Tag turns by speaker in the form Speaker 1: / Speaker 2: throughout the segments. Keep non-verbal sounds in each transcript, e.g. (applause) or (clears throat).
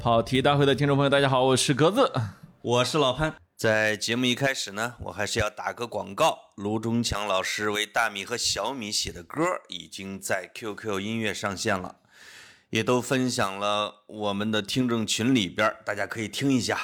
Speaker 1: 好，体育大会的听众朋友，大家好，我是格子。
Speaker 2: 我是老潘。在节目一开始呢，我还是要打个广告。卢中强老师为大米和小米写的歌已经在 QQ 音乐上线了，也都分享了我们的听众群里边儿，大家可以听一下，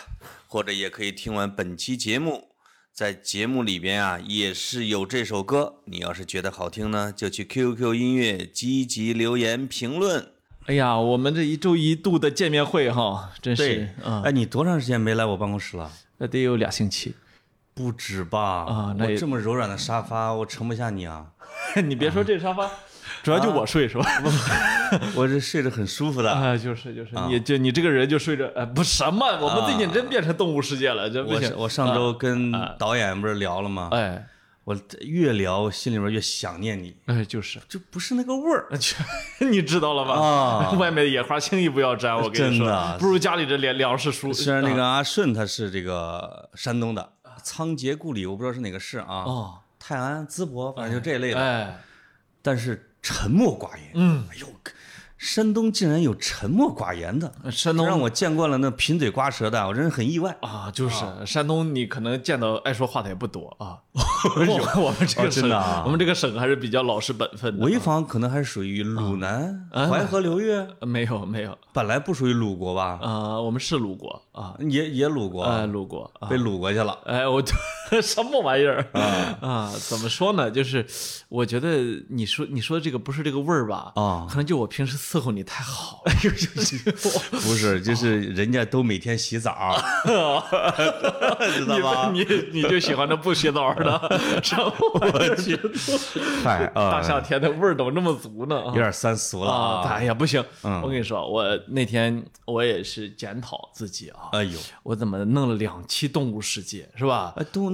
Speaker 2: 或者也可以听完本期节目。在节目里边啊，也是有这首歌，你要是觉得好听呢，就去 QQ 音乐积极留言评论。
Speaker 1: 哎呀，我们这一周一度的见面会哈，真是
Speaker 2: 对，
Speaker 1: 啊，
Speaker 2: 哎，你多长时间没来我办公室了？
Speaker 1: 那得有俩星期。
Speaker 2: 不止吧？
Speaker 1: 啊那
Speaker 2: 我
Speaker 1: 也
Speaker 2: 这么柔软的沙发，我盛不下你
Speaker 1: (laughs)
Speaker 2: 啊！
Speaker 1: (laughs) 你别说这沙发，主要就我睡是吧？
Speaker 2: 我这睡着很舒服的。
Speaker 1: 啊，就是就是，你就你这个人就睡着，呃，不什么，我们最近真变成动物世界了，这不
Speaker 2: 我
Speaker 1: 行。啊
Speaker 2: 我上周跟导演不是聊了吗？
Speaker 1: 哎
Speaker 2: 我越聊心里边越想念你，
Speaker 1: 哎，就是，
Speaker 2: 就不是那个味儿。
Speaker 1: (laughs) 你知道了吧？
Speaker 2: 啊
Speaker 1: 外面的野花轻易不要摘，我跟你
Speaker 2: 真
Speaker 1: 说，
Speaker 2: 的
Speaker 1: 不如家里这粮粮食蔬。
Speaker 2: 虽然那
Speaker 1: 啊
Speaker 2: 个阿顺他是这个山东的，仓颉故里我不知道是哪个市啊，
Speaker 1: 哦
Speaker 2: 泰安、淄博，反正就这类的。
Speaker 1: 哎，
Speaker 2: 但是沉默寡言，嗯，哎呦，山东竟然有沉默寡言的，
Speaker 1: 山
Speaker 2: 都
Speaker 1: 东
Speaker 2: 让我见惯了那贫嘴瓜舌的，我真是很意外。
Speaker 1: 啊，就是、山东，你可能见到爱说话的也不多啊。
Speaker 2: (laughs)
Speaker 1: 我 (laughs) 我们这个
Speaker 2: 哦真
Speaker 1: 省、
Speaker 2: 的啊
Speaker 1: 我们这个省还是比较老实本分
Speaker 2: (laughs)
Speaker 1: 的。
Speaker 2: 潍坊可能还是属于鲁南、
Speaker 1: 啊
Speaker 2: 淮河流域，
Speaker 1: 呃没有没有，
Speaker 2: 本来不属于鲁国吧？
Speaker 1: 啊，我们是鲁国啊，
Speaker 2: 也也鲁
Speaker 1: 呃，
Speaker 2: 国，
Speaker 1: 鲁国啊，
Speaker 2: 被鲁国去了。
Speaker 1: 哎，我 (laughs) 什么玩意儿啊？怎么说呢？就是我觉得你说你说这个不是这个味儿吧？
Speaker 2: 啊
Speaker 1: 可能就我平时伺候你太好了，
Speaker 2: (laughs) 不是，就是
Speaker 1: 啊
Speaker 2: 人家都每天
Speaker 1: (laughs)
Speaker 2: 洗澡，知道吗？
Speaker 1: 你你就喜欢那不洗澡
Speaker 2: (laughs)
Speaker 1: 的， (laughs) 什么玩意儿？
Speaker 2: 嗨
Speaker 1: 大夏
Speaker 2: 啊，
Speaker 1: 天的味儿怎么那么足呢？啊
Speaker 2: 有点三俗了
Speaker 1: 啊！
Speaker 2: 啊！
Speaker 1: 哎呀，不行！
Speaker 2: 嗯
Speaker 1: 我跟你说，我那天我也是检讨自己啊，
Speaker 2: 哎呦，
Speaker 1: 我怎么弄了两期《动物世界》是吧？
Speaker 2: 啊都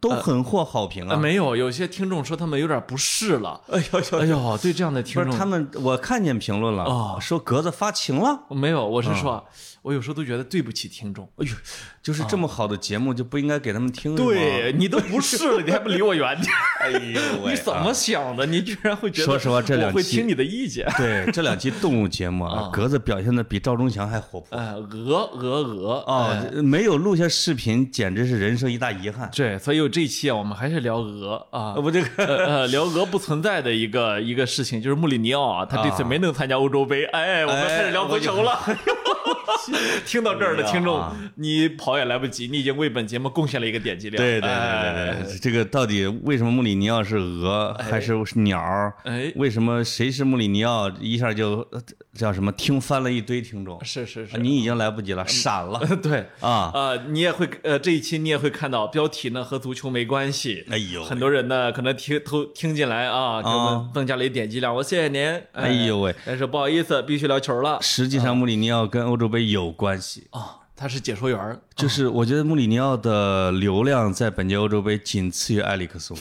Speaker 2: 都很获好评
Speaker 1: 啊，
Speaker 2: 啊！
Speaker 1: 呃没有，有些听众说他们有点不适了。
Speaker 2: (laughs) 哎呦呦，
Speaker 1: 哎呦，对这样的
Speaker 2: 不
Speaker 1: 听
Speaker 2: 是
Speaker 1: 众，
Speaker 2: 他们，我看见评论
Speaker 1: 哦
Speaker 2: 了，说格子发情了。
Speaker 1: 没有，我是说，我有时候都觉得对不起听众。
Speaker 2: 嗯哎呦，就是这么
Speaker 1: 啊
Speaker 2: 好的节目就不应该给他们听，是吗，
Speaker 1: 你都不是了，你还不离我远
Speaker 2: (laughs)
Speaker 1: 点儿？
Speaker 2: 哎呦喂，
Speaker 1: 你怎
Speaker 2: 啊
Speaker 1: 么想的？你居然会觉得？
Speaker 2: 说实话这两啊
Speaker 1: 我会
Speaker 2: 期
Speaker 1: 听你的意见。
Speaker 2: 对，这两期动物节目啊，格子表现的比赵忠祥还活泼
Speaker 1: 哎，鹅鹅鹅
Speaker 2: 啊、
Speaker 1: 哎
Speaker 2: 没有录下视频，简直是人生一大遗
Speaker 1: (laughs)
Speaker 2: 憾。
Speaker 1: 对，所以我这一期啊，我们还是聊鹅啊
Speaker 2: 呃，，我这个
Speaker 1: (laughs) 呃呃，聊鹅不存在的一个一个事情，就是穆里尼奥啊，他这次没能参加欧洲杯。哎，我们开始聊足球了。 (laughs) 听到这儿的听众
Speaker 2: 哎，
Speaker 1: 你跑也来不及，你已经为本节目贡献了一个点击量。
Speaker 2: (laughs) 对对对
Speaker 1: 哎
Speaker 2: 对对，这个到底为什么穆里尼奥是鹅还是鸟？
Speaker 1: 哎
Speaker 2: 为什么谁是穆里尼奥？一下就呃叫什么听翻了一堆听众，啊
Speaker 1: 是是
Speaker 2: (laughs)
Speaker 1: 嗯是，
Speaker 2: 你已经来不及了，闪
Speaker 1: (laughs)
Speaker 2: 了
Speaker 1: 对
Speaker 2: 啊！
Speaker 1: 呃，你也会呃这一期你也会看到标题呢和足球没关系。
Speaker 2: 哎呦，
Speaker 1: 很多人呢可能听偷听进来啊，给我们增加了一点击量，我谢谢您。
Speaker 2: 哎呦喂，
Speaker 1: 但是不好意思，必须聊球了
Speaker 2: 实际上穆里尼奥跟欧洲杯有关系。
Speaker 1: 啊。他是解说员儿，
Speaker 2: 就是我觉得穆里尼奥的流量在本届欧洲杯仅次于埃里克松，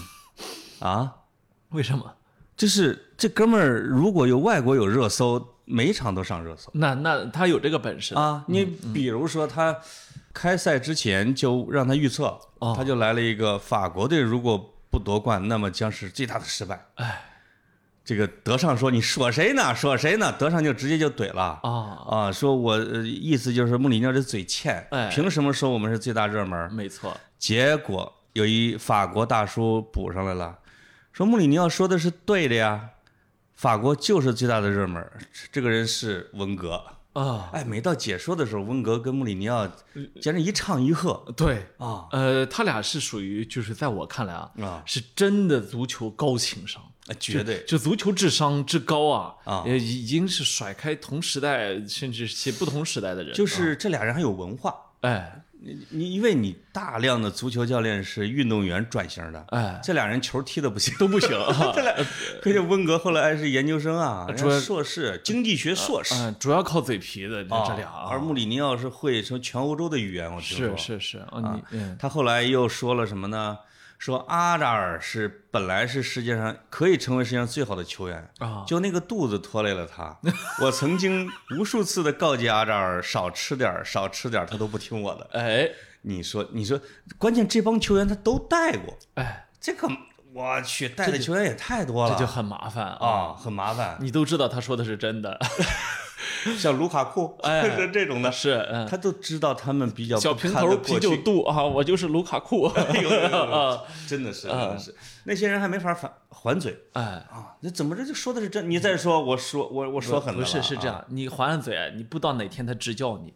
Speaker 2: 啊，
Speaker 1: 为什么？
Speaker 2: 就是这哥们儿如果有外国有热搜，每一场都上热搜
Speaker 1: 那那他有这个本事
Speaker 2: 啊。你比如说他开赛之前就让他预测，他就来了一个法国队如果不夺冠，那么将是最大的失败。哎，这个德尚说你说谁呢？说谁呢？德尚就直接就怼了
Speaker 1: 啊！
Speaker 2: 啊，说我呃意思就是穆里尼奥这嘴欠
Speaker 1: 哎，
Speaker 2: 凭什么说我们是最大热门？
Speaker 1: 没错，
Speaker 2: 结果有一法国大叔补上来了，说穆里尼奥说的是对的呀，法国就是最大的热门儿。这个人是温格。
Speaker 1: 啊，
Speaker 2: 哎，每到解说的时候，温格跟穆里尼奥简直一唱一和
Speaker 1: 对，
Speaker 2: 啊
Speaker 1: 呃，他俩是属于就是在我看来啊，
Speaker 2: 啊，
Speaker 1: 是真的足球高情商。
Speaker 2: 绝对
Speaker 1: 就足球智商之高啊，
Speaker 2: 啊
Speaker 1: 也已经是甩开同时代甚至其不同时代的人，
Speaker 2: 就是这俩人还有文化。
Speaker 1: 哎
Speaker 2: 你你因为你大量的足球教练是运动员转型的，
Speaker 1: 哎
Speaker 2: 这俩人球踢的不行。
Speaker 1: 都
Speaker 2: (laughs)
Speaker 1: 不行。
Speaker 2: 这俩，而且温格后来还是研究生啊，人
Speaker 1: 主要
Speaker 2: 家硕士，经济学硕士。
Speaker 1: 嗯，主要靠嘴皮子，这
Speaker 2: 啊
Speaker 1: 这俩啊
Speaker 2: 而，穆里尼奥是会说全欧洲的语言，我听
Speaker 1: 是
Speaker 2: 说。
Speaker 1: 是是，啊，你嗯
Speaker 2: 他后来又说了什么呢？说阿扎尔是本来是世界上可以成为世界上最好的球员
Speaker 1: 啊
Speaker 2: 就那个肚子拖累
Speaker 1: (laughs)
Speaker 2: 了他。我曾经无数次的告诫阿扎尔少吃点儿，少吃点儿，他都不听我的。
Speaker 1: 哎
Speaker 2: 你说，你说，关键这帮球员他都带过，
Speaker 1: 哎，
Speaker 2: 这可我去带的球员也太多了，
Speaker 1: 这就很麻烦啊。
Speaker 2: 啊、很麻烦。 (laughs)
Speaker 1: 你都知道他说的是真的，
Speaker 2: 像卢卡库，
Speaker 1: 哎
Speaker 2: 这 (laughs) 这种的，
Speaker 1: 是嗯
Speaker 2: 他都知道他们比较
Speaker 1: 小
Speaker 2: 不
Speaker 1: 平
Speaker 2: 看
Speaker 1: 头
Speaker 2: 得
Speaker 1: 啤
Speaker 2: 过
Speaker 1: 酒
Speaker 2: 去
Speaker 1: 肚啊，我就是卢卡库，
Speaker 2: (laughs) 哎呦哎呦哎呦 (laughs)
Speaker 1: 啊，
Speaker 2: 真的是，真的是，那些人还没法反还嘴
Speaker 1: 哎，
Speaker 2: 嗯啊！嗯那怎么着就说的是真？你再说，我说我我说狠了
Speaker 1: 不是
Speaker 2: 吧
Speaker 1: 是
Speaker 2: 啊
Speaker 1: 这样，你还了嘴，你不知道哪天他执教你。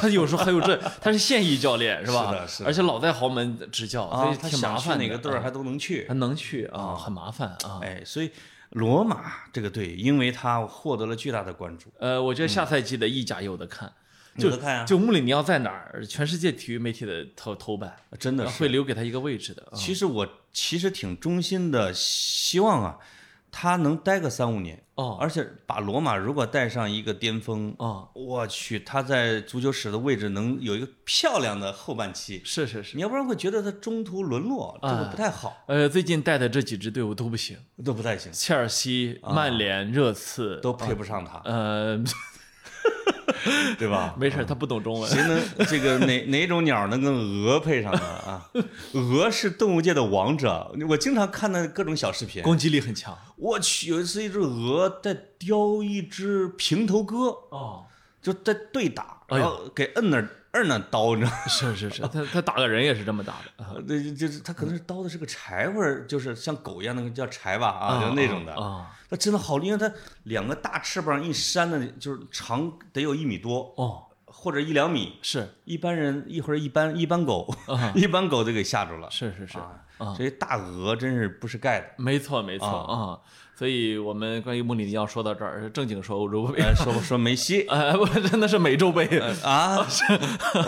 Speaker 1: 他有时候还有这，他是现役教练是吧？
Speaker 2: 是的是的
Speaker 1: 而且老在豪门执教，所
Speaker 2: 啊，
Speaker 1: 以
Speaker 2: 他
Speaker 1: 挺麻
Speaker 2: 想去
Speaker 1: 烦的。
Speaker 2: 哪个队儿还都能去
Speaker 1: 还，能去啊，很麻烦啊。
Speaker 2: 哎，所以罗马这个队，因为他获得了巨大的关注，
Speaker 1: 呃，我觉得下赛季的意甲有的看，就
Speaker 2: 有的嗯看啊
Speaker 1: 就穆里尼奥在哪儿，全世界体育媒体的头头版
Speaker 2: 真的是。嗯
Speaker 1: 会留给他一个位置的。啊
Speaker 2: 呃其实我其实挺衷心的希望啊，他能待个三五年
Speaker 1: 哦
Speaker 2: 而且把罗马如果带上一个巅峰
Speaker 1: 哦，
Speaker 2: 我去，他在足球史的位置能有一个漂亮的后半期，
Speaker 1: 是是是。
Speaker 2: 你要不然会觉得他中途沦落，
Speaker 1: 哎
Speaker 2: 这个不太好，
Speaker 1: 呃，最近带的这几支队伍都不行，
Speaker 2: 都不太行，
Speaker 1: 切尔西、曼联、热刺
Speaker 2: 啊都配不上他，
Speaker 1: 呃， (laughs)
Speaker 2: 对吧？
Speaker 1: 没事儿，他不懂中文。
Speaker 2: 谁能这个哪哪种鸟能跟鹅配上呢？啊，鹅是动物界的王者，我经常看的各种小视频。
Speaker 1: 攻击力很强
Speaker 2: 我去，有一次一只鹅在叼一只平头鸽，
Speaker 1: 哦，
Speaker 2: 就在对打，
Speaker 1: 哎呦
Speaker 2: 然后给摁那儿摁那刀，你知道吗？
Speaker 1: (laughs) 是是是，他他打个人也是这么打的啊
Speaker 2: (laughs) 这这就是他可能是刀的是个柴，或者就是像狗一样那个叫柴吧啊，就那种的。
Speaker 1: 啊
Speaker 2: 它真的好厉害，它两个大翅膀一扇的，就是长得有一米多
Speaker 1: 哦
Speaker 2: 或者一两米。
Speaker 1: 是
Speaker 2: 一般人一会儿一般一般狗， (laughs) 一般狗就给吓住了。
Speaker 1: 啊是是是，
Speaker 2: 啊，所以大鹅真是不是盖的。
Speaker 1: (laughs) 没错没错啊。所以我们关于穆里尼奥说到这儿，正经说欧洲杯，
Speaker 2: 呃，说说梅西
Speaker 1: (laughs) 哎，我真的是美洲杯。
Speaker 2: 啊， (laughs)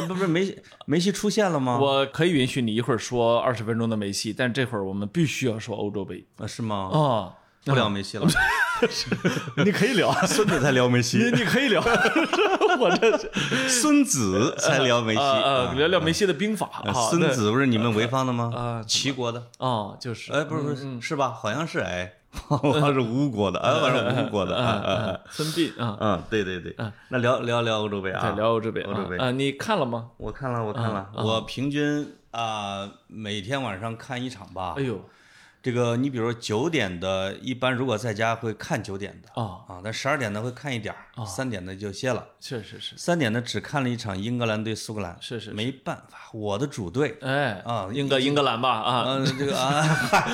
Speaker 2: 不是梅西梅西出现了吗？
Speaker 1: 我可以允许你一会儿说二十分钟的梅西，但这会儿我们必须要说欧洲杯
Speaker 2: 啊是吗？
Speaker 1: 哦。
Speaker 2: 不聊梅西了，
Speaker 1: (laughs)
Speaker 2: (laughs)
Speaker 1: 你可以聊，
Speaker 2: 孙子才聊梅西
Speaker 1: (laughs) 你你可以聊， (laughs) 我这是
Speaker 2: 孙子才聊梅西，
Speaker 1: 呃，聊聊梅西的兵法
Speaker 2: 呃
Speaker 1: 啊，
Speaker 2: 孙子不是你们潍坊的吗？
Speaker 1: 啊
Speaker 2: 齐国的，
Speaker 1: 哦，就是
Speaker 2: 哎，不是不
Speaker 1: 嗯
Speaker 2: 是，是吧？好像是哎， (laughs) 好像是吴国的，哎，好像是吴国的，啊
Speaker 1: 嗯孙膑啊，
Speaker 2: 啊啊！对对对，那聊聊聊欧洲杯啊
Speaker 1: 对，，聊欧嗯洲杯
Speaker 2: 欧洲杯
Speaker 1: 啊，啊你看了吗？
Speaker 2: 我看了我看了，我平均啊每天晚上看一场吧
Speaker 1: 哎。呦
Speaker 2: 这个你比如说九点的，一般如果在家会看九点的
Speaker 1: 啊，
Speaker 2: 啊，但十二点的会看一点
Speaker 1: 哦
Speaker 2: 儿，三点的就歇了。
Speaker 1: 确实是，
Speaker 2: 三点的只看了一场英格兰对苏格兰，
Speaker 1: 是是是
Speaker 2: 没办法，我的主队
Speaker 1: 哎
Speaker 2: 啊
Speaker 1: 英格英格兰吧啊，
Speaker 2: 嗯，这个啊， (laughs) 嗨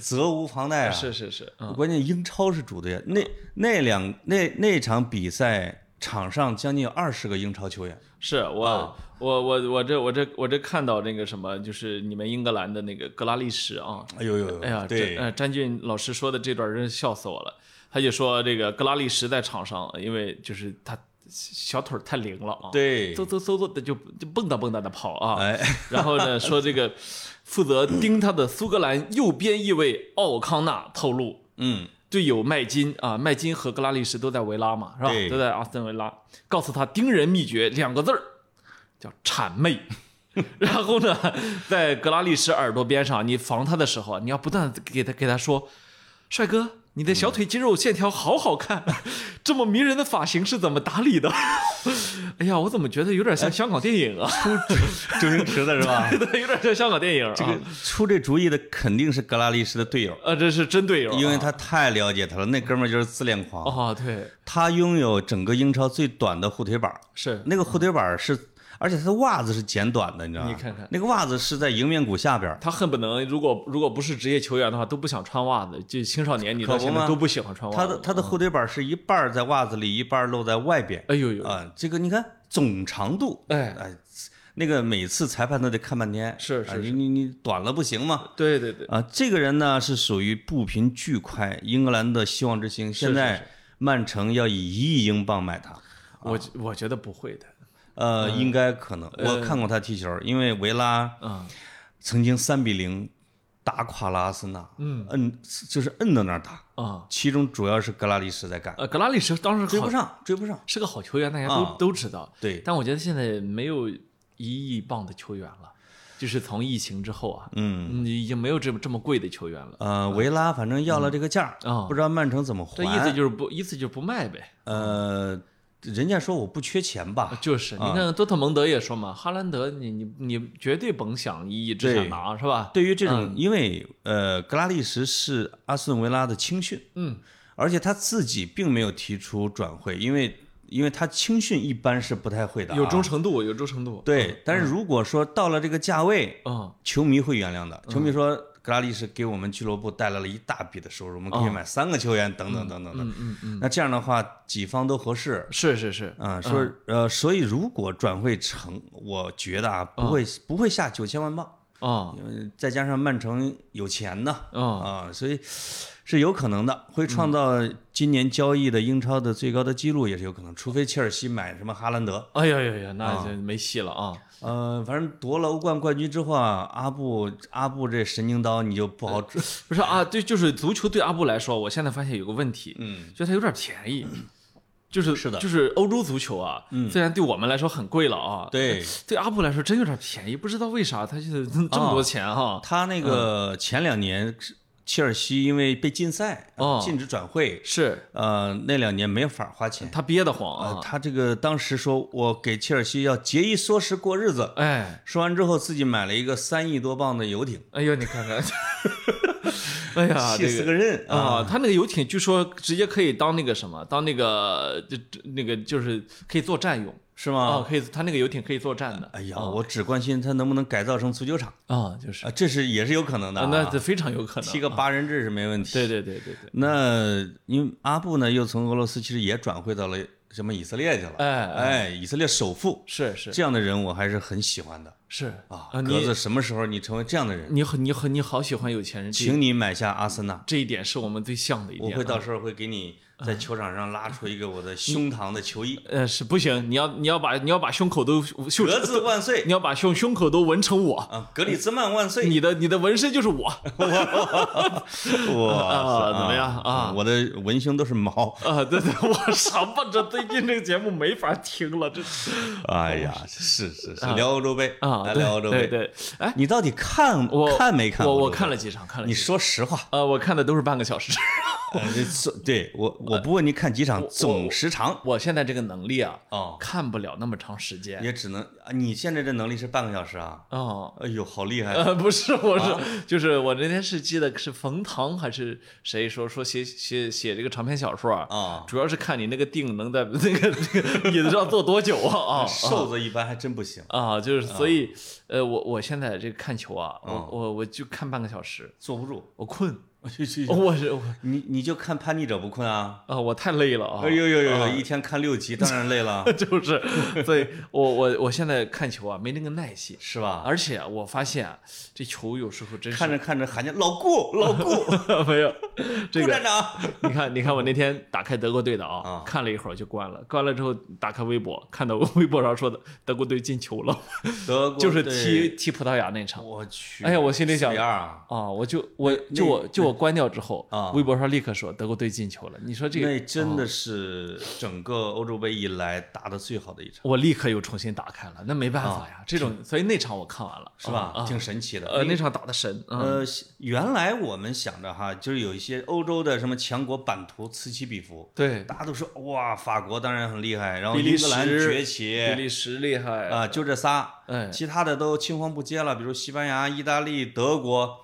Speaker 2: 责无旁贷
Speaker 1: (laughs)
Speaker 2: 啊。
Speaker 1: 是是是，嗯
Speaker 2: 关键英超是主队，那那两那那场比赛场上将近有二十个英超球员，
Speaker 1: 是
Speaker 2: 啊
Speaker 1: 我我我我这我这我这看到那个什么，就是你们英格兰的那个格拉利什啊，
Speaker 2: 哎呦呦呦，
Speaker 1: 哎呀，
Speaker 2: 对
Speaker 1: 这，呃，詹俊老师说的这段真是笑死我了。他就说这个格拉利什在场上，因为就是他小腿儿太灵了啊，，
Speaker 2: 对
Speaker 1: 嗖，嗖嗖嗖的就就蹦跶蹦跶的跑啊。
Speaker 2: 哎，
Speaker 1: (laughs) 然后呢，说这个负责盯他的苏格兰右边翼卫奥康纳透露， (laughs)
Speaker 2: 嗯，
Speaker 1: 队友麦金啊，麦金和格拉利什都在维拉嘛，是吧
Speaker 2: 对？
Speaker 1: 都在阿斯顿维拉，告诉他盯人秘诀两个字儿，叫谄媚。 (laughs) 然后呢，在格拉利什耳朵边上，你防他的时候，你要不断地给他给他说，帅哥，你的小腿肌肉线条好好看， (laughs) 这么迷人的发型是怎么打理的？ (laughs) 哎呀，我怎么觉得有
Speaker 2: (laughs)
Speaker 1: 点像香港电影啊？
Speaker 2: 周星驰的是
Speaker 1: (laughs)
Speaker 2: 吧？
Speaker 1: 对，有点像香港电影啊。
Speaker 2: (laughs) 这个出这主意的肯定是格拉利什的队友，
Speaker 1: 呃，这是真队友啊，
Speaker 2: 因为他太了解他了，那哥们儿就是自恋狂，
Speaker 1: 哦，对，
Speaker 2: 他拥有整个英超最短的护腿板儿，
Speaker 1: 是
Speaker 2: 那个护腿板儿是，而且他的袜子是剪短的，你知道吗？
Speaker 1: 你看看
Speaker 2: 那个袜子是在迎面骨下边儿，
Speaker 1: 他恨不能，如果如果不是职业球员的话，都不想穿袜子。就青少年，你到
Speaker 2: 可不
Speaker 1: 现在
Speaker 2: 吗
Speaker 1: 都不喜欢穿袜
Speaker 2: 他
Speaker 1: 子
Speaker 2: 的。他的后腿板是一半儿在袜子里，一半儿露在外边。
Speaker 1: 哎呦呦，
Speaker 2: 啊，这个你看总长度，
Speaker 1: 哎，
Speaker 2: 哎，那个每次裁判都得看半天。
Speaker 1: 是是
Speaker 2: 啊你你你短了不行嘛。
Speaker 1: 对对对，
Speaker 2: 啊，这个人呢是属于步频巨快，英格兰的希望之星。
Speaker 1: 是
Speaker 2: 现在曼城要以一亿英镑买他，
Speaker 1: 我
Speaker 2: 啊
Speaker 1: 我觉得不会的。
Speaker 2: 呃，应该可能。
Speaker 1: 呃
Speaker 2: 我看过他踢球，因为维拉
Speaker 1: 嗯，
Speaker 2: 曾经三比零打垮了阿森纳，嗯，摁就是摁到那儿打，
Speaker 1: 啊，
Speaker 2: 其中主要是格拉利什在干，
Speaker 1: 呃，格拉利什当时
Speaker 2: 追不
Speaker 1: 好
Speaker 2: 上，追不上。
Speaker 1: 是个好球员，大家都
Speaker 2: 啊
Speaker 1: 都知道。
Speaker 2: 对，
Speaker 1: 但我觉得现在没有一亿镑的球员了，就是从疫情之后啊，
Speaker 2: 嗯，
Speaker 1: 嗯，已经没有这么这么贵的球员了。
Speaker 2: 呃，维拉反正要了这个价儿，
Speaker 1: 嗯啊
Speaker 2: 不知道曼城怎么还。
Speaker 1: 这意思就是不意思就是不卖呗。
Speaker 2: 呃，人家说我不缺钱吧？
Speaker 1: 就是你看多特蒙德也说嘛，哈兰德你你你绝对甭想一亿只想拿是吧？
Speaker 2: 对于这
Speaker 1: 嗯
Speaker 2: 种，因为呃，格拉利什是阿斯顿维拉的青训，
Speaker 1: 嗯，
Speaker 2: 而且他自己并没有提出转会，因为因为他青训一般是不太会的、啊，
Speaker 1: 有嗯忠诚度，有忠诚度。
Speaker 2: 对，但是如果说到了这个价位，
Speaker 1: 嗯，
Speaker 2: 球迷会原谅的。球迷说，格拉利什给我们俱乐部带来了一大笔的收入，我们可以买三个球员，等等等等
Speaker 1: 哦嗯
Speaker 2: 等。
Speaker 1: 嗯嗯，
Speaker 2: 那这样的话，几方都合适。
Speaker 1: 是是是，
Speaker 2: 啊，说
Speaker 1: 嗯
Speaker 2: 呃，所以如果转会成，我觉得啊，不
Speaker 1: 嗯
Speaker 2: 会不会下九千万镑，
Speaker 1: 啊
Speaker 2: 因为再加上曼城有钱呢，
Speaker 1: 啊
Speaker 2: 啊，所以是有可能的，会
Speaker 1: 嗯
Speaker 2: 创造今年交易的英超的最高的记录也是有可能，除非切尔西买什么哈兰德。
Speaker 1: 哎呀呀呀，那就没戏了啊！
Speaker 2: 呃，反正夺了欧冠冠军之后啊，阿布阿布这神经刀你就不好治。
Speaker 1: 不是啊，对，就是足球对阿布来说，我现在发现有个问题，
Speaker 2: 嗯，
Speaker 1: 就它有点便 (clears throat) 宜，就是
Speaker 2: 是的
Speaker 1: 就是欧洲足球啊，虽然对我们来说很贵了啊，，
Speaker 2: 对
Speaker 1: 对阿布来说真有点便宜，不知道为啥他就是这么多钱啊哈，
Speaker 2: (laughs) 他
Speaker 1: 嗯
Speaker 2: 那个前两年是切尔西因为被禁赛，
Speaker 1: 哦
Speaker 2: 禁止转会，
Speaker 1: 是
Speaker 2: 呃，那两年没法花钱。
Speaker 1: 他憋得慌
Speaker 2: 呃，
Speaker 1: 啊，
Speaker 2: 他这个当时说我给切尔西要节衣缩食过日子，
Speaker 1: 哎，
Speaker 2: 说完之后自己买了一个三亿多镑的游
Speaker 1: (laughs)
Speaker 2: 艇，
Speaker 1: 哎呦你看看，哎呀，
Speaker 2: 气
Speaker 1: 这
Speaker 2: 死
Speaker 1: 个。
Speaker 2: 个人啊！
Speaker 1: 啊，他那个游艇据说直接可以当那个什么，当那个就就那个就是可以作战用
Speaker 2: 是
Speaker 1: 啊，
Speaker 2: 吗？
Speaker 1: 可以，他那个游艇可以作战的。
Speaker 2: 哎呀，
Speaker 1: 啊
Speaker 2: 我只关心他能不能改造成足球场
Speaker 1: 啊，就是
Speaker 2: 啊，这是也是有可能的、
Speaker 1: 啊
Speaker 2: 啊，
Speaker 1: 那这非常有可能。
Speaker 2: 踢个八人制是没问题。
Speaker 1: 对对对对对，
Speaker 2: 那因为阿布呢，又从俄罗斯其实也转会到了什么以色列去了，
Speaker 1: 哎哎
Speaker 2: 哎，以色列首富，
Speaker 1: 是是
Speaker 2: 这样的人我还是很喜欢的
Speaker 1: 是
Speaker 2: 啊。格
Speaker 1: 你
Speaker 2: 子，什么时候你成为这样的人，
Speaker 1: 你很你很你好喜欢有钱人，这
Speaker 2: 请你买下阿森纳，
Speaker 1: 这一点是我们最像的一
Speaker 2: 我
Speaker 1: 点啊。
Speaker 2: 会到时候会
Speaker 1: (laughs)
Speaker 2: 给你在球场上拉出一个我的胸膛的球衣，
Speaker 1: 呃是不行，你要你要把你要把胸口都秀，
Speaker 2: 格子万岁
Speaker 1: 你要把胸胸口都纹成我，
Speaker 2: 啊，格里兹曼万岁！
Speaker 1: 你 (laughs) 的你的纹身就是我。
Speaker 2: 哇塞，
Speaker 1: 啊怎么样啊
Speaker 2: 我的文胸都是毛，
Speaker 1: 啊，对对，我什么这最近这个节目没法听了，这
Speaker 2: 哎呀，是是是，聊欧洲杯
Speaker 1: 哦啊
Speaker 2: 来
Speaker 1: 对
Speaker 2: 聊欧洲
Speaker 1: 对
Speaker 2: 杯。
Speaker 1: 对，哎，
Speaker 2: 你到底看
Speaker 1: 我
Speaker 2: 看没看？
Speaker 1: 我我看了，几场，看了
Speaker 2: 你
Speaker 1: 几场。
Speaker 2: 说
Speaker 1: (laughs)
Speaker 2: 实话，
Speaker 1: 呃，我看的都是半个小时。 (laughs)
Speaker 2: 呃这是对我我不问你看几场，总时长
Speaker 1: 呃我现在这个能力啊，
Speaker 2: 哦，
Speaker 1: 看不了那么长时间。
Speaker 2: 也只能啊，你现在这能力是半个小时啊？
Speaker 1: 哦，
Speaker 2: 哎呦，好厉害！
Speaker 1: 呃，不是，我
Speaker 2: 啊
Speaker 1: 是、就是我那天是记得是冯唐还是谁说说写写写这个长篇小说 (laughs) 啊，
Speaker 2: 啊
Speaker 1: 主要是看你那个腚能在 (laughs) 那个那个椅子上坐多久
Speaker 2: (laughs)
Speaker 1: 啊啊
Speaker 2: 瘦嗯子一般还真不行，
Speaker 1: 啊！就是所以呃，我我现在这个看球啊，
Speaker 2: 嗯
Speaker 1: 我我我就看半个小时，
Speaker 2: 坐不
Speaker 1: (laughs)
Speaker 2: 住。
Speaker 1: 我困，
Speaker 2: 去去
Speaker 1: 我是我
Speaker 2: 你你就看《叛逆者不困》啊？
Speaker 1: 啊，我太累了啊！
Speaker 2: 哎呦呦呦，一天看六集，当然累了，
Speaker 1: (laughs) 就是，所以我我我现在看球啊没那个耐心，(laughs)
Speaker 2: 是吧？
Speaker 1: 而且啊我发现啊这球有时候真是
Speaker 2: 看着看着喊叫老顾老顾
Speaker 1: (laughs) 没有 (laughs) 这
Speaker 2: 顾
Speaker 1: 个
Speaker 2: 站长，
Speaker 1: 你看，你看，我那天打开德国队的啊
Speaker 2: 啊，
Speaker 1: 看了一会儿就关了，关了之后打开微博，看到微博上说的德国队进球了，
Speaker 2: 德
Speaker 1: (laughs)
Speaker 2: 国
Speaker 1: 就是
Speaker 2: 队
Speaker 1: 踢踢葡萄牙那场
Speaker 2: 我去！
Speaker 1: 哎呀我心里想
Speaker 2: 四比二啊，
Speaker 1: 啊，我就我就我就我关掉之后
Speaker 2: 啊
Speaker 1: 微博上立刻说德国队进球了，你说这哦
Speaker 2: 那
Speaker 1: 个，
Speaker 2: 真的是整个欧洲杯以来打的最好的一场，
Speaker 1: 我立刻又重新打开了，那没办法呀，这种，所以那场我看完了，
Speaker 2: 啊是吧？
Speaker 1: 啊，
Speaker 2: 挺神奇的。
Speaker 1: 呃，那场打的神，嗯
Speaker 2: 呃，原来我们想着哈，就是有一些欧洲的什么强国版图此起彼伏，
Speaker 1: 对，
Speaker 2: 大家都说哇，法国当然很厉害，然后
Speaker 1: 比利
Speaker 2: 英
Speaker 1: 时
Speaker 2: 格兰崛
Speaker 1: 比
Speaker 2: 起
Speaker 1: 利时厉害
Speaker 2: 啊，就这仨，
Speaker 1: 哎
Speaker 2: 其他的都青黄不接了，比如西班牙、意大利、德国。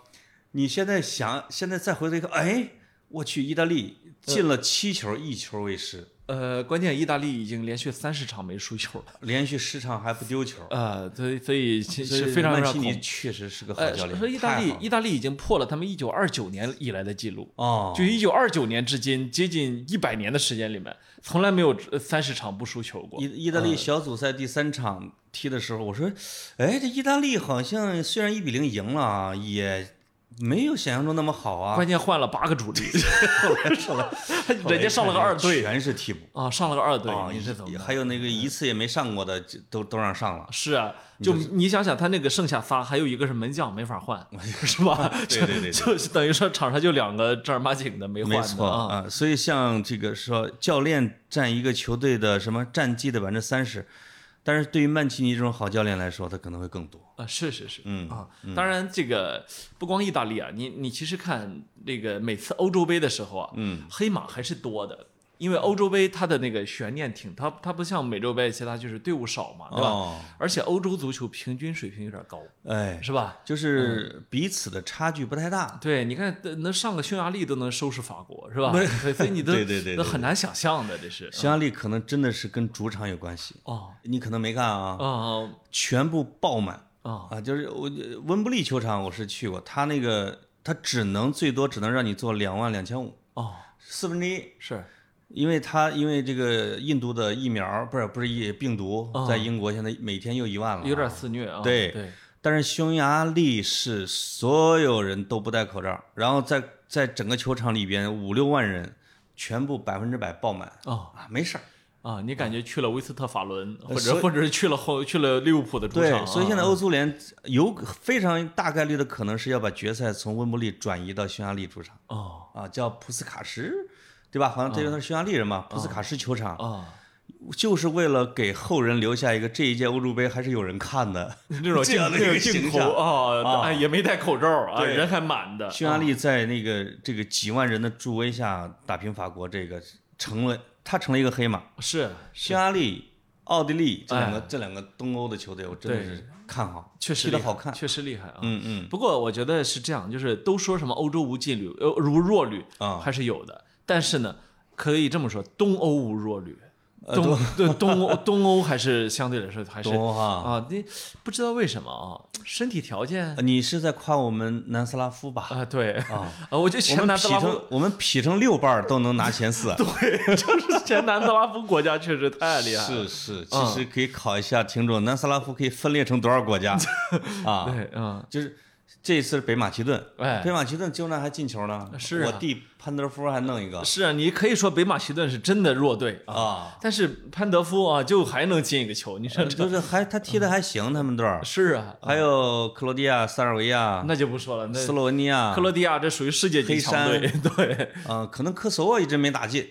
Speaker 2: 你现在想，现在再回头一看，哎，我去，意大利进了七球，一球未失。
Speaker 1: 呃，关键意大利已经连续三十场没输球了，
Speaker 2: 连续十场还不丢球，
Speaker 1: 呃，所以所以其
Speaker 2: 所以
Speaker 1: 实非常
Speaker 2: 曼
Speaker 1: 让
Speaker 2: 奇
Speaker 1: 恐怖
Speaker 2: 尼。确实是个好
Speaker 1: 呃，
Speaker 2: 教
Speaker 1: 说
Speaker 2: 练。
Speaker 1: 说意大
Speaker 2: 太
Speaker 1: 利
Speaker 2: 好，了
Speaker 1: 意大利已经破了他们一九二九年以来的记录，
Speaker 2: 哦，
Speaker 1: 就一九二九年至今接近一百年的时间里面，从来没有呃三十场不输球过。
Speaker 2: 意意大利小组赛第三场踢的时候，我说，哎，这意大利好像虽然一比零赢了啊，也没有想象中那么好啊。
Speaker 1: 关键换了八个
Speaker 2: (laughs)
Speaker 1: 主力，
Speaker 2: 后来后来，后
Speaker 1: (laughs)
Speaker 2: 来
Speaker 1: 人家上了个
Speaker 2: 看
Speaker 1: 二队
Speaker 2: 全是替补
Speaker 1: 啊，上了个二队
Speaker 2: 啊，，
Speaker 1: 你是怎么办？
Speaker 2: 还有那个一次也没上过的，这都都让上了。
Speaker 1: 是啊，就你想想，他那个剩下仨，还有一个是门将没法
Speaker 2: (laughs)
Speaker 1: 换，是吧？
Speaker 2: 对对对对
Speaker 1: 就就是等于说场上就两个正儿八经的没换
Speaker 2: 没
Speaker 1: 的
Speaker 2: 错
Speaker 1: 啊。
Speaker 2: 啊，所以像这个说教练占一个球队的什么战绩的百分之三十，但是对于曼奇尼这种好教练来说，他可能会更多。
Speaker 1: 啊，是是是，
Speaker 2: 嗯
Speaker 1: 啊，当然这个不光意大利啊，你你其实看那个每次欧洲杯的时候啊，嗯，黑马还是多的，因为欧洲杯它的那个悬念挺，它它不像美洲杯，其他就是队伍少嘛，对吧？
Speaker 2: 哦，
Speaker 1: 而且欧洲足球平均水平有点高，
Speaker 2: 哎，
Speaker 1: 是吧？
Speaker 2: 就是彼此的差距不太大。
Speaker 1: 对，你看，呃能上个匈牙利都能收拾法国，是吧？对，所以你都
Speaker 2: 对对对对
Speaker 1: 都很难想象的，这是。
Speaker 2: 匈牙利可能真的是跟主场有关系，
Speaker 1: 哦，
Speaker 2: 你可能没看啊，
Speaker 1: 哦，
Speaker 2: 全部爆满
Speaker 1: 哦，
Speaker 2: 啊！就是我温布利球场我是去过，他那个他只能最多只能让你坐两万两千五，
Speaker 1: 哦，
Speaker 2: 四分之一。
Speaker 1: 是，
Speaker 2: 因为他因为这个印度的疫苗不是不是疫病毒
Speaker 1: 啊，
Speaker 2: 在英国现在每天又一万了，
Speaker 1: 有点。肆虐啊。
Speaker 2: 对
Speaker 1: 对，
Speaker 2: 但是匈牙利是所有人都不戴口罩，然后在在整个球场里边五六万人全部百分之百爆满
Speaker 1: 哦
Speaker 2: 啊，没事儿。
Speaker 1: 啊，你感觉去了威斯特法伦，或
Speaker 2: 哎呃所
Speaker 1: 者
Speaker 2: 以
Speaker 1: 或者是去了后去了利物浦的主场啊，
Speaker 2: 对，所以现在欧足联有非常大概率的可能是要把决赛从温布利转移到匈牙利主场
Speaker 1: 哦
Speaker 2: 啊，叫普斯卡什，对吧？好像这
Speaker 1: 嗯
Speaker 2: 个他是匈牙利人嘛，普斯卡什球场。
Speaker 1: 啊，
Speaker 2: 就是为了给后人留下一个这一届欧洲杯还是有人
Speaker 1: (laughs)
Speaker 2: 看的。
Speaker 1: 这种
Speaker 2: 这
Speaker 1: 镜
Speaker 2: 样的一
Speaker 1: 这种
Speaker 2: 个
Speaker 1: 镜
Speaker 2: 形
Speaker 1: 头
Speaker 2: 象
Speaker 1: 啊，
Speaker 2: 啊
Speaker 1: 哎也没戴口罩啊，
Speaker 2: 对
Speaker 1: 人还满的。啊
Speaker 2: 匈牙利在那个这个几万人的助威下打平法国，这个成了他成了一个黑马。
Speaker 1: 是，
Speaker 2: 匈牙利、奥地利这两个
Speaker 1: 哎
Speaker 2: 这两个东欧的球队，我真的是看好，
Speaker 1: 确实
Speaker 2: 踢得
Speaker 1: 厉害
Speaker 2: 好看。
Speaker 1: 确实厉害啊。
Speaker 2: 嗯嗯
Speaker 1: 不过我觉得是这样，就是都说什么欧洲无劲旅，呃，如弱旅
Speaker 2: 啊
Speaker 1: 还是有的。但是呢，可以这么说，东欧无弱旅，
Speaker 2: 呃
Speaker 1: 东对东欧东欧还是相对来说还是
Speaker 2: 东欧哈，
Speaker 1: 啊，你不知道为什么啊，身体条件
Speaker 2: 呃你是在夸我们南斯拉夫吧？
Speaker 1: 啊，对
Speaker 2: 啊，
Speaker 1: 啊，我就
Speaker 2: 我
Speaker 1: 全
Speaker 2: 们
Speaker 1: 南斯
Speaker 2: 劈
Speaker 1: 拉夫
Speaker 2: 成，我们劈成六瓣儿都能拿
Speaker 1: (laughs)
Speaker 2: 前四，
Speaker 1: 就是 (laughs) 前南斯拉夫国家确实太厉害啊嗯了。
Speaker 2: 是是，其实可以考一下听众，南斯拉夫可以分裂成多少国家
Speaker 1: (laughs)
Speaker 2: 啊？
Speaker 1: 对，嗯，
Speaker 2: 就是这一次是北马其顿，
Speaker 1: 哎
Speaker 2: 北马其顿竟然还进球呢，
Speaker 1: 是啊
Speaker 2: 我弟潘德夫还弄一个
Speaker 1: 是啊，你可以说北马其顿是真的弱队啊，
Speaker 2: 啊，
Speaker 1: 但是潘德夫啊，就还能进一个球，你说 (laughs) 这
Speaker 2: 就是还他踢的还行，他们队儿
Speaker 1: 是啊，
Speaker 2: 还有克罗地亚、塞尔维亚、
Speaker 1: 那就不说了，那
Speaker 2: 斯洛文尼亚
Speaker 1: 克，罗地亚这属于世界级强队， (laughs) 对，
Speaker 2: 啊，可能科索沃一直没
Speaker 1: (laughs)
Speaker 2: 打进，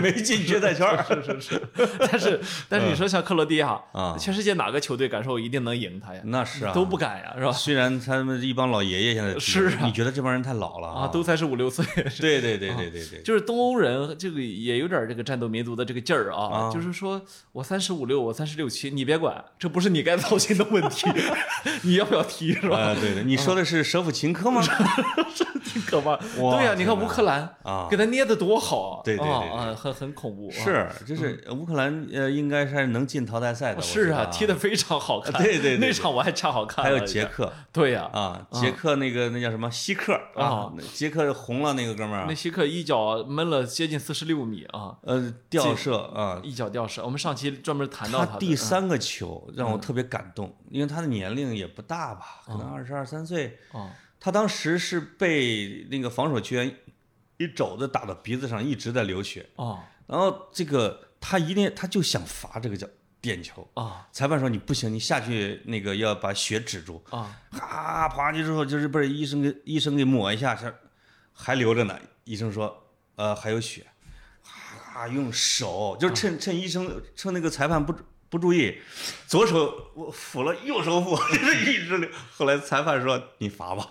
Speaker 2: 没进决赛圈儿，
Speaker 1: 是是，但 (laughs) 是但是你说像克罗地亚
Speaker 2: 啊
Speaker 1: 全世界哪个球队敢说我一定能赢他呀？
Speaker 2: 那是啊，
Speaker 1: 都不。敢呀，是吧？
Speaker 2: 虽然他们一帮老爷爷现在踢
Speaker 1: 是啊
Speaker 2: 你觉得这帮人太老了
Speaker 1: 啊，都才是五六岁，是
Speaker 2: 对对对对对对，
Speaker 1: 就是东欧人这个也有点这个战斗民族的这个劲儿啊，
Speaker 2: 啊
Speaker 1: 就是说我三十五六，我三十六七，你别管，这不是你该操心的问题， (laughs) 你要不要踢是吧？
Speaker 2: 呃，对对，你说的是舍甫琴科吗？
Speaker 1: 挺可怕。
Speaker 2: 哇
Speaker 1: 对呀，你看
Speaker 2: 天哪
Speaker 1: 乌克兰
Speaker 2: 啊
Speaker 1: 给他捏的多好啊，
Speaker 2: 对对对对
Speaker 1: 啊，啊很很恐怖，啊
Speaker 2: 是，就是乌克兰呃，应该是能进淘汰赛的。我
Speaker 1: 是
Speaker 2: 觉
Speaker 1: 啊，
Speaker 2: 得
Speaker 1: 踢得非常好看，
Speaker 2: 啊对对对对
Speaker 1: 那场我还恰好看
Speaker 2: 还
Speaker 1: 了一
Speaker 2: 有
Speaker 1: 下，嗯
Speaker 2: 捷克
Speaker 1: 对呀，
Speaker 2: 啊，捷克那个那叫什么希克
Speaker 1: 啊
Speaker 2: 啊，那捷克红了那个哥们
Speaker 1: 内
Speaker 2: 儿，啊
Speaker 1: 西克一脚闷了接近四十六米啊，
Speaker 2: 呃，吊射啊，
Speaker 1: 一脚吊射。我们上期专门谈到
Speaker 2: 他
Speaker 1: 他的
Speaker 2: 第
Speaker 1: 嗯
Speaker 2: 三个球让我特别感动，因为他的年龄也不大吧，可能二十二三岁，
Speaker 1: 哦
Speaker 2: 他当时是被那个防守球员一肘子打到鼻子上，一直在流血，
Speaker 1: 哦
Speaker 2: 然后这个他一定他就想罚这个叫点球。
Speaker 1: 哦
Speaker 2: 裁判说你不行，你下去那个要把血止住，
Speaker 1: 哦
Speaker 2: 啊，爬上去之后就是被医生给医生给抹一下，这还流着呢。医生说，呃，还有血，啊，用手就是
Speaker 1: 嗯
Speaker 2: 趁趁医生趁那个裁判不不注意，左手我抚了右手抚，就是一直流。后来裁判说你罚
Speaker 1: (laughs)
Speaker 2: 吧，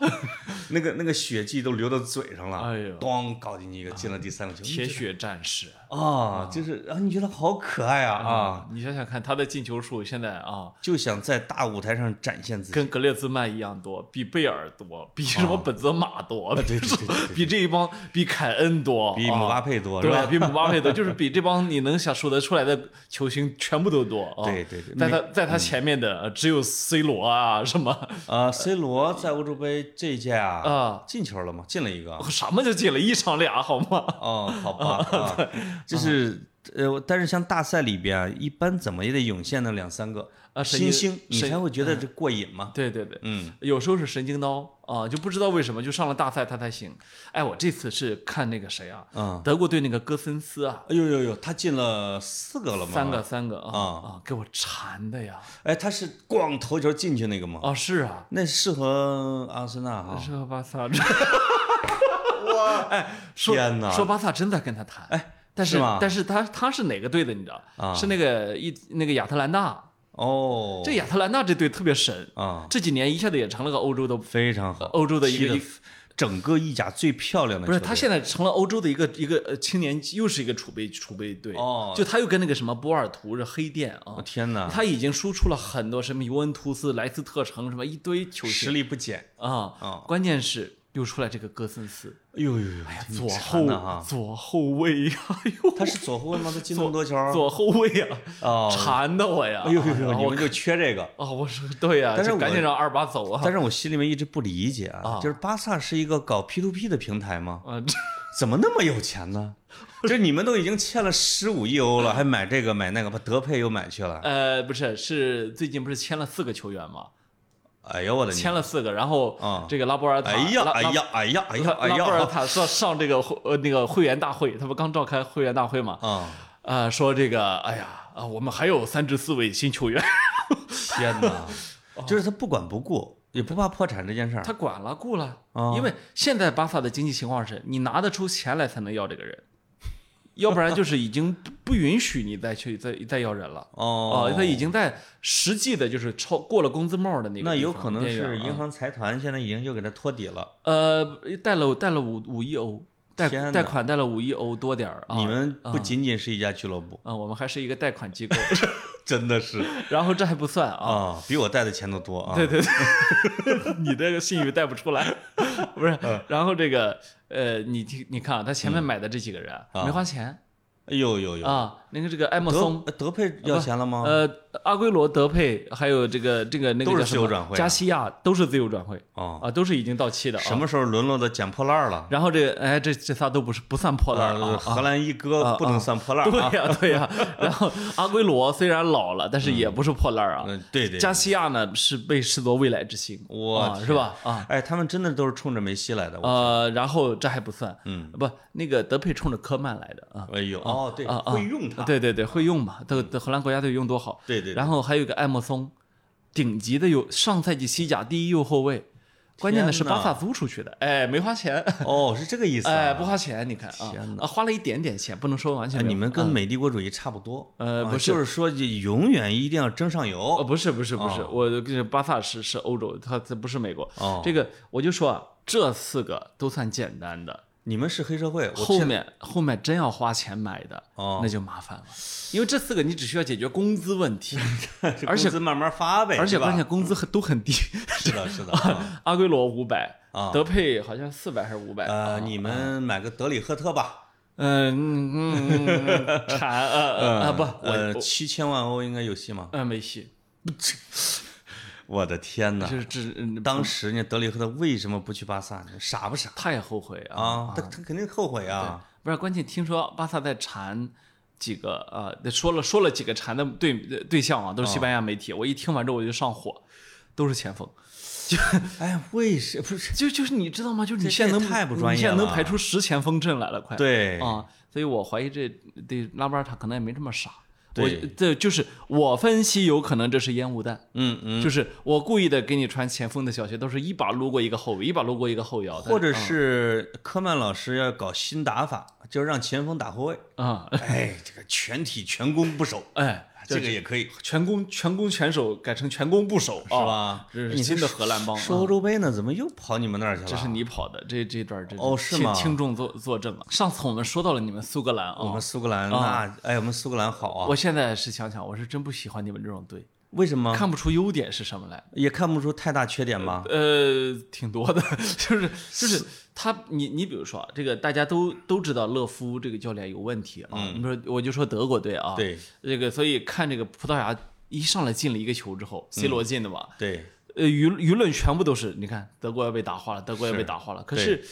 Speaker 2: 那个那个血迹都流到嘴上了，
Speaker 1: 哎呦啊
Speaker 2: 咣搞进去一个，进了第三个球，
Speaker 1: 铁血战士
Speaker 2: 啊，就是然后你觉得好可爱啊啊，！
Speaker 1: 你想想看，他的进球数现在啊，
Speaker 2: 就想在大舞台上展现自己。
Speaker 1: 跟格列兹曼一样多，比贝尔多，比什么本泽马多，
Speaker 2: 啊对对对对
Speaker 1: 比这一帮比凯恩多，
Speaker 2: 比姆
Speaker 1: 啊
Speaker 2: 巴佩多是吧
Speaker 1: 对，？比姆巴佩多，就是比这帮你能想数得出来的球星全部都多啊！
Speaker 2: 对对嗯对
Speaker 1: 在他在他前面的呃只有 C 罗啊什么
Speaker 2: 啊，C 罗在欧洲杯这一届啊，
Speaker 1: 啊，哦
Speaker 2: 进球了吗？进了一个。
Speaker 1: 什么就进了一场俩 (laughs) 好吗？
Speaker 2: 哦，好吧，啊，就是呃，但是像大赛里边啊，一般怎么也得涌现那两三个
Speaker 1: 啊神
Speaker 2: 新
Speaker 1: 经
Speaker 2: 星，你
Speaker 1: 神
Speaker 2: 才会觉得这过瘾嘛。
Speaker 1: 对对对，
Speaker 2: 嗯，
Speaker 1: 有时候是神经刀啊，就不知道为什么就上了大赛他才行。哎，我这次是看那个谁啊，
Speaker 2: 嗯
Speaker 1: 德国队那个戈森斯啊，
Speaker 2: 哎呦呦呦，他进了四个了吗？
Speaker 1: 三个。三个啊
Speaker 2: 啊
Speaker 1: 啊，给我馋的呀！
Speaker 2: 哎，他是咣头球进去那个吗？
Speaker 1: 啊，是啊，
Speaker 2: 那适合阿森纳哈。
Speaker 1: 是和巴萨。哎
Speaker 2: 哇，
Speaker 1: 说
Speaker 2: 天哪
Speaker 1: 说巴萨真在跟他谈，
Speaker 2: 哎，
Speaker 1: 但是
Speaker 2: 是吗
Speaker 1: 但是他他是哪个队的？你知道？
Speaker 2: 啊
Speaker 1: 是那个一那个亚特兰大。
Speaker 2: 哦，
Speaker 1: 这亚特兰大这队特别神，
Speaker 2: 啊，
Speaker 1: 这几年一下子也成了个欧洲的
Speaker 2: 非常好，
Speaker 1: 哦欧洲的一
Speaker 2: 踢
Speaker 1: 个
Speaker 2: 得
Speaker 1: 一
Speaker 2: 整个意甲最漂亮的
Speaker 1: 不
Speaker 2: 球
Speaker 1: 是
Speaker 2: 队。
Speaker 1: 他现在成了欧洲的一个一个呃青年，又是一个储备储备队
Speaker 2: 哦
Speaker 1: 就他又跟那个什么波尔图是黑店啊
Speaker 2: 我，天哪，
Speaker 1: 他已经输出了很多什么尤文图斯、莱斯特城什么一堆球
Speaker 2: 实
Speaker 1: 星
Speaker 2: 力不减。
Speaker 1: 啊
Speaker 2: 哦，
Speaker 1: 关键是又出来这个戈森斯
Speaker 2: 哎呦呦呦，挺
Speaker 1: 左
Speaker 2: 馋的
Speaker 1: 后
Speaker 2: 哈，
Speaker 1: 左后卫
Speaker 2: (laughs)
Speaker 1: 呀，哎呦，
Speaker 2: 他是左后卫吗？他进那么多球？
Speaker 1: (laughs) 左后卫呀，
Speaker 2: 哦，
Speaker 1: 馋的我呀，
Speaker 2: 哎呦呦
Speaker 1: 然
Speaker 2: 呦，
Speaker 1: 后
Speaker 2: 你
Speaker 1: 我
Speaker 2: 们就缺这个。
Speaker 1: 哦，我说对呀，
Speaker 2: 但是
Speaker 1: 就
Speaker 2: 我
Speaker 1: 赶紧让二八走啊， (laughs)
Speaker 2: 但是我心里面一直不理解啊
Speaker 1: 啊，
Speaker 2: 就是巴萨是一个搞 P to P 的平台吗？
Speaker 1: 啊，这
Speaker 2: 怎么那么有钱呢？就是你们都已经欠了十五亿欧了，还买这个买那个，把德佩又买去了。
Speaker 1: 呃，不是，是最近不是签了四个球员吗？
Speaker 2: 哎呦我的
Speaker 1: 签
Speaker 2: 天！
Speaker 1: 了四个，然后
Speaker 2: 啊
Speaker 1: 这个拉波尔塔，
Speaker 2: 哎呀
Speaker 1: 拉
Speaker 2: 哎，呀哎呀哎
Speaker 1: 拉
Speaker 2: 呀哎
Speaker 1: 拉波尔
Speaker 2: 呀！
Speaker 1: 塔说上这个会呃那个会员大会，他不刚召开会员大会嘛？
Speaker 2: 啊！
Speaker 1: 啊，说这个，哎呀啊，我们还有三至四位新球员，
Speaker 2: 天哪！就是他不管不顾，也不怕破产这件事儿
Speaker 1: 他。管了顾了
Speaker 2: 啊，
Speaker 1: 因为现在巴萨的经济情况是你拿得出钱来才能要这个人，要不然就是已经不不允许你再去再再要人了。
Speaker 2: 哦
Speaker 1: 哦，，他已经在实际的，就是超过了工资帽的那个地方。
Speaker 2: 那有可能
Speaker 1: 边缘
Speaker 2: 是
Speaker 1: 了
Speaker 2: 银行财团现在已经又给他托底了。
Speaker 1: 呃，贷了贷了五五亿欧，贷
Speaker 2: 天哪
Speaker 1: 贷款贷了五亿欧多点儿啊。
Speaker 2: 你们不仅仅是一家俱乐部，
Speaker 1: 啊，我们还是一个贷款机构， (laughs)
Speaker 2: 真的是
Speaker 1: 然后这还不算啊。
Speaker 2: 啊，比我带的钱都多啊。
Speaker 1: 对对对，你这个信誉带不出来，
Speaker 2: (laughs)
Speaker 1: 不是？
Speaker 2: 嗯
Speaker 1: 然后这个呃，你听你看啊，他前面买的这几个人啊
Speaker 2: 啊
Speaker 1: 没花钱
Speaker 2: 哎呦呦呦！
Speaker 1: 啊，那个这个埃莫
Speaker 2: 德
Speaker 1: 松。
Speaker 2: 德佩要钱了吗？
Speaker 1: 呃，阿圭罗、德佩，还有这个这个那个
Speaker 2: 都是
Speaker 1: 叫什
Speaker 2: 自由
Speaker 1: 么
Speaker 2: 转会啊
Speaker 1: 加西亚都是自由转会
Speaker 2: 哦，
Speaker 1: 啊，都是已经到期的啊。
Speaker 2: 什么时候沦落到捡破烂儿了？
Speaker 1: 然后这个哎，这这仨都不是不算破烂儿
Speaker 2: 呃
Speaker 1: 啊，
Speaker 2: 荷兰一哥不能算
Speaker 1: (laughs)
Speaker 2: 破烂儿
Speaker 1: 对
Speaker 2: 啊。
Speaker 1: 呀、对呀、然后阿圭罗虽然老了，但是也不是破烂儿啊。
Speaker 2: 嗯，对对。
Speaker 1: 加西亚呢是被视作未来之星，
Speaker 2: 我
Speaker 1: 啊
Speaker 2: 天
Speaker 1: 是吧？啊，
Speaker 2: 哎，他们真的都是冲着梅西来的。我
Speaker 1: 呃，然后这还不算，
Speaker 2: 嗯，
Speaker 1: 不，那个德佩冲着科曼来的啊，
Speaker 2: 哎呦，哦，对，
Speaker 1: 啊啊
Speaker 2: 会用他。
Speaker 1: 对对对，会用嘛，这荷兰国家队用多好。
Speaker 2: 对对对
Speaker 1: 然后还有一个艾莫松，顶级的有上赛季西甲第一右后卫，关键的是
Speaker 2: 天哪
Speaker 1: 巴萨租出去的，哎，没花钱，
Speaker 2: 哦，是这个意思啊。
Speaker 1: 哎，不花钱，你看啊
Speaker 2: 天，
Speaker 1: 啊，花了一点点钱，不能说完全
Speaker 2: 哎
Speaker 1: 没有。
Speaker 2: 你们跟
Speaker 1: 啊
Speaker 2: 美帝国主义差不多。
Speaker 1: 呃
Speaker 2: 啊
Speaker 1: 不是
Speaker 2: 就是说永远一定要争上
Speaker 1: 哦，
Speaker 2: 游。
Speaker 1: 不是不是不是，
Speaker 2: 哦
Speaker 1: 我跟你说巴萨是是欧洲，它它不是美国。
Speaker 2: 哦
Speaker 1: 这个我就说啊，这四个都算简单的，
Speaker 2: 你们是黑社会，我
Speaker 1: 后
Speaker 2: 骗
Speaker 1: 面后面真要花钱买的，
Speaker 2: 哦
Speaker 1: 那就麻烦了，因为这四个你只需要解决工资问
Speaker 2: (laughs)
Speaker 1: 题，
Speaker 2: 这
Speaker 1: 而且
Speaker 2: 工资慢慢发呗，
Speaker 1: 而且
Speaker 2: 是吧
Speaker 1: 关键工资很都很低，
Speaker 2: 是的，是的。
Speaker 1: (laughs)
Speaker 2: 啊
Speaker 1: 阿圭罗五百
Speaker 2: 啊，
Speaker 1: 德佩好像四百还是五百，
Speaker 2: 呃，你们买个德里赫特吧，
Speaker 1: 嗯嗯嗯嗯，产呃啊不，
Speaker 2: 呃，
Speaker 1: 我
Speaker 2: 七千万欧应该有戏吗？
Speaker 1: 嗯梅西
Speaker 2: 我的天哪！
Speaker 1: 就是这嗯
Speaker 2: 当时呢，德里赫特为什么不去巴萨呢？傻不傻
Speaker 1: 他也后悔啊。
Speaker 2: 啊？他他肯定后悔啊！
Speaker 1: 不是，关键听说巴萨在缠几个呃，说了说了几个缠的对对象啊，都是西班牙媒体。我一听完之后我就上火，都是前锋，
Speaker 2: 哎，为什不是？
Speaker 1: 就就是你知道吗？就是你
Speaker 2: 这
Speaker 1: 现在
Speaker 2: 这也
Speaker 1: 能
Speaker 2: 太不专业
Speaker 1: 你现在能
Speaker 2: 了
Speaker 1: 排出十前锋阵来了，快
Speaker 2: 对，
Speaker 1: 啊！所以我怀疑这对拉波尔塔可能也没这么傻。我
Speaker 2: 对
Speaker 1: 这就是我分析，有可能这是烟雾弹，
Speaker 2: 嗯嗯，
Speaker 1: 就是我故意的给你穿前锋的小鞋，都是一把撸过一个后卫，一把撸过一个后腰，
Speaker 2: 或者是科曼老师要搞新打法，就是让前锋打后卫。
Speaker 1: 啊、 (laughs)
Speaker 2: 哎，这个全体全攻不守，
Speaker 1: 哎，
Speaker 2: 这个也可以，
Speaker 1: 全攻全攻全守改成全攻不守，是
Speaker 2: 是？吧？
Speaker 1: 哦
Speaker 2: 哎
Speaker 1: 这是
Speaker 2: 你
Speaker 1: 新的荷兰帮
Speaker 2: 说
Speaker 1: 啊
Speaker 2: 欧洲杯呢，怎么又跑你们那儿去了？
Speaker 1: 这是你跑的，这这段这
Speaker 2: 哦是
Speaker 1: 听
Speaker 2: 吗
Speaker 1: 听众作作证啊！上次我们说到了你们苏格兰
Speaker 2: 我
Speaker 1: 啊
Speaker 2: 们，苏格兰那，哎，我们苏格兰好啊
Speaker 1: 我！现在是想想，我是真不喜欢你们这种队，
Speaker 2: 为什么？
Speaker 1: 看不出优点是什么来。
Speaker 2: 也看不出太大缺点吧？
Speaker 1: 呃，挺多的， (laughs) 就是就是他，你你比如说啊，这个大家都都知道勒夫这个教练有问题啊。你说我就说德国队啊，，
Speaker 2: 对
Speaker 1: 这个所以看这个葡萄牙一上来进了一个球之后，C
Speaker 2: 嗯
Speaker 1: 罗进的嘛，
Speaker 2: 对，
Speaker 1: 呃，舆舆论全部都是，你看德国要被打化了，德国要被打化了。可是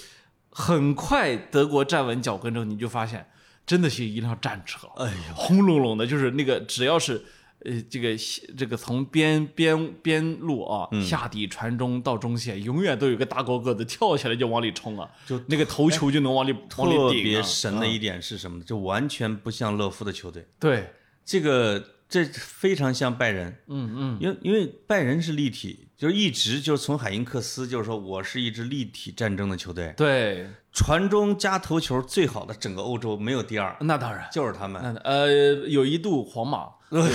Speaker 1: 很快德国站稳脚跟之后，你就发现真的是一辆战车，
Speaker 2: 哎呦，
Speaker 1: 轰隆隆的，就是那个只要是。呃，这个这个从边边边路啊，
Speaker 2: 嗯
Speaker 1: 下底传中到中线，永远都有个大高个子跳起来就往里冲啊，
Speaker 2: 就
Speaker 1: 那个头球就能往里往里
Speaker 2: 特
Speaker 1: 顶
Speaker 2: 别
Speaker 1: 啊。
Speaker 2: 神的一点是什么呢？就完全不像勒夫的球队。
Speaker 1: 对，
Speaker 2: 这个这非常像拜仁，
Speaker 1: 嗯嗯，
Speaker 2: 因为因为拜仁是立体，就是一直就是从海因克斯就是说我是一支立体战争的球队，
Speaker 1: 对，
Speaker 2: 传中加头球最好的整个欧洲没有第二，
Speaker 1: 那当然。
Speaker 2: 就是他们。
Speaker 1: 那呃，有一度皇
Speaker 2: (laughs)
Speaker 1: 马，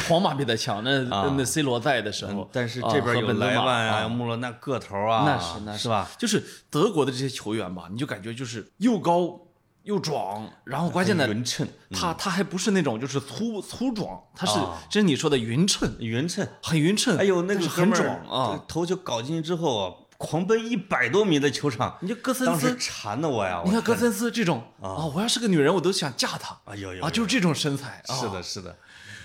Speaker 1: 皇马比他强。那
Speaker 2: 啊
Speaker 1: 那 C 罗在的时候，
Speaker 2: 嗯但是
Speaker 1: 啊
Speaker 2: 这
Speaker 1: 和
Speaker 2: 边有
Speaker 1: 本泽马
Speaker 2: 莱万啊，有
Speaker 1: 啊
Speaker 2: 穆罗那个头啊，
Speaker 1: 那是那
Speaker 2: 是吧？
Speaker 1: 就是德国的这些球员吧，你就感觉就是又高又壮，然后关键的
Speaker 2: 匀称，嗯
Speaker 1: 他他还不是那种就是粗粗壮，他是
Speaker 2: 啊
Speaker 1: 这是你说的匀称，
Speaker 2: 匀称。
Speaker 1: 很匀 (laughs) 称。
Speaker 2: 哎呦，那
Speaker 1: 但
Speaker 2: 个
Speaker 1: 是
Speaker 2: 哥
Speaker 1: 很
Speaker 2: 们
Speaker 1: 壮
Speaker 2: 儿
Speaker 1: 啊！，
Speaker 2: 头球搞进去之后啊，狂奔一百多米的球场，
Speaker 1: 你就戈 (laughs) 森
Speaker 2: 当时
Speaker 1: 斯，
Speaker 2: 馋的我呀！
Speaker 1: 你看
Speaker 2: 哎我
Speaker 1: 戈森斯这种啊，我要是个女人，我都想嫁他
Speaker 2: 哎呦呦
Speaker 1: 啊，
Speaker 2: 哎呦
Speaker 1: 就是这种身材啊。
Speaker 2: 是的，是的，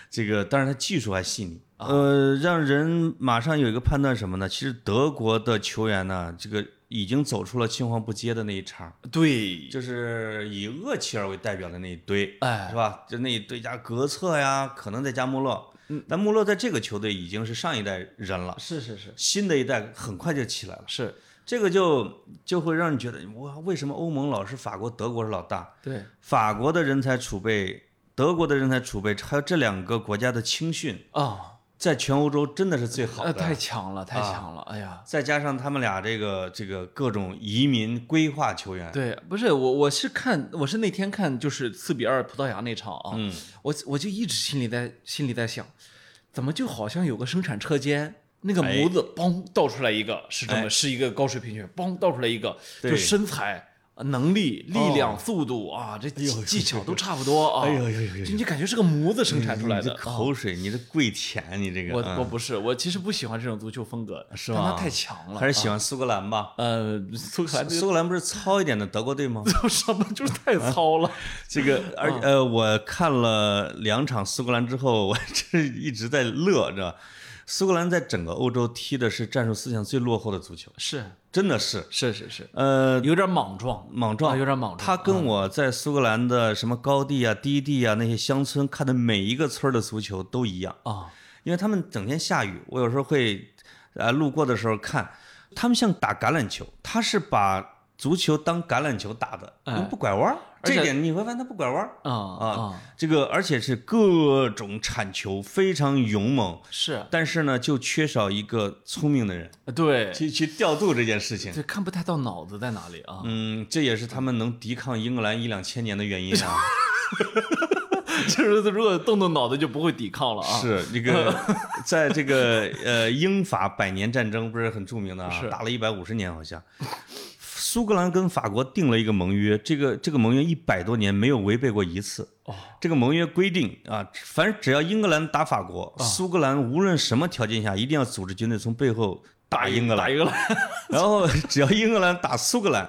Speaker 2: 这个当然他技术还细腻，呃，让人马上有一个判断什么呢？其实德国的球员呢，这个已经走出了青黄不接的那一茬，
Speaker 1: 对，
Speaker 2: 就是以厄齐尔为代表的那一堆，
Speaker 1: 哎
Speaker 2: 是吧？就那一堆加格策呀，可能再加穆勒，
Speaker 1: 嗯
Speaker 2: 但穆勒在这个球队已经是上一代人了，
Speaker 1: 是是是
Speaker 2: 新的一代很快就起来了，
Speaker 1: 是，
Speaker 2: 这个就就会让你觉得哇，为什么欧盟老是法国、德国是老大？
Speaker 1: 对，
Speaker 2: 法国的人才储备、德国的人才储备，还有这两个国家的青训，
Speaker 1: 啊，
Speaker 2: 在全欧洲真的是最好
Speaker 1: 呃，太
Speaker 2: 的。啊
Speaker 1: 强了，太强了，哎呀。
Speaker 2: 再加上他们俩这个这个各种移民规划球员，
Speaker 1: 对，不是我，我是看，我是那天看就是四比二葡萄牙那场啊，
Speaker 2: 嗯，
Speaker 1: 我我就一直心里在心里在想，怎么就好像有个生产车间，那个
Speaker 2: 哎
Speaker 1: 模子嘣倒出来一个，是这么、
Speaker 2: 哎
Speaker 1: 是一个高水平球员，嘣倒出来一个，就
Speaker 2: 对
Speaker 1: 身材、呃能力、力量、
Speaker 2: 哦
Speaker 1: 速度啊，这技
Speaker 2: 呦呦
Speaker 1: 技巧
Speaker 2: (laughs)
Speaker 1: 都差不多啊，
Speaker 2: 哎呦呦呦呦
Speaker 1: 就你感觉是个模子生产出来
Speaker 2: 你
Speaker 1: 的哦
Speaker 2: 这。口水，你这跪舔，你这个
Speaker 1: 我
Speaker 2: 嗯
Speaker 1: 我不是，我其实不喜欢这种足球风格，
Speaker 2: 是
Speaker 1: 但
Speaker 2: 吗
Speaker 1: 他太强了，
Speaker 2: 还是
Speaker 1: 啊
Speaker 2: 喜欢苏格兰吧？
Speaker 1: 呃苏格兰这
Speaker 2: 苏格兰不是糙一点的德国队吗？ (laughs)
Speaker 1: 个什么就是太糙了，
Speaker 2: 这
Speaker 1: (laughs)
Speaker 2: 个，
Speaker 1: 嗯
Speaker 2: 而呃，我看了两场苏格兰之后，我 (laughs) 这一直在乐，知道吧？苏格兰在整个欧洲踢的是战术思想最落后的足球，
Speaker 1: 是
Speaker 2: 真的是。
Speaker 1: 是是是，
Speaker 2: 呃，
Speaker 1: 有点莽撞，
Speaker 2: 莽撞
Speaker 1: 啊有点莽撞，
Speaker 2: 他跟我在苏格兰的什么高地啊、低地啊那些乡村看的每一个村儿的足球都一样，
Speaker 1: 啊
Speaker 2: 因为他们整天下雨，我有时候会呃路过的时候看，他们像打橄榄球，他是把足球当橄榄球打的，
Speaker 1: 哎
Speaker 2: 他不拐弯儿，
Speaker 1: 而且
Speaker 2: 这一点你会发现他不拐弯儿
Speaker 1: 啊啊，
Speaker 2: 这个而且是各种铲球，非常勇猛，
Speaker 1: 是
Speaker 2: 但是呢就缺少一个聪明的人
Speaker 1: 对，
Speaker 2: 去去调度这件事情。
Speaker 1: 就看不太到脑子在哪里
Speaker 2: (laughs)
Speaker 1: 啊。
Speaker 2: 嗯，这也是他们能抵抗英格兰一两千年的原因啊。
Speaker 1: 就是如果动动脑子就不会抵抗了啊。
Speaker 2: 是这个，
Speaker 1: (laughs)
Speaker 2: 在这个呃英法百年战争不是很著名的啊
Speaker 1: 是，
Speaker 2: 打了一百五十年好像。苏格兰跟法国定了一个盟约，这个这个盟约一百多年没有违背过一次。
Speaker 1: 哦，
Speaker 2: 这个盟约规定啊，凡是只要英格兰打法国，
Speaker 1: 哦
Speaker 2: 苏格兰无论什么条件下，一定要组织军队从背后打英格
Speaker 1: 打
Speaker 2: 兰。 (laughs)
Speaker 1: 英格兰，
Speaker 2: 然后只要英格兰打苏格兰，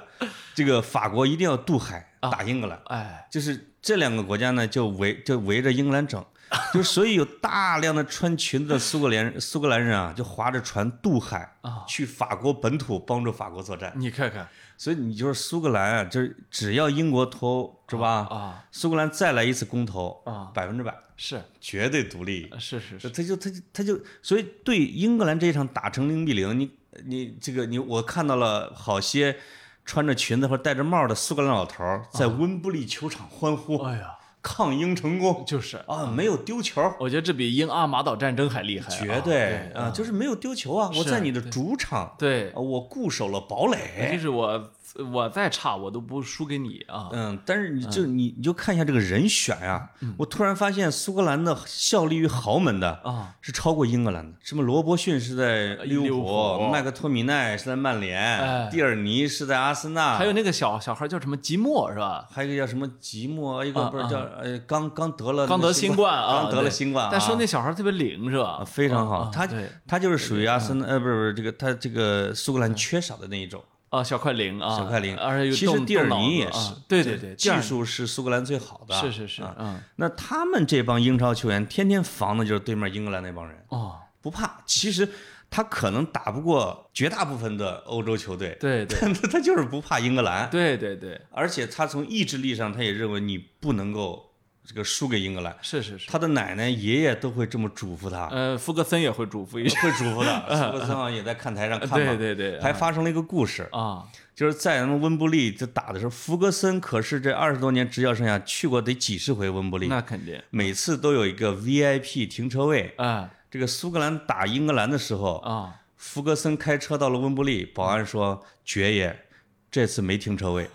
Speaker 2: 这个法国一定要渡海
Speaker 1: 啊
Speaker 2: 打英格兰。
Speaker 1: 哎，
Speaker 2: 就是这两个国家呢，就围就围着英格兰整，
Speaker 1: (laughs)
Speaker 2: 就所以有大量的穿裙子的苏格兰苏格兰人啊，就划着船渡海
Speaker 1: 啊
Speaker 2: 去法国本土帮助法国作战。
Speaker 1: 你看看
Speaker 2: 所以你就是苏格兰啊，就是只要英国脱欧是吧？
Speaker 1: 啊，
Speaker 2: 苏格兰再来一次公投
Speaker 1: 啊
Speaker 2: 百分之百
Speaker 1: 是
Speaker 2: 绝对独立。
Speaker 1: 是是是，
Speaker 2: 他就他就他就，所以对英格兰这一场打成零比零，你你这个你我看到了好些穿着裙子或者戴着帽的苏格兰老头儿
Speaker 1: 啊
Speaker 2: 在温布利球场欢呼，
Speaker 1: 哎呀，
Speaker 2: 抗英成功
Speaker 1: 就是，
Speaker 2: 啊，没有丢球，
Speaker 1: 我觉得这比英阿马岛战争还厉害啊，
Speaker 2: 绝对啊，就是没有丢球啊，我
Speaker 1: 是
Speaker 2: 在你的主场，
Speaker 1: 对
Speaker 2: 啊，我固守了堡
Speaker 1: 就
Speaker 2: 垒。
Speaker 1: 是我我再差我都不输给你啊。
Speaker 2: 嗯，但是你就你你就看一下这个人选啊，
Speaker 1: 嗯
Speaker 2: 我突然发现苏格兰的效力于豪门的
Speaker 1: 啊，
Speaker 2: 是超过英格兰的。什么罗伯逊是在利
Speaker 1: 呃利
Speaker 2: 物
Speaker 1: 物浦哦
Speaker 2: 浦，麦克托米奈是在曼
Speaker 1: 哎
Speaker 2: 联，蒂尔尼是在阿森纳，
Speaker 1: 还有那个小小孩叫什么吉莫是吧？
Speaker 2: 还有一个叫什么吉莫，一个
Speaker 1: 啊
Speaker 2: 不是
Speaker 1: 啊
Speaker 2: 叫呃刚刚得了
Speaker 1: 刚
Speaker 2: 那
Speaker 1: 得
Speaker 2: 个
Speaker 1: 新冠啊，
Speaker 2: 刚得了
Speaker 1: 对
Speaker 2: 新冠啊，
Speaker 1: 但说那小孩特别灵是吧
Speaker 2: 啊，？非常
Speaker 1: 啊
Speaker 2: 好。他
Speaker 1: 对嗯
Speaker 2: 他就是属于阿森纳，呃，不是不是这个他这个苏格兰缺少的那一种
Speaker 1: 啊，小快灵啊，
Speaker 2: 小快灵。
Speaker 1: 而且又
Speaker 2: 其
Speaker 1: 动
Speaker 2: 实蒂尔
Speaker 1: 动脑
Speaker 2: 尼
Speaker 1: 子
Speaker 2: 也
Speaker 1: 啊
Speaker 2: 是，
Speaker 1: 对对对，
Speaker 2: 技
Speaker 1: 蒂尔尼
Speaker 2: 术是苏格兰最好的。
Speaker 1: 是是是，
Speaker 2: 啊
Speaker 1: 嗯，
Speaker 2: 那他们这帮英超球员天天防的就是对面英格兰那帮人，
Speaker 1: 哦，
Speaker 2: 不怕。其实他可能打不过绝大部分的欧洲球队，
Speaker 1: 对对
Speaker 2: 但 (laughs) 他他就是不怕英格兰。
Speaker 1: 对对对，
Speaker 2: 而且他从意志力上，他也认为你不能够这个输给英格兰。
Speaker 1: 是是是，
Speaker 2: 他的奶奶、爷爷都会这么嘱咐他，
Speaker 1: 呃，福格森也会嘱咐
Speaker 2: (laughs)
Speaker 1: 一句
Speaker 2: 会嘱咐他。福格森好啊像也在看台上看嘛。
Speaker 1: 嗯呃对对对
Speaker 2: 还发生了一个故事，
Speaker 1: 啊，
Speaker 2: 就是在咱们温布利这打的时候，福格森可是这二十多年职业生涯去过得几十回温布利，
Speaker 1: 那肯定，
Speaker 2: 每次都有一个 VIP 停车位。
Speaker 1: 哎
Speaker 2: 这个苏格兰打英格兰的时候，
Speaker 1: 啊，
Speaker 2: 福格森开车到了温布利，保安说：“爵爷，这次没停车位，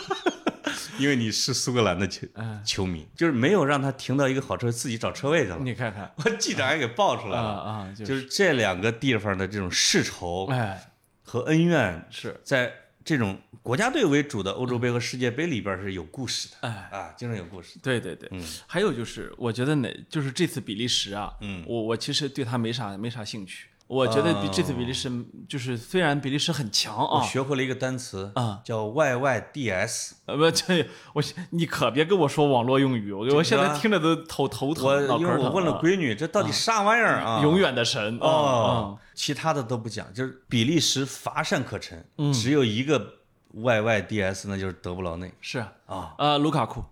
Speaker 2: (laughs) 因为你是苏格兰的球
Speaker 1: 嗯
Speaker 2: 球迷，就是没有让他停到一个好车位，自己找车位去了。
Speaker 1: 你看看”
Speaker 2: 我记者还给爆出来
Speaker 1: 啊
Speaker 2: 了，
Speaker 1: 啊，就
Speaker 2: 就是这两个地方的这种世仇
Speaker 1: 哎
Speaker 2: 和恩怨，
Speaker 1: 是
Speaker 2: 在这种国家队为主的欧洲杯和世界杯里边是有故事的，
Speaker 1: 哎
Speaker 2: 啊，经常有故事。
Speaker 1: 对对对，还有就是，我觉得哪就是这次比利时啊，嗯，我我其实对他没啥没啥兴趣。我觉得
Speaker 2: 哦
Speaker 1: 比这次比利时就是虽然比利时很强
Speaker 2: 我
Speaker 1: 啊，
Speaker 2: 学会了一个单词
Speaker 1: 啊，
Speaker 2: 叫 YYDS。
Speaker 1: 呃不这我你可别跟我说网络用语，我我现在
Speaker 2: 吧
Speaker 1: 听着都头头
Speaker 2: 我
Speaker 1: 疼，脑
Speaker 2: 因
Speaker 1: 壳
Speaker 2: 为
Speaker 1: 疼啊。
Speaker 2: 我问了闺女，这到底啥玩意儿啊？
Speaker 1: 永远的神啊嗯
Speaker 2: 哦，其他的都不讲，就是比利时乏善可陈，只有一个 YYDS，那就是德布劳内
Speaker 1: 嗯，是啊
Speaker 2: 啊，
Speaker 1: 呃卢卡库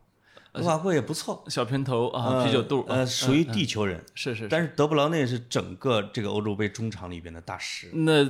Speaker 2: 卢卡库也不错，
Speaker 1: 小平头呃啊，啤酒肚嗯
Speaker 2: 呃，属于地球人，
Speaker 1: 是是，是
Speaker 2: 但是德布劳内是整个这个欧洲杯中场里边的大师，
Speaker 1: 那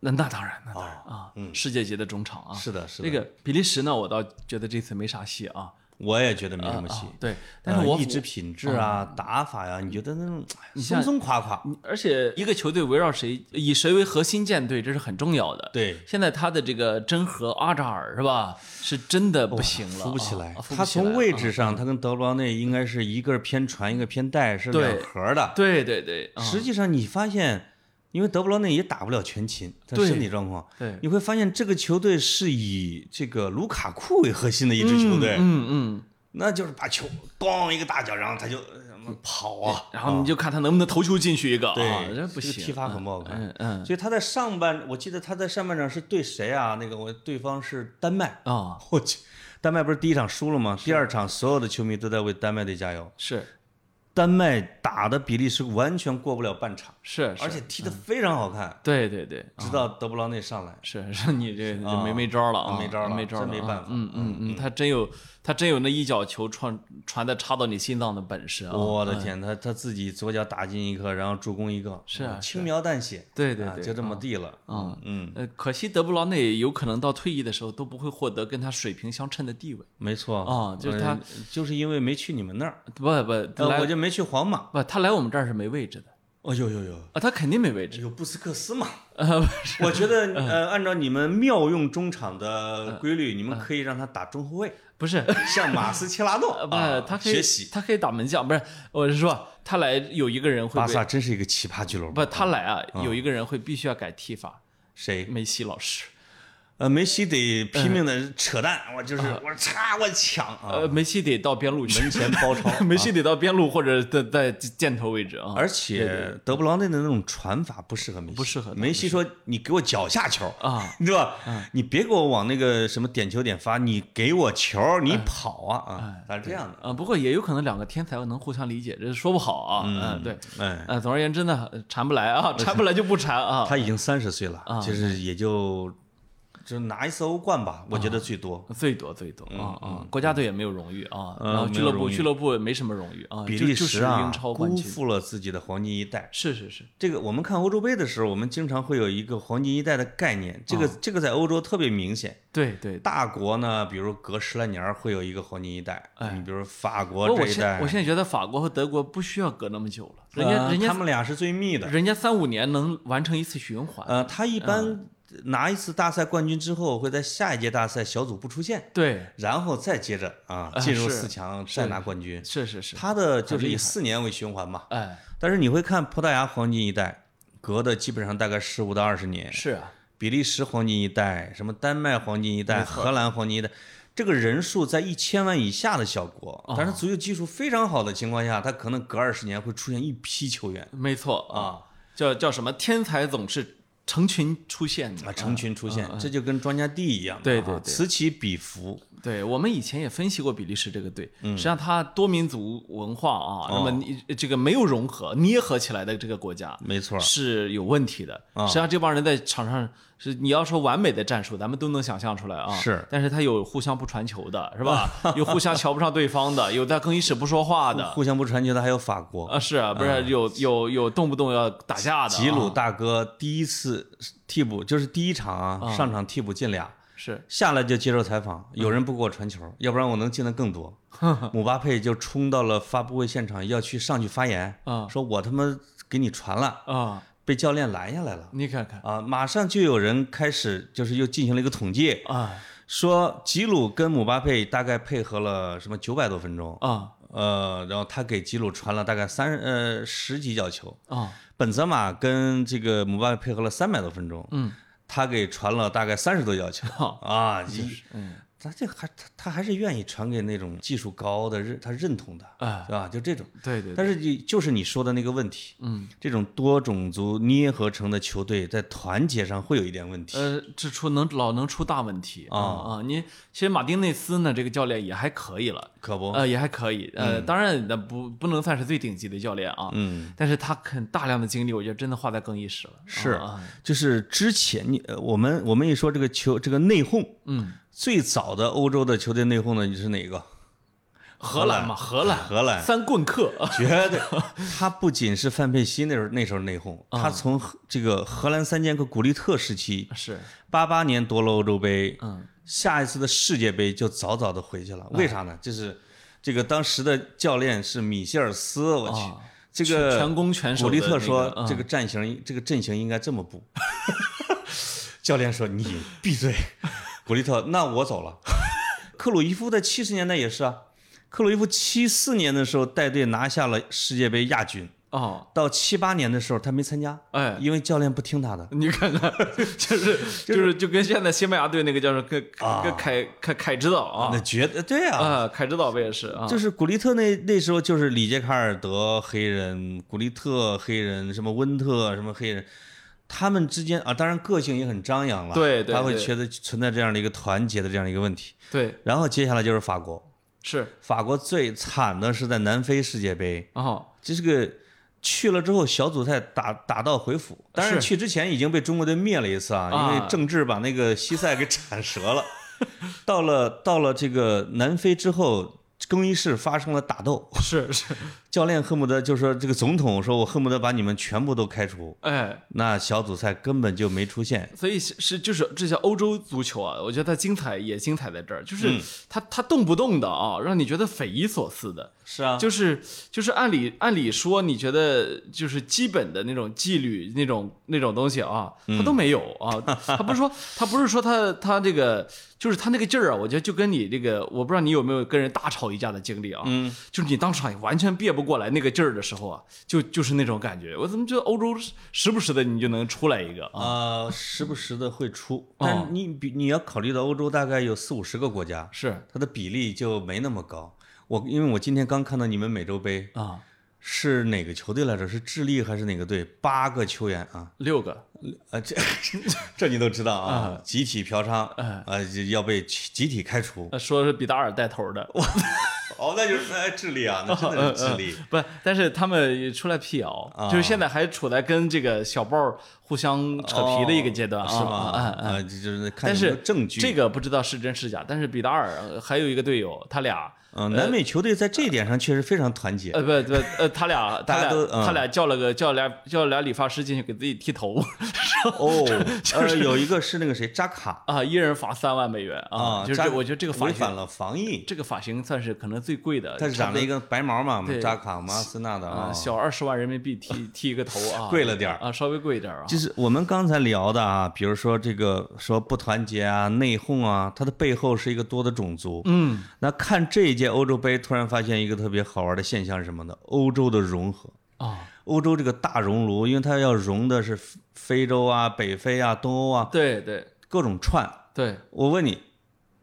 Speaker 1: 那那当然那当然啊，世界级的中场啊，
Speaker 2: 是的，是
Speaker 1: 这
Speaker 2: 的，
Speaker 1: 个比利时呢，我倒觉得这次没啥戏啊，
Speaker 2: 我也觉得没什么戏
Speaker 1: 啊，对，但
Speaker 2: 但
Speaker 1: 是
Speaker 2: 是
Speaker 1: 我
Speaker 2: 意志品质啊、打法呀，你觉得那种哎松
Speaker 1: 像
Speaker 2: 松垮垮，
Speaker 1: 而且一个球队围绕谁以谁为核心建队，这是很重要的。，
Speaker 2: 对，
Speaker 1: 现在他的这个真和阿扎尔是吧，是真的不行了，
Speaker 2: 哦扶不起
Speaker 1: 啊
Speaker 2: 来
Speaker 1: 啊。扶
Speaker 2: 他
Speaker 1: 不起来
Speaker 2: 从位
Speaker 1: 啊
Speaker 2: 置上，他跟德布劳内应该是一个偏传，一个偏带，是
Speaker 1: 对
Speaker 2: 两核的。
Speaker 1: 对对对，啊
Speaker 2: 实际上你发现，因为德布劳内也打不了全勤，他
Speaker 1: 对
Speaker 2: 身体状况，
Speaker 1: 对，
Speaker 2: 你会发现这个球队是以这个卢卡库为核心的一支球队，
Speaker 1: 嗯嗯，
Speaker 2: 那就是把球咣一个大脚，然后他就呃什么跑啊，
Speaker 1: 然后你就看他能不能头球进去一个，
Speaker 2: 对
Speaker 1: 啊，这不
Speaker 2: 这个
Speaker 1: 行，
Speaker 2: 踢法很不好看
Speaker 1: 嗯嗯
Speaker 2: 所以他在上半，我记得他在上半场是对谁啊？那个我对方是丹麦，
Speaker 1: 嗯啊，
Speaker 2: 我去，丹麦不是第一场输了吗？第二场所有的球迷都在为丹麦队加油。
Speaker 1: 是
Speaker 2: 丹麦打的比利时完全过不了半场，
Speaker 1: 是，嗯是
Speaker 2: 而且踢得非常好看，
Speaker 1: 对对对，
Speaker 2: 直到德布劳内上来，
Speaker 1: 是是你这就没没招了啊，
Speaker 2: 哦没招了
Speaker 1: 没招了啊，
Speaker 2: 真没办法
Speaker 1: 嗯嗯嗯，他真有他真有那一脚球传传的插到你心脏的本事啊，
Speaker 2: 我的天，他他自己左脚打进一个，然后助攻一个，
Speaker 1: 是啊
Speaker 2: 嗯轻描淡写，
Speaker 1: 对对
Speaker 2: 啊
Speaker 1: 对
Speaker 2: 就这么地了。
Speaker 1: 啊。
Speaker 2: 嗯，
Speaker 1: 呃，可惜德布劳内有可能到退役的时候都不会获得跟他水平相称的地位。
Speaker 2: 没错
Speaker 1: 啊就是他
Speaker 2: 嗯就是因为没去你们那儿，
Speaker 1: 不不，
Speaker 2: 呃
Speaker 1: 来
Speaker 2: 我就没去皇马。
Speaker 1: 不，他来我们这儿是没位置的
Speaker 2: 哦，有有有。
Speaker 1: 啊，他肯定没位置。
Speaker 2: 有布斯克斯
Speaker 1: (laughs)
Speaker 2: 嘛？
Speaker 1: 呃，
Speaker 2: 我觉得，呃，按照你们妙用中场的
Speaker 1: 嗯
Speaker 2: 规律，你们可以让他打中后卫，
Speaker 1: 不是，
Speaker 2: 像马斯切拉诺
Speaker 1: 呃，不
Speaker 2: 啊
Speaker 1: 是，他可以
Speaker 2: 学习。
Speaker 1: 他可以打门将，不是，我是说他来有一个人会
Speaker 2: 巴
Speaker 1: 被
Speaker 2: 萨嗯真是一个奇葩俱乐部。
Speaker 1: 不，他来啊有一个人会必须要改踢法，
Speaker 2: 谁？
Speaker 1: 梅西老师。
Speaker 2: 呃，梅西得拼命的扯淡，我就是我插我抢啊，
Speaker 1: 嗯啊呃，梅西得到边路
Speaker 2: (laughs)
Speaker 1: 去，
Speaker 2: 门前包
Speaker 1: (laughs)
Speaker 2: 抄。
Speaker 1: 梅西得到边路或者在在箭头位置啊。
Speaker 2: 而且德布劳内的那种传法不适合梅西，
Speaker 1: 不适合他
Speaker 2: 梅西说：“你给我脚下球
Speaker 1: 啊，
Speaker 2: 对吧？你别给我往那个什么点球点发，你给我球，你
Speaker 1: 嗯
Speaker 2: 跑啊啊！”他是这样的，
Speaker 1: 啊，不过也有可能两个天才能互相理解，这说不好啊。嗯，对。
Speaker 2: 哎，
Speaker 1: 呃，总而言之呢，呃缠不来啊，缠不来就不缠啊。
Speaker 2: 他已经三十岁了，就是也就就拿一次欧冠
Speaker 1: 啊
Speaker 2: 吧，我觉得最多。
Speaker 1: 最多最多啊啊！国家队也没有荣誉啊，
Speaker 2: 嗯
Speaker 1: 然后
Speaker 2: 没
Speaker 1: 俱
Speaker 2: 有
Speaker 1: 乐部
Speaker 2: 荣誉
Speaker 1: 俱乐部也没什么荣誉啊，
Speaker 2: 比
Speaker 1: 就
Speaker 2: 利
Speaker 1: 就是
Speaker 2: 时
Speaker 1: 英
Speaker 2: 啊，
Speaker 1: 超冠
Speaker 2: 辜
Speaker 1: 军。
Speaker 2: 负了自己的黄金一代。
Speaker 1: 是是是，
Speaker 2: 这个我们看欧洲杯的时候，我们经常会有一个黄金一代的概念，这个
Speaker 1: 啊
Speaker 2: 这个在欧洲特别明显。
Speaker 1: 对对。
Speaker 2: 大国呢，比如隔十来年儿会有一个黄金一代，你比如法国
Speaker 1: 哎不过
Speaker 2: 这
Speaker 1: 我
Speaker 2: 一
Speaker 1: 现我
Speaker 2: 代，
Speaker 1: 现在觉得法国和德国不需要隔那么久了，人家
Speaker 2: 呃
Speaker 1: 人
Speaker 2: 他
Speaker 1: 家
Speaker 2: 们俩是最密的。
Speaker 1: 人家三五年能完成一次循环。
Speaker 2: 呃，他一般
Speaker 1: 嗯
Speaker 2: 拿一次大赛冠军之后，会在下一届大赛小组不出现，
Speaker 1: 对，
Speaker 2: 然后再接着啊
Speaker 1: 啊
Speaker 2: 进入
Speaker 1: 是
Speaker 2: 四强再拿冠军。
Speaker 1: 是是是，
Speaker 2: 他的就是以四年为循环嘛。
Speaker 1: 哎，
Speaker 2: 但是你会看葡萄牙黄金一代，隔的基本上大概十五到二十年，
Speaker 1: 是啊，
Speaker 2: 比利时黄金一代，什么丹麦黄金一代，荷兰黄金一代，这个人数在一千万以下的小
Speaker 1: 哦
Speaker 2: 国，但是足球技术非常好的情况下，他可能隔二十年会出现一批球员
Speaker 1: 没错啊，叫叫什么？天才总是成群出现的
Speaker 2: 啊，。成群出现，这就跟庄稼地一样的啊，
Speaker 1: 对对对
Speaker 2: 此起彼伏。
Speaker 1: 对我们以前也分析过比利时这个队，
Speaker 2: 嗯
Speaker 1: 实际上它多民族文化啊，
Speaker 2: 哦
Speaker 1: 那么你这个没有融合、捏合起来的这个国家
Speaker 2: 没错，
Speaker 1: 是有问题的。实际上这帮人在场上是你要说完美的战术，咱们都能想象出来啊。
Speaker 2: 是
Speaker 1: 但是他有互相不传球的，是吧？有互相瞧不上对方的，有在更衣室不说话
Speaker 2: (laughs)
Speaker 1: 的
Speaker 2: 互相不传球的还有法国，
Speaker 1: 啊，是啊不是有有有动不动要打架的啊？
Speaker 2: 吉鲁大哥第一次替补就是第一场啊，上场替补进俩，
Speaker 1: 是
Speaker 2: 下来就接受采访，有人不给我传球，要不然我能进的更多。姆巴佩就冲到了发布会现场，要去上去发言
Speaker 1: 啊，
Speaker 2: 说我他妈给你传了，
Speaker 1: 啊，
Speaker 2: 被教练拦下来了
Speaker 1: 你看看
Speaker 2: 啊！马上就有人开始就是又进行了一个统计，
Speaker 1: 啊
Speaker 2: 说吉鲁跟姆巴佩大概配合了什么九百多分钟，
Speaker 1: 啊
Speaker 2: 呃，然后他给吉鲁传了大概三呃十几脚球，
Speaker 1: 啊
Speaker 2: 本泽马跟这个姆巴佩配合了三百多分钟，
Speaker 1: 嗯，哦
Speaker 2: 他给传了大概三十多
Speaker 1: (laughs)
Speaker 2: 脚球啊，一
Speaker 1: 嗯
Speaker 2: 他这还他他还是愿意传给那种技术高的认他认同的，
Speaker 1: 啊，
Speaker 2: 对吧？就这种，
Speaker 1: 对对对
Speaker 2: 但是你就是你说的那个问题，
Speaker 1: 嗯，
Speaker 2: 这种多种族捏合成的球队在团结上会有一点问题，
Speaker 1: 呃，这出能老能出大问题啊啊！你其实马丁内斯呢，这个教练也还可以了，
Speaker 2: 可不，
Speaker 1: 呃，也还可以，呃，当然那不不能算是最顶级的教练啊，
Speaker 2: 嗯，
Speaker 1: 但是他肯大量的精力，我觉得真的花在更衣室了，
Speaker 2: 是
Speaker 1: 啊啊
Speaker 2: 就是之前你呃我们我们一说这个球这个内讧，
Speaker 1: 嗯，
Speaker 2: 最早的欧洲的球队内讧的你是哪个？
Speaker 1: 荷兰嘛，荷兰，
Speaker 2: 荷兰
Speaker 1: 三棍客，
Speaker 2: 绝对，他不仅是范佩西那时候那时候内讧，他从荷这个荷兰三剑客古利特时期，
Speaker 1: (laughs) 是，
Speaker 2: 八八年夺了欧洲杯，
Speaker 1: 嗯，啊
Speaker 2: 下一次的世界杯就早早的回去了。为啥呢？就是这个当时的教练是米歇尔斯，我去
Speaker 1: 啊，
Speaker 2: 这个
Speaker 1: 全攻全守
Speaker 2: 古
Speaker 1: 的
Speaker 2: 利
Speaker 1: 那个
Speaker 2: 特说
Speaker 1: 嗯
Speaker 2: 这个战型这个阵型应该这么布， (laughs) 教练说你闭嘴， (laughs) 古利特那我走了。 (laughs) 克鲁伊夫在七十年代也是啊。克鲁伊夫七四年的时候带队拿下了世界杯亚军，
Speaker 1: 哦，
Speaker 2: 到七八年的时候他没参加，
Speaker 1: 哎。
Speaker 2: 因为教练不听他的。
Speaker 1: 你看看，就是就是就跟现在西班牙队那个叫什么，跟
Speaker 2: 啊
Speaker 1: 跟凯凯凯指导
Speaker 2: 那
Speaker 1: 啊，
Speaker 2: 绝对对啊，
Speaker 1: 啊，凯指导不也是啊？
Speaker 2: 就是古利特那那时候就是里杰卡尔德黑人、古利特黑人、什么温特什么黑人，他们之间啊，当然个性也很张扬了，
Speaker 1: 对对
Speaker 2: 他会
Speaker 1: 对
Speaker 2: 觉得存在这样的一个团结的这样一个问题。
Speaker 1: 对，
Speaker 2: 然后接下来就是法国，
Speaker 1: 是
Speaker 2: 法国最惨的是在南非世界杯，
Speaker 1: 哦，
Speaker 2: 这是个去了之后小组赛打打道回府，当然
Speaker 1: 是
Speaker 2: 去之前已经被中国队灭了一次啊，
Speaker 1: 啊
Speaker 2: 因为郑智把那个西塞给铲折了。 (laughs) 到了到了这个南非之后，更衣室发生了打斗，
Speaker 1: 是是，
Speaker 2: 教练恨不得就说这个总统说，我恨不得把你们全部都开除。
Speaker 1: 哎，
Speaker 2: 那小组赛根本就没出现，
Speaker 1: 所以是是就是这叫欧洲足球啊，我觉得它精彩也精彩在这儿，就是它、它动不动的啊，让你觉得匪夷所思的，
Speaker 2: 是啊，
Speaker 1: 就是就是按理按理说，你觉得就是基本的那种纪律那种那种东西啊，他都没有啊。他不是说他不是说他他这个就是他那个劲儿啊，我觉得就跟你这个，我不知道你有没有跟人大吵一架的经历啊。嗯，就是你当场完全憋不过来那个劲儿的时候啊，就就是那种感觉。我怎么觉得欧洲时不时的你就能出来一个啊？
Speaker 2: 啊、时不时的会出，但你比你要考虑到欧洲大概有四五十个国家，
Speaker 1: 是
Speaker 2: 它的比例就没那么高。我因为我今天刚看到你们美洲杯
Speaker 1: 啊，
Speaker 2: 是哪个球队来着？是智利还是哪个队？八个球员啊，
Speaker 1: 六个
Speaker 2: 啊这 (laughs) 这你都知道啊，集体嫖娼，啊就要被集体开除。
Speaker 1: 呃说是比达尔带头的，
Speaker 2: 哦，那就是哎智利啊，那真的是智利。
Speaker 1: 不，但是他们出来辟谣，
Speaker 2: 啊
Speaker 1: 就是现在还处在跟这个小豹儿互相扯皮的一个阶段，
Speaker 2: 哦
Speaker 1: 啊
Speaker 2: 是吗？
Speaker 1: 啊啊啊！
Speaker 2: 啊，就就是看
Speaker 1: 但
Speaker 2: 有没有
Speaker 1: 是
Speaker 2: 证据。
Speaker 1: 这个不知道是真是假，但是比达尔呃还有一个队友，他俩
Speaker 2: 嗯，南美球队在这一点上确实非常
Speaker 1: (laughs)
Speaker 2: 团结。
Speaker 1: 呃不不呃他
Speaker 2: (laughs)
Speaker 1: 俩他
Speaker 2: 大家
Speaker 1: 俩
Speaker 2: 都嗯
Speaker 1: 他俩叫了个叫俩叫俩理发师进去给自己剃头
Speaker 2: 哦，呃，有一个是那个谁，扎卡
Speaker 1: 啊，一人罚三万美元啊，
Speaker 2: 啊，
Speaker 1: 就是
Speaker 2: 扎
Speaker 1: 这我觉得这个发
Speaker 2: 违反
Speaker 1: 型
Speaker 2: 了防疫，
Speaker 1: 这个发型算是可能最贵的，
Speaker 2: 他
Speaker 1: 差
Speaker 2: 染
Speaker 1: 不多
Speaker 2: 了一个白毛嘛，
Speaker 1: 对
Speaker 2: 扎卡嘛，阿森纳的啊
Speaker 1: 啊。小二十万人民币剃剃一个头啊，
Speaker 2: 贵了点儿
Speaker 1: 啊，稍微贵一点儿啊，
Speaker 2: 就是我们刚才聊的啊，比如说这个说不团结啊、内讧啊，它的背后是一个多的种族。
Speaker 1: 嗯
Speaker 2: 那看这一届欧洲杯，突然发现一个特别好玩的现象是什么呢？欧洲的融合。
Speaker 1: 啊。
Speaker 2: 欧洲这个大熔炉，因为它要融的是非洲啊、北非啊、东欧啊，
Speaker 1: 对对
Speaker 2: 各种串。
Speaker 1: 对，
Speaker 2: 我问你，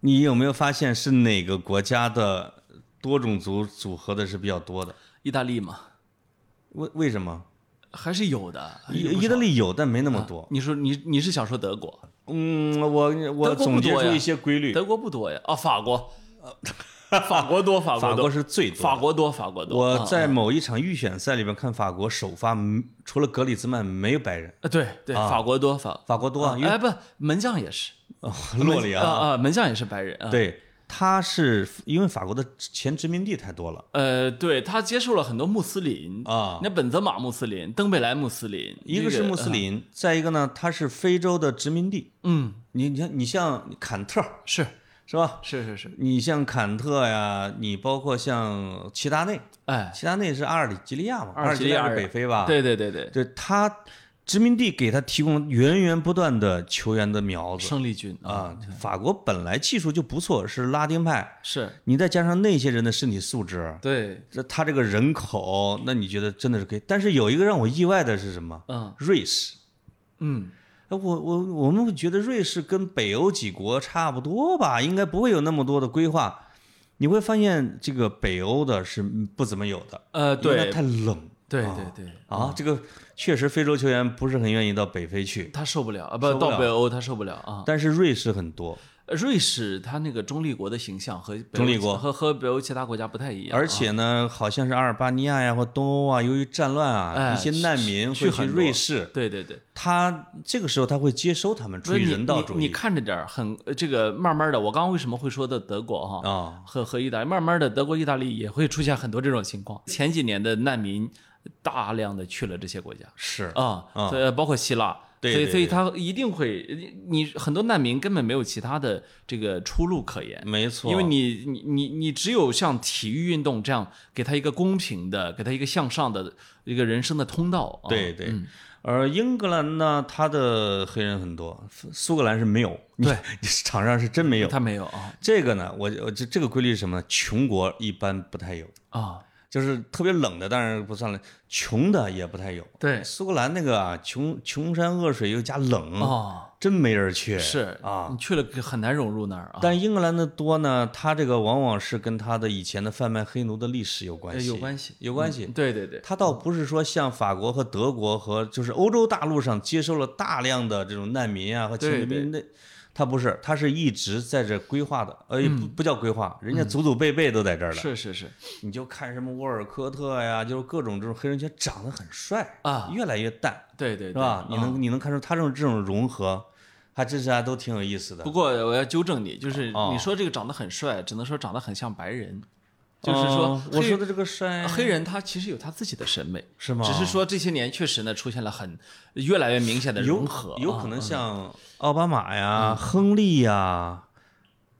Speaker 2: 你有没有发现是哪个国家的多种族组合的是比较多的？
Speaker 1: 意大利嘛，为
Speaker 2: 为什么？
Speaker 1: 还是有的。
Speaker 2: 意意大利有，但没那么多。
Speaker 1: 你说你你是想说德国？
Speaker 2: 嗯，我我
Speaker 1: 德国不
Speaker 2: 总结
Speaker 1: 多
Speaker 2: 出
Speaker 1: 呀
Speaker 2: 一些规律。
Speaker 1: 哦德国不多呀，啊，法国， (laughs) 法国多，法
Speaker 2: 呃法
Speaker 1: 国
Speaker 2: 国
Speaker 1: 多，
Speaker 2: 是最多的。
Speaker 1: 法国多，法国多。
Speaker 2: 我
Speaker 1: 啊
Speaker 2: 在某一场预选赛里面看法国首发，嗯除了格里兹曼没有白人，
Speaker 1: 啊对对，法国多，法
Speaker 2: 法国多啊，因为
Speaker 1: 哎不，门将也是
Speaker 2: 哦洛里啊，
Speaker 1: 啊，门将也是白人啊。
Speaker 2: 对，他是因为法国的前殖民地太多了
Speaker 1: 呃，对他接受了很多穆斯林
Speaker 2: 啊
Speaker 1: 那本泽马穆斯林，登贝莱穆斯林，
Speaker 2: 一个是嗯穆斯
Speaker 1: 林，
Speaker 2: 林，再一个呢，他是非洲的殖民地。
Speaker 1: 嗯，
Speaker 2: 你你看，你像坎特儿
Speaker 1: 是
Speaker 2: 是吧？
Speaker 1: 是是是，
Speaker 2: 你像坎特呀，你包括像齐达内，
Speaker 1: 哎，
Speaker 2: 齐达内是阿尔及利亚嘛，
Speaker 1: 阿
Speaker 2: 阿
Speaker 1: 尔
Speaker 2: 尔
Speaker 1: 及
Speaker 2: 及
Speaker 1: 利
Speaker 2: 利
Speaker 1: 亚
Speaker 2: 亚是北非吧？，
Speaker 1: 对对对对，
Speaker 2: 对他殖民地给他提供源源不断的球员的苗子
Speaker 1: 生力军啊，
Speaker 2: 啊。法国本来技术就不错，是拉丁派，
Speaker 1: 是
Speaker 2: 你再加上那些人的身体素质，
Speaker 1: 对，
Speaker 2: 这他这个人口，那你觉得真的是可以？但是有一个让我意外的是什么？
Speaker 1: 嗯
Speaker 2: 瑞士。
Speaker 1: 嗯，
Speaker 2: 哎我我我们会觉得瑞士跟北欧几国差不多吧，应该不会有那么多的规划。你会发现这个北欧的是不怎么有的，
Speaker 1: 呃，
Speaker 2: 因为
Speaker 1: 对
Speaker 2: 它太冷
Speaker 1: 对对对，
Speaker 2: 啊。这个确实非洲球员不是很愿意到北非去，
Speaker 1: 他受不了啊，不
Speaker 2: 受不
Speaker 1: 到
Speaker 2: 了
Speaker 1: 北欧他受不了啊。
Speaker 2: 但是瑞士很多，
Speaker 1: 瑞士他那个中立国的形象和北欧
Speaker 2: 中立国
Speaker 1: 和和北欧其他国家不太一样啊，
Speaker 2: 而且呢，好像是阿尔巴尼亚呀或东欧啊，由于战乱
Speaker 1: 哎
Speaker 2: 啊，一些难民
Speaker 1: 去
Speaker 2: 会
Speaker 1: 很
Speaker 2: 去
Speaker 1: 多
Speaker 2: 瑞士，
Speaker 1: 对对对，
Speaker 2: 他这个时候他会接收他们，
Speaker 1: 不
Speaker 2: 出
Speaker 1: 是
Speaker 2: 于
Speaker 1: 你
Speaker 2: 人道
Speaker 1: 你
Speaker 2: 主
Speaker 1: 你
Speaker 2: 义
Speaker 1: 看着点儿，很呃这个慢慢的，我刚刚为什么会说的德国哈？
Speaker 2: 啊。
Speaker 1: 和和意大利，慢慢的，德国、意大利也会出现很多这种情况。前几年的难民大量的去了这些国家
Speaker 2: 是，
Speaker 1: 啊，
Speaker 2: 啊
Speaker 1: 所以包括希腊，
Speaker 2: 对对
Speaker 1: 所以
Speaker 2: 对
Speaker 1: 所以他一定会，你你很多难民根本没有其他的这个出路可言。
Speaker 2: 没错，
Speaker 1: 呃因为你你你你只有像体育运动这样，给他一个公平的，给他一个向上的一个人生的通道、啊。
Speaker 2: 对对，而英格兰呢，它的黑人很多，苏苏格兰是没有，你
Speaker 1: 对，
Speaker 2: (laughs) 你场上是真没有。
Speaker 1: 他没有啊
Speaker 2: 这个呢，我我这这个规律是什么呢？穷国一般不太有，
Speaker 1: 啊，
Speaker 2: 就是特别冷的当然不算了，穷的也不太有。
Speaker 1: 对
Speaker 2: 苏格兰那个啊，穷穷山恶水又加冷，
Speaker 1: 哦，
Speaker 2: 真没人去。
Speaker 1: 是
Speaker 2: 嗯啊，
Speaker 1: 你去了很难融入那儿啊，
Speaker 2: 但英格兰的多呢，它这个往往是跟它的以前的贩卖黑奴的历史有关
Speaker 1: 呃
Speaker 2: 系，
Speaker 1: 有关系，
Speaker 2: 有关系。
Speaker 1: 对对对，
Speaker 2: 它倒不是说像法国和德国和就是欧洲大陆上接收了大量的这种难民啊和
Speaker 1: 对
Speaker 2: 前殖民的，它不是，它是一直在这规划的，呃，也不不叫规划，人家祖祖辈辈都在这儿了。
Speaker 1: 嗯是是是，
Speaker 2: 你就看什么沃尔科特呀，就是各种这种黑人圈长得很帅
Speaker 1: 啊，
Speaker 2: 越来越淡，
Speaker 1: 对对对，
Speaker 2: 是吧？嗯你
Speaker 1: 啊
Speaker 2: 能你能看出他这种这种融合，还真是还都挺有意思的
Speaker 1: 不。过我要纠正你，就是
Speaker 2: 哦
Speaker 1: 你说这个长得很帅，只能说长得很像白人，就是说
Speaker 2: 嗯
Speaker 1: 黑
Speaker 2: 我说的哦这个帅
Speaker 1: 黑人他其实有他自己的审美，
Speaker 2: 是吗？
Speaker 1: 只是说这些年确实呢出现了很越来越明显的融合，
Speaker 2: 有可
Speaker 1: 啊嗯
Speaker 2: 能像奥巴马呀、亨利呀，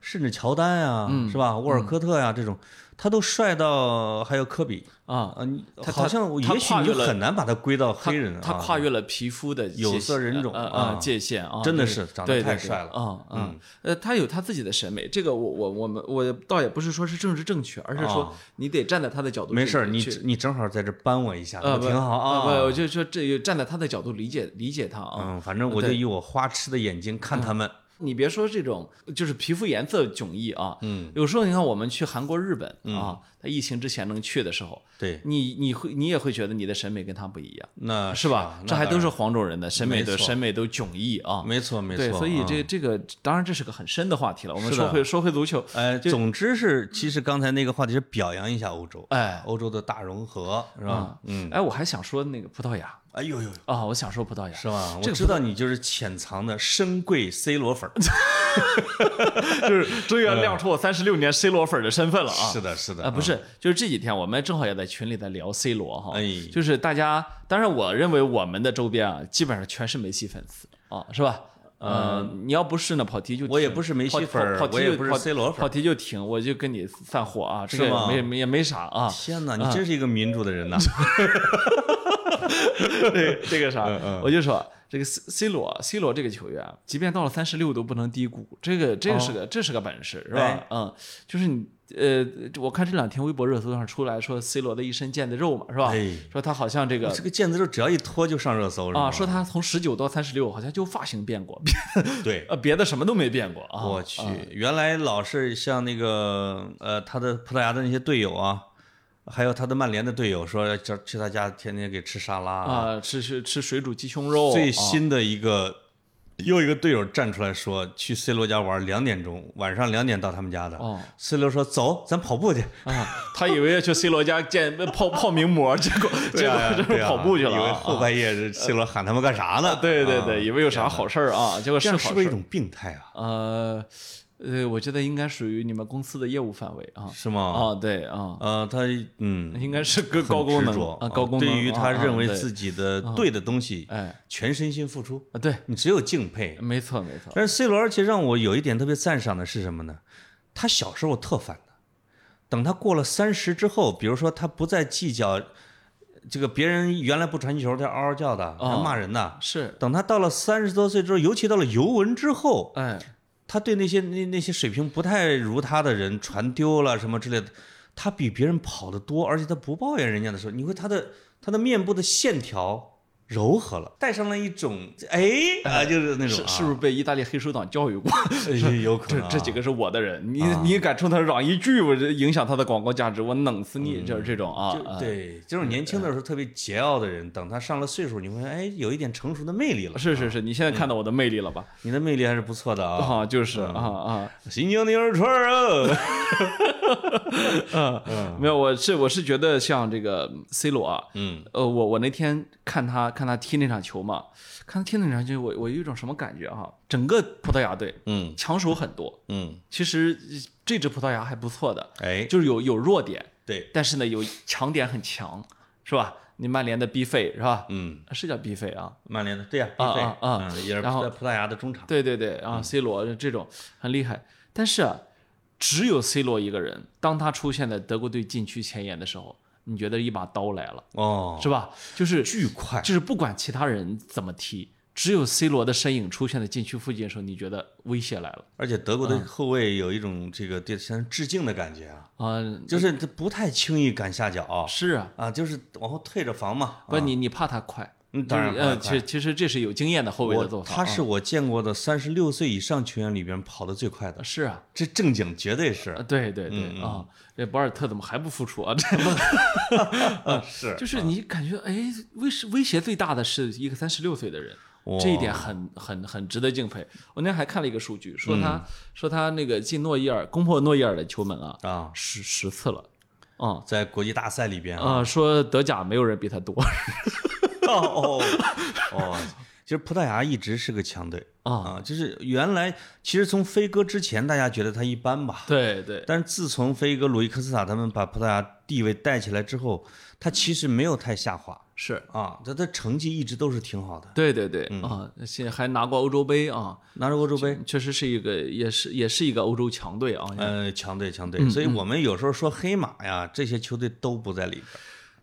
Speaker 2: 甚至乔丹呀，
Speaker 1: 嗯
Speaker 2: 是吧？沃尔科特呀这种，他都帅到还有科比
Speaker 1: 啊，
Speaker 2: 啊，你
Speaker 1: 他
Speaker 2: 好像
Speaker 1: 他
Speaker 2: 也许
Speaker 1: 跨
Speaker 2: 你
Speaker 1: 越
Speaker 2: 就
Speaker 1: 了
Speaker 2: 很难把他归到
Speaker 1: 他
Speaker 2: 黑人啊。
Speaker 1: 他跨越了皮肤的
Speaker 2: 有
Speaker 1: 界
Speaker 2: 色
Speaker 1: 限
Speaker 2: 人种
Speaker 1: 呃
Speaker 2: 啊
Speaker 1: 呃界限啊，
Speaker 2: 真的
Speaker 1: 对
Speaker 2: 是长得
Speaker 1: 对
Speaker 2: 太
Speaker 1: 对
Speaker 2: 帅了嗯
Speaker 1: 啊啊，呃，他有他自己的审美，这个我我我们我倒也不是说是政治正确，而是说
Speaker 2: 啊
Speaker 1: 你得站在他的角度去，
Speaker 2: 没事儿，你
Speaker 1: 去
Speaker 2: 你正好在这扳我一下，
Speaker 1: 呃
Speaker 2: 我
Speaker 1: 不
Speaker 2: 挺好
Speaker 1: 呃不，我
Speaker 2: 啊。
Speaker 1: 就说这站在他的角度理解理解他啊。
Speaker 2: 嗯，反正我就以我花痴的眼睛看他们。
Speaker 1: 你别说这种，就是皮肤颜色迥异啊。
Speaker 2: 嗯，
Speaker 1: 有时候你看我们去韩国、日本啊，在疫情之前能去的时候，
Speaker 2: 对，
Speaker 1: 你你会你也会觉得你的审美跟他不一样，
Speaker 2: 那
Speaker 1: 嗯是吧
Speaker 2: 啊？
Speaker 1: 这
Speaker 2: 那
Speaker 1: 还
Speaker 2: 当
Speaker 1: 都是黄种人的审美的
Speaker 2: 没错
Speaker 1: 审美都迥异啊
Speaker 2: 然。没错没
Speaker 1: 对，
Speaker 2: 错。
Speaker 1: 所以
Speaker 2: 啊
Speaker 1: 这这个当然这是个很深的话题了。我们
Speaker 2: 是
Speaker 1: 说
Speaker 2: 的
Speaker 1: 回说回足球，
Speaker 2: 呃，总之是，其实刚才那个话题是表扬一下欧洲，
Speaker 1: 哎
Speaker 2: 欧洲的大融合是吧？嗯，
Speaker 1: 哎，我还想说那个葡萄牙
Speaker 2: 哎呦呦，
Speaker 1: 啊，我想说葡萄牙，
Speaker 2: 是吧？
Speaker 1: 这
Speaker 2: 我
Speaker 1: 个
Speaker 2: 知道你就是潜藏的深贵 C 罗粉儿。 (laughs)
Speaker 1: 就是终于要亮出我三十六年 C 罗粉的身份了啊！
Speaker 2: 是的，是的
Speaker 1: 啊，不，是，就是这几天我们正好也在群里在聊 C 罗哈，
Speaker 2: 哎
Speaker 1: 就是大家，当然我认为我们的周边啊，基本上全是梅西粉丝啊，是吧？呃，你要不是呢，跑题就
Speaker 2: 嗯我也
Speaker 1: 停
Speaker 2: 不是梅
Speaker 1: 跑
Speaker 2: 西粉儿
Speaker 1: 跑跑
Speaker 2: 我
Speaker 1: 题
Speaker 2: 也
Speaker 1: 就
Speaker 2: 不是
Speaker 1: 跑
Speaker 2: C 罗粉
Speaker 1: 跑题就停，我就跟你散伙啊，这
Speaker 2: 是
Speaker 1: 个
Speaker 2: 吗
Speaker 1: 没没也没啥啊，
Speaker 2: 天哪，你真是一个民主的人呐！ (laughs)
Speaker 1: 对这个啥，
Speaker 2: 嗯
Speaker 1: 我就说这个 C C 罗 C 罗这个球员，即便到了三十六都不能低估，这个这个是个、这是个本事，是吧
Speaker 2: 哦哎？
Speaker 1: 嗯，就是你呃，我看这两天微博热搜上出来说 C 罗的一身腱子肉嘛，是吧？
Speaker 2: 哎
Speaker 1: 说他好像这个
Speaker 2: 这个腱子肉只要一脱就上热搜是
Speaker 1: 啊，
Speaker 2: 吗？
Speaker 1: 说他从十九到三十六好像就发型变过，别
Speaker 2: 对，
Speaker 1: 呃别的什么都没变过啊。
Speaker 2: 我去，原来老是像那个呃，他的葡萄牙的那些队友啊，还有他的曼联的队友说，叫去他家天天给吃沙拉。啊
Speaker 1: 啊啊，吃吃吃水煮鸡胸肉，
Speaker 2: 最
Speaker 1: 啊
Speaker 2: 新的一个又一个队友站出来说，去 C 罗家玩，两点钟，晚上两点到他们家的。
Speaker 1: 哦
Speaker 2: C 罗说：“走，咱跑步去。
Speaker 1: 啊，他以为要去 C 罗家见 (laughs) 泡泡名模，结果
Speaker 2: 对
Speaker 1: 结
Speaker 2: 呀”
Speaker 1: 果这
Speaker 2: 对
Speaker 1: 是
Speaker 2: 呀
Speaker 1: 跑步去了
Speaker 2: 以为
Speaker 1: 啊。
Speaker 2: 后半夜这 C 罗喊他们干啥 (laughs) 呢？
Speaker 1: 对对
Speaker 2: 啊
Speaker 1: 对，以为有啥好事儿
Speaker 2: (laughs)
Speaker 1: 啊，结果
Speaker 2: 这
Speaker 1: 是好
Speaker 2: 样是
Speaker 1: 事
Speaker 2: 不是一
Speaker 1: 儿。
Speaker 2: 种病态啊？
Speaker 1: 呃呃，我觉得应该属于你们公司的业务范围啊。
Speaker 2: 是吗？
Speaker 1: 啊，对啊，
Speaker 2: 呃，他嗯，
Speaker 1: 应该是个
Speaker 2: 很
Speaker 1: 高功
Speaker 2: 执
Speaker 1: 能
Speaker 2: 着
Speaker 1: 啊，高功能。
Speaker 2: 对于他认为
Speaker 1: 己，
Speaker 2: 自己的对的东西，
Speaker 1: 哎
Speaker 2: 全身心付出，
Speaker 1: 啊，对，
Speaker 2: 你只有敬佩。
Speaker 1: 没错没
Speaker 2: (laughs)
Speaker 1: 错。
Speaker 2: 但是 C 罗，而且让我有一点特别赞赏的是什么呢？他小时候特烦的，等他过了三十之后，比如说他不再计较这个别人原来不传球，他嗷嗷叫的，他
Speaker 1: 哦
Speaker 2: 骂人的。
Speaker 1: 是，
Speaker 2: 等他到了三十多岁之后，尤其到了尤文之后，
Speaker 1: 哎，
Speaker 2: 他对那些那那些水平不太如他的人传丢了什么之类的，他比别人跑得多，而且他不抱怨人家的时候，你会他的他的面部的线条柔和了，带上了一种哎啊，就是那种
Speaker 1: 是是不是被意大利黑手党教育
Speaker 2: (laughs)
Speaker 1: 过？
Speaker 2: 是是有可
Speaker 1: 这
Speaker 2: 能啊
Speaker 1: 这几个是我的人，你你敢冲他嚷一句，我这影响他的广告价值，我弄死你！就是这种啊，
Speaker 2: 嗯就
Speaker 1: 啊
Speaker 2: 对这种年轻的时候特别桀骜的人，等他上了岁数，你会发现哎有一点成熟的魅力了，
Speaker 1: 是是是，你现在看到我的魅力了吧？
Speaker 2: 你的魅力还是不错的嗯啊。
Speaker 1: 啊，就是啊啊，
Speaker 2: 新疆的羊肉串儿啊，
Speaker 1: 没有，我是我是觉得像这个 C 罗啊，
Speaker 2: 嗯，
Speaker 1: 呃，我我那天看他看他踢那场球嘛，看他踢那场球，我我有一种什么感觉哈、整个葡萄牙队
Speaker 2: 嗯
Speaker 1: 强手很多，
Speaker 2: 嗯，
Speaker 1: 其实呃这支葡萄牙还不错的，
Speaker 2: 哎，
Speaker 1: 就是有有弱点，
Speaker 2: 对，
Speaker 1: 但是呢有强点很强，是吧？你曼联的 B 费是吧？
Speaker 2: 嗯，
Speaker 1: 是叫 B 费啊？
Speaker 2: 曼联的对呀，
Speaker 1: 啊
Speaker 2: 毕费
Speaker 1: 啊啊
Speaker 2: 嗯也是
Speaker 1: 然后
Speaker 2: 在葡萄牙的中场。
Speaker 1: 对对对，啊，C 罗这种很厉害，但是啊，只有 C 罗一个人，当他出现在德国队禁区前沿的时候，你觉得一把刀来了，
Speaker 2: 哦，
Speaker 1: 是吧？就是
Speaker 2: 巨快，
Speaker 1: 就是不管其他人怎么踢，只有 C 罗的身影出现在禁区附近的时候，你觉得威胁来了。
Speaker 2: 而且德国的后卫有一种这个对向致敬的感觉啊，
Speaker 1: 嗯、
Speaker 2: 就是他不太轻易赶下脚啊
Speaker 1: 是啊，
Speaker 2: 啊，就是往后退着防嘛。
Speaker 1: 不，你你怕他快，
Speaker 2: 啊嗯当然
Speaker 1: 就是呃，
Speaker 2: 怕他快
Speaker 1: 其其实这是有经验的后卫的做
Speaker 2: 我
Speaker 1: 法。
Speaker 2: 他
Speaker 1: 啊
Speaker 2: 是我见过的三十六岁以上球员里边跑得最快的，
Speaker 1: 是啊，
Speaker 2: 这正经绝对是
Speaker 1: 啊，对对
Speaker 2: 嗯
Speaker 1: 对啊，这博尔特怎么还不复出
Speaker 2: (laughs)
Speaker 1: 啊？这
Speaker 2: 是
Speaker 1: 就是你感觉哎，威胁威胁最大的是一个三十六岁的人，这一点很很很值得敬佩。我那天还看了一个数据，说
Speaker 2: 嗯
Speaker 1: 他、说他那个进诺伊尔攻破诺伊尔的球门啊，
Speaker 2: 啊，
Speaker 1: 十十次了，啊、
Speaker 2: 在国际大赛里边啊，
Speaker 1: 啊、说德甲没有人比他多
Speaker 2: (laughs) 哦哦哦，其实葡萄牙一直是个强队
Speaker 1: 啊，
Speaker 2: 啊，就是原来其实从飞哥之前大家觉得他一般吧，
Speaker 1: (laughs) 对对，
Speaker 2: 但是自从飞哥、鲁伊科斯塔他们把葡萄牙地位带起来之后，他其实没有太下滑
Speaker 1: 是。
Speaker 2: 啊，他的成绩一直都是挺好的，
Speaker 1: 对对对
Speaker 2: 嗯
Speaker 1: 啊，现在还拿过欧洲杯啊，
Speaker 2: 拿着欧洲杯，
Speaker 1: 确实是一个，也是也是一个欧洲强队啊。
Speaker 2: 呃，强队强队，所以我们有时候说黑马呀，这些球队都不在里边。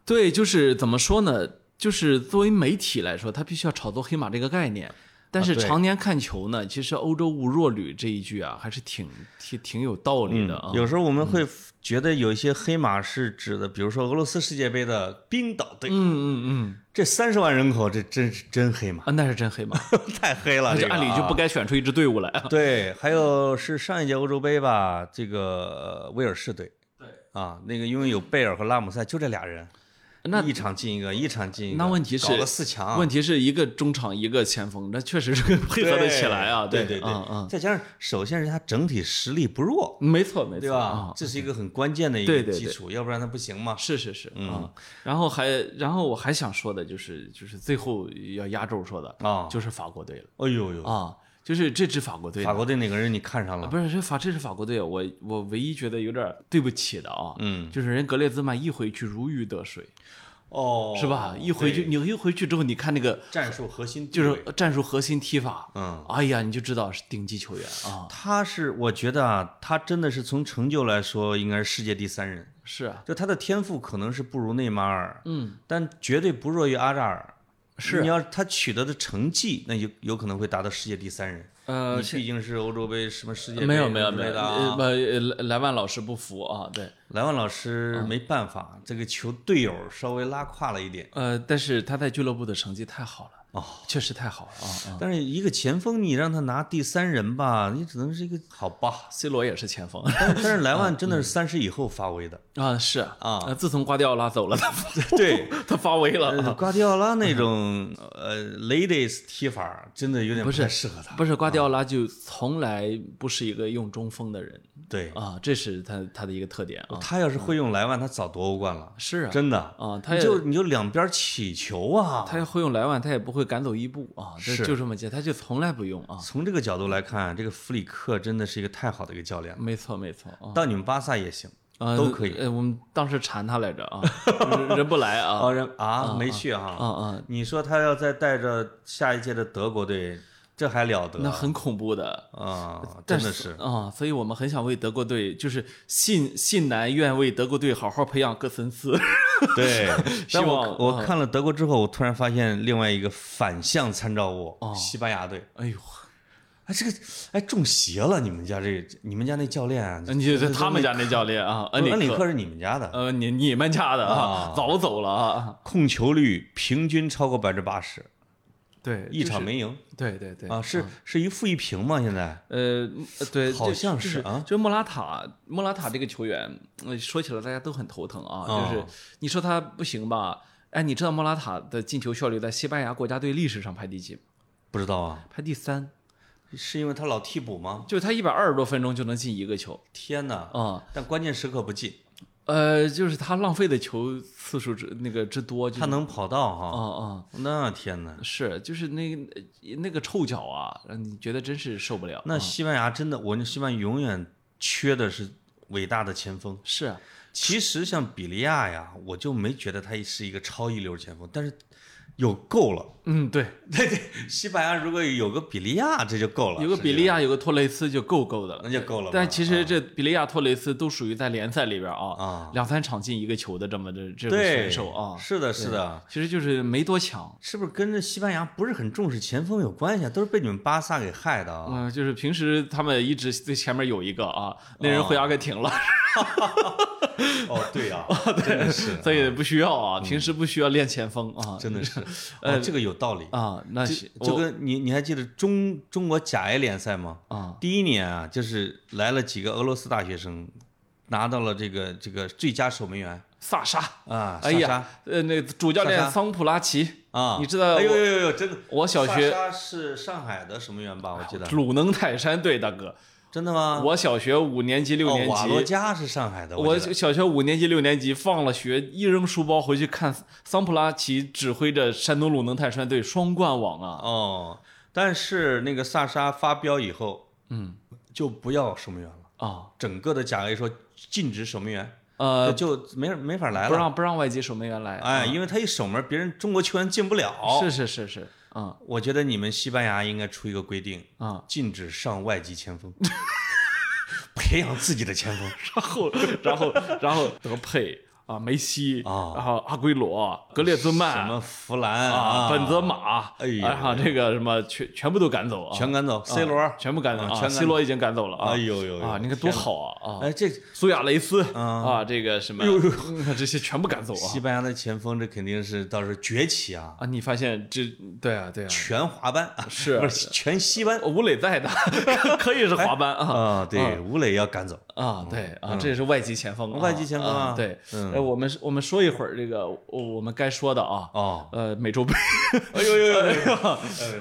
Speaker 1: 对，就是怎么说呢？就是作为媒体来说，他必须要炒作黑马这个概念。但是
Speaker 2: 啊对
Speaker 1: 常年看球呢，其实“欧洲无弱旅”这一句啊，还是挺挺挺有道理的啊。
Speaker 2: 嗯有时候我们会觉得有一些黑马是指的，比如说俄罗斯世界杯的冰岛队，
Speaker 1: 嗯嗯
Speaker 2: 这三十万人口，这真是真黑
Speaker 1: 嗯，
Speaker 2: 马，
Speaker 1: 啊，那是真黑
Speaker 2: (laughs)
Speaker 1: 马，
Speaker 2: 太黑了，
Speaker 1: 那
Speaker 2: 这
Speaker 1: 就
Speaker 2: 个
Speaker 1: 按理就
Speaker 2: 啊
Speaker 1: 不该选出一支队伍来。 (laughs)
Speaker 2: 对，还有是上一届欧洲杯吧，这个呃威尔士队，
Speaker 1: 对
Speaker 2: 啊，那个因为有贝尔和拉姆塞，就这俩人，
Speaker 1: 那
Speaker 2: 一场进一个，一场进一个，
Speaker 1: 那问题是
Speaker 2: 搞了四
Speaker 1: (laughs)
Speaker 2: 强，
Speaker 1: 问题是一个中场一个前锋，那确实是 (laughs) 配合得起来啊。
Speaker 2: 对
Speaker 1: 对
Speaker 2: 对对，
Speaker 1: 嗯嗯，
Speaker 2: 再加上首先是他整体实力不弱，
Speaker 1: 没错没错，
Speaker 2: 对吧？这是一个很关键的一
Speaker 1: 哦对
Speaker 2: 个
Speaker 1: 对对
Speaker 2: 基础，要不然他不行嘛
Speaker 1: 啊？。是是是
Speaker 2: 嗯
Speaker 1: 啊。然后还然后我还想说的就是就是最后要压轴说的，
Speaker 2: 啊，
Speaker 1: 就是法国队了
Speaker 2: 哎呦呦，
Speaker 1: 啊，就是这支法国队呢
Speaker 2: 法国队哪个人你看上了？
Speaker 1: 啊不是这法这是法国队，我我唯一觉得有点对不起的啊，
Speaker 2: 嗯，
Speaker 1: 就是人格列兹曼一回去如鱼得水，
Speaker 2: 哦，
Speaker 1: 是吧？一回去
Speaker 2: 对
Speaker 1: 你一回去之后，你看那个
Speaker 2: 战术核心
Speaker 1: 就
Speaker 2: 地
Speaker 1: 是
Speaker 2: 位
Speaker 1: 战术核心踢法，
Speaker 2: 嗯，
Speaker 1: 哎呀，你就知道是顶级球员啊，
Speaker 2: 他是我觉得啊，他真的是从成就来说，应该是世界第三人。
Speaker 1: 是啊，
Speaker 2: 就他的天赋可能是不如内马尔，
Speaker 1: 嗯，
Speaker 2: 但绝对不弱于阿扎尔。
Speaker 1: 是
Speaker 2: 你要他取得的成绩，那有有可能会达到世界第三人。
Speaker 1: 呃
Speaker 2: 你，毕竟是欧洲杯什么世界杯
Speaker 1: 没有没有
Speaker 2: 之
Speaker 1: 没
Speaker 2: 类
Speaker 1: 有，
Speaker 2: 的
Speaker 1: 呃
Speaker 2: 啊
Speaker 1: 不，呃莱莱万老师不服啊，对，
Speaker 2: 莱万老师
Speaker 1: 嗯
Speaker 2: 没办法，这个球队友稍微拉胯了一点。
Speaker 1: 呃，但是他在俱乐部的成绩太好了，
Speaker 2: 哦，
Speaker 1: 确实太好了啊啊
Speaker 2: 但是一个前锋你让他拿第三人吧，你只能是一个好
Speaker 1: (laughs)
Speaker 2: 吧。
Speaker 1: ！C 罗也是前锋
Speaker 2: 但是但是莱万真的
Speaker 1: 嗯
Speaker 2: 是三十以后发威的，
Speaker 1: 啊，是啊
Speaker 2: 啊
Speaker 1: 呃自从瓜迪奥拉走了， (laughs) 他
Speaker 2: 对，
Speaker 1: 他发威了
Speaker 2: (laughs) 呃
Speaker 1: 啊。
Speaker 2: 瓜迪奥拉那种呃 ladies 踢法真的有点
Speaker 1: 不是
Speaker 2: 太适合他。
Speaker 1: 不是瓜迪奥
Speaker 2: 啊
Speaker 1: 拉就从来不是一个用中锋的人
Speaker 2: 对，
Speaker 1: 啊，这是他他的一个特点啊。
Speaker 2: 他要是会用莱万，他早夺欧冠了。
Speaker 1: 是啊，
Speaker 2: 真的
Speaker 1: 啊他
Speaker 2: 你
Speaker 1: 也
Speaker 2: 就你就两边起球啊。
Speaker 1: 他要会用莱万，他也不会赶走伊布啊，这
Speaker 2: 是
Speaker 1: 就这么简单，他就从来不用啊。
Speaker 2: 从这个角度来看，这个弗里克真的是一个太好的一个教练了。
Speaker 1: 没错，没错啊。
Speaker 2: 到你们巴萨也行，
Speaker 1: 啊
Speaker 2: 都可以
Speaker 1: 呃，我们当时馋他来着啊，人人不来啊。
Speaker 2: (laughs) 哦，人啊没去哈。
Speaker 1: 啊啊，
Speaker 2: 你说他要再带着下一届的德国队，这还了得？
Speaker 1: 那很恐怖的，
Speaker 2: 啊，
Speaker 1: 但
Speaker 2: 真的
Speaker 1: 啊
Speaker 2: 是、。
Speaker 1: 所以我们很想为德国队，就是信信南愿为德国队好好培养戈森斯。 (laughs)
Speaker 2: 对，
Speaker 1: 希
Speaker 2: 但我
Speaker 1: 望嗯
Speaker 2: 我看了德国之后，我突然发现另外一个反向参照物，西班牙队。
Speaker 1: 哎呦，
Speaker 2: 哎，这个哎中邪了！你们家这，你们家那教练啊，
Speaker 1: 你就是他们家那教练啊，
Speaker 2: 恩
Speaker 1: 恩
Speaker 2: 里
Speaker 1: 里克，
Speaker 2: 克是你们家的，
Speaker 1: 呃，你你们家的啊
Speaker 2: 啊，
Speaker 1: 早走了啊。
Speaker 2: 控球率平均超过百分之八十，
Speaker 1: (laughs) 对，
Speaker 2: 一
Speaker 1: 就是
Speaker 2: 场。没赢
Speaker 1: 对对对嗯
Speaker 2: 啊，是是一负一平吗？现在
Speaker 1: 呃呃对，
Speaker 2: 好
Speaker 1: 就
Speaker 2: 像
Speaker 1: 就是
Speaker 2: 啊
Speaker 1: 就是莫拉塔，莫拉塔这个球员，呃说起来大家都很头疼啊。
Speaker 2: 哦
Speaker 1: 就是你说他不行吧？哎，你知道莫拉塔的进球效率在西班牙国家队历史上排第几吗？
Speaker 2: 不知道啊，
Speaker 1: 排第三，
Speaker 2: 是因为他老替补吗？
Speaker 1: 就是他一百二十多分钟就能进一个球
Speaker 2: 天哪！
Speaker 1: 啊、
Speaker 2: 但关键时刻不进，
Speaker 1: 呃，就是他浪费的球次数之那个之多，就
Speaker 2: 他能跑到
Speaker 1: 啊
Speaker 2: 哈，
Speaker 1: 啊、
Speaker 2: 那天哪！
Speaker 1: 是就是那个那个臭脚啊，让你觉得真是受不了。
Speaker 2: 那西班牙真的，我那西班牙永远缺的是伟大的前锋。
Speaker 1: 是啊
Speaker 2: 其实像比利亚呀，我就没觉得他是一个超一流前锋，但是有够了。
Speaker 1: 嗯对，
Speaker 2: 对对，西班牙如果有个比利亚，这就够了。
Speaker 1: 有个
Speaker 2: 实
Speaker 1: 比
Speaker 2: 际
Speaker 1: 利亚，有个托雷斯就够够的了
Speaker 2: 上，那。就够了嘛。
Speaker 1: 但其实这比利亚托雷斯都属于在联赛里边啊，
Speaker 2: 啊，
Speaker 1: 两三场进一个球的这么的这种
Speaker 2: 对，
Speaker 1: 选手啊，
Speaker 2: 是的，是的，
Speaker 1: 其实就是没多强。
Speaker 2: 是不是跟这西班牙不是很重视前锋有关系啊？都是被你们巴萨给害的啊！
Speaker 1: 嗯，就是平时他们一直最前面有一个啊，那人回阿根廷了，
Speaker 2: 哦，对呀，真的是，
Speaker 1: 嗯
Speaker 2: 嗯
Speaker 1: 所以不需要啊，平时不需要练前锋啊，
Speaker 2: 真的
Speaker 1: (laughs)
Speaker 2: 是，哦，这个有道理。
Speaker 1: 啊，那是
Speaker 2: 就
Speaker 1: 我
Speaker 2: 跟你你还记得中中国甲 A 联赛吗？
Speaker 1: 啊
Speaker 2: 第一年啊，就是来了几个俄罗斯大学生，拿到了这个这个最佳守门员
Speaker 1: 萨沙，
Speaker 2: 啊，
Speaker 1: 哎
Speaker 2: 莎莎
Speaker 1: 呀，呃，那主教
Speaker 2: 萨沙
Speaker 1: 练桑普拉奇，
Speaker 2: 啊，
Speaker 1: 你知道
Speaker 2: 哎呦
Speaker 1: 我
Speaker 2: 呦呦呦，真的，
Speaker 1: 我小学
Speaker 2: 莎莎是上海的守门员吧？我记得，
Speaker 1: 鲁能泰山队大哥，
Speaker 2: 真的吗？
Speaker 1: 我小学五年级六
Speaker 2: 啊哦，
Speaker 1: 年
Speaker 2: 瓦洛
Speaker 1: 级。
Speaker 2: 加是上海的，
Speaker 1: 我
Speaker 2: 记得
Speaker 1: 小学五年级、六年级放了学，一扔书包回去看桑普拉奇指挥着山东鲁能泰山队双冠王啊！
Speaker 2: 哦，但是那个萨沙发飙以后，嗯，就不要守门员了，
Speaker 1: 啊，
Speaker 2: 整个的甲 A 说禁止守门员，
Speaker 1: 呃，
Speaker 2: 就就没没法来
Speaker 1: 不
Speaker 2: 了。
Speaker 1: 让不让外籍守门员来，啊
Speaker 2: 哎，因为他一守门，别人中国球员进不了。
Speaker 1: 是是是是，啊
Speaker 2: 我觉得你们西班牙应该出一个规定，
Speaker 1: 啊，
Speaker 2: 禁止上外籍前锋， (laughs) 培养自己的前锋。
Speaker 1: (laughs) 然后然后然后德佩啊，梅西
Speaker 2: 啊
Speaker 1: 然后阿圭罗、格列兹
Speaker 2: 什
Speaker 1: 曼
Speaker 2: 么弗兰
Speaker 1: 啊，本泽马，
Speaker 2: 哎呦
Speaker 1: 然后这个什么全全部都赶走啊，
Speaker 2: 全赶走，C 罗。
Speaker 1: 全部赶走
Speaker 2: 啊
Speaker 1: 啊
Speaker 2: 全赶走
Speaker 1: ，C 罗已经赶走了啊，
Speaker 2: 哎呦呦呦
Speaker 1: 啊，你看多好啊啊！
Speaker 2: 哎，这
Speaker 1: 苏亚雷斯啊，这个什么嗯 (laughs) 这些全部赶走啊
Speaker 2: 哎西班牙的前锋，这肯定是到时候崛起啊，
Speaker 1: 啊！你发现这对啊对啊，
Speaker 2: 全华班啊
Speaker 1: 是
Speaker 2: (laughs) 不是全西班
Speaker 1: 吴磊在的 (laughs) 可以是滑板啊
Speaker 2: 啊？对，吴磊要赶走。
Speaker 1: 啊对啊，这也是外籍前锋啊，
Speaker 2: 嗯外籍前锋啊
Speaker 1: 啊对，
Speaker 2: 嗯
Speaker 1: 呃，我们我们说一会儿这个我们该说的啊，
Speaker 2: 哦，
Speaker 1: 呃，美洲
Speaker 2: (laughs)
Speaker 1: 杯
Speaker 2: 哎呦呦呦！哎，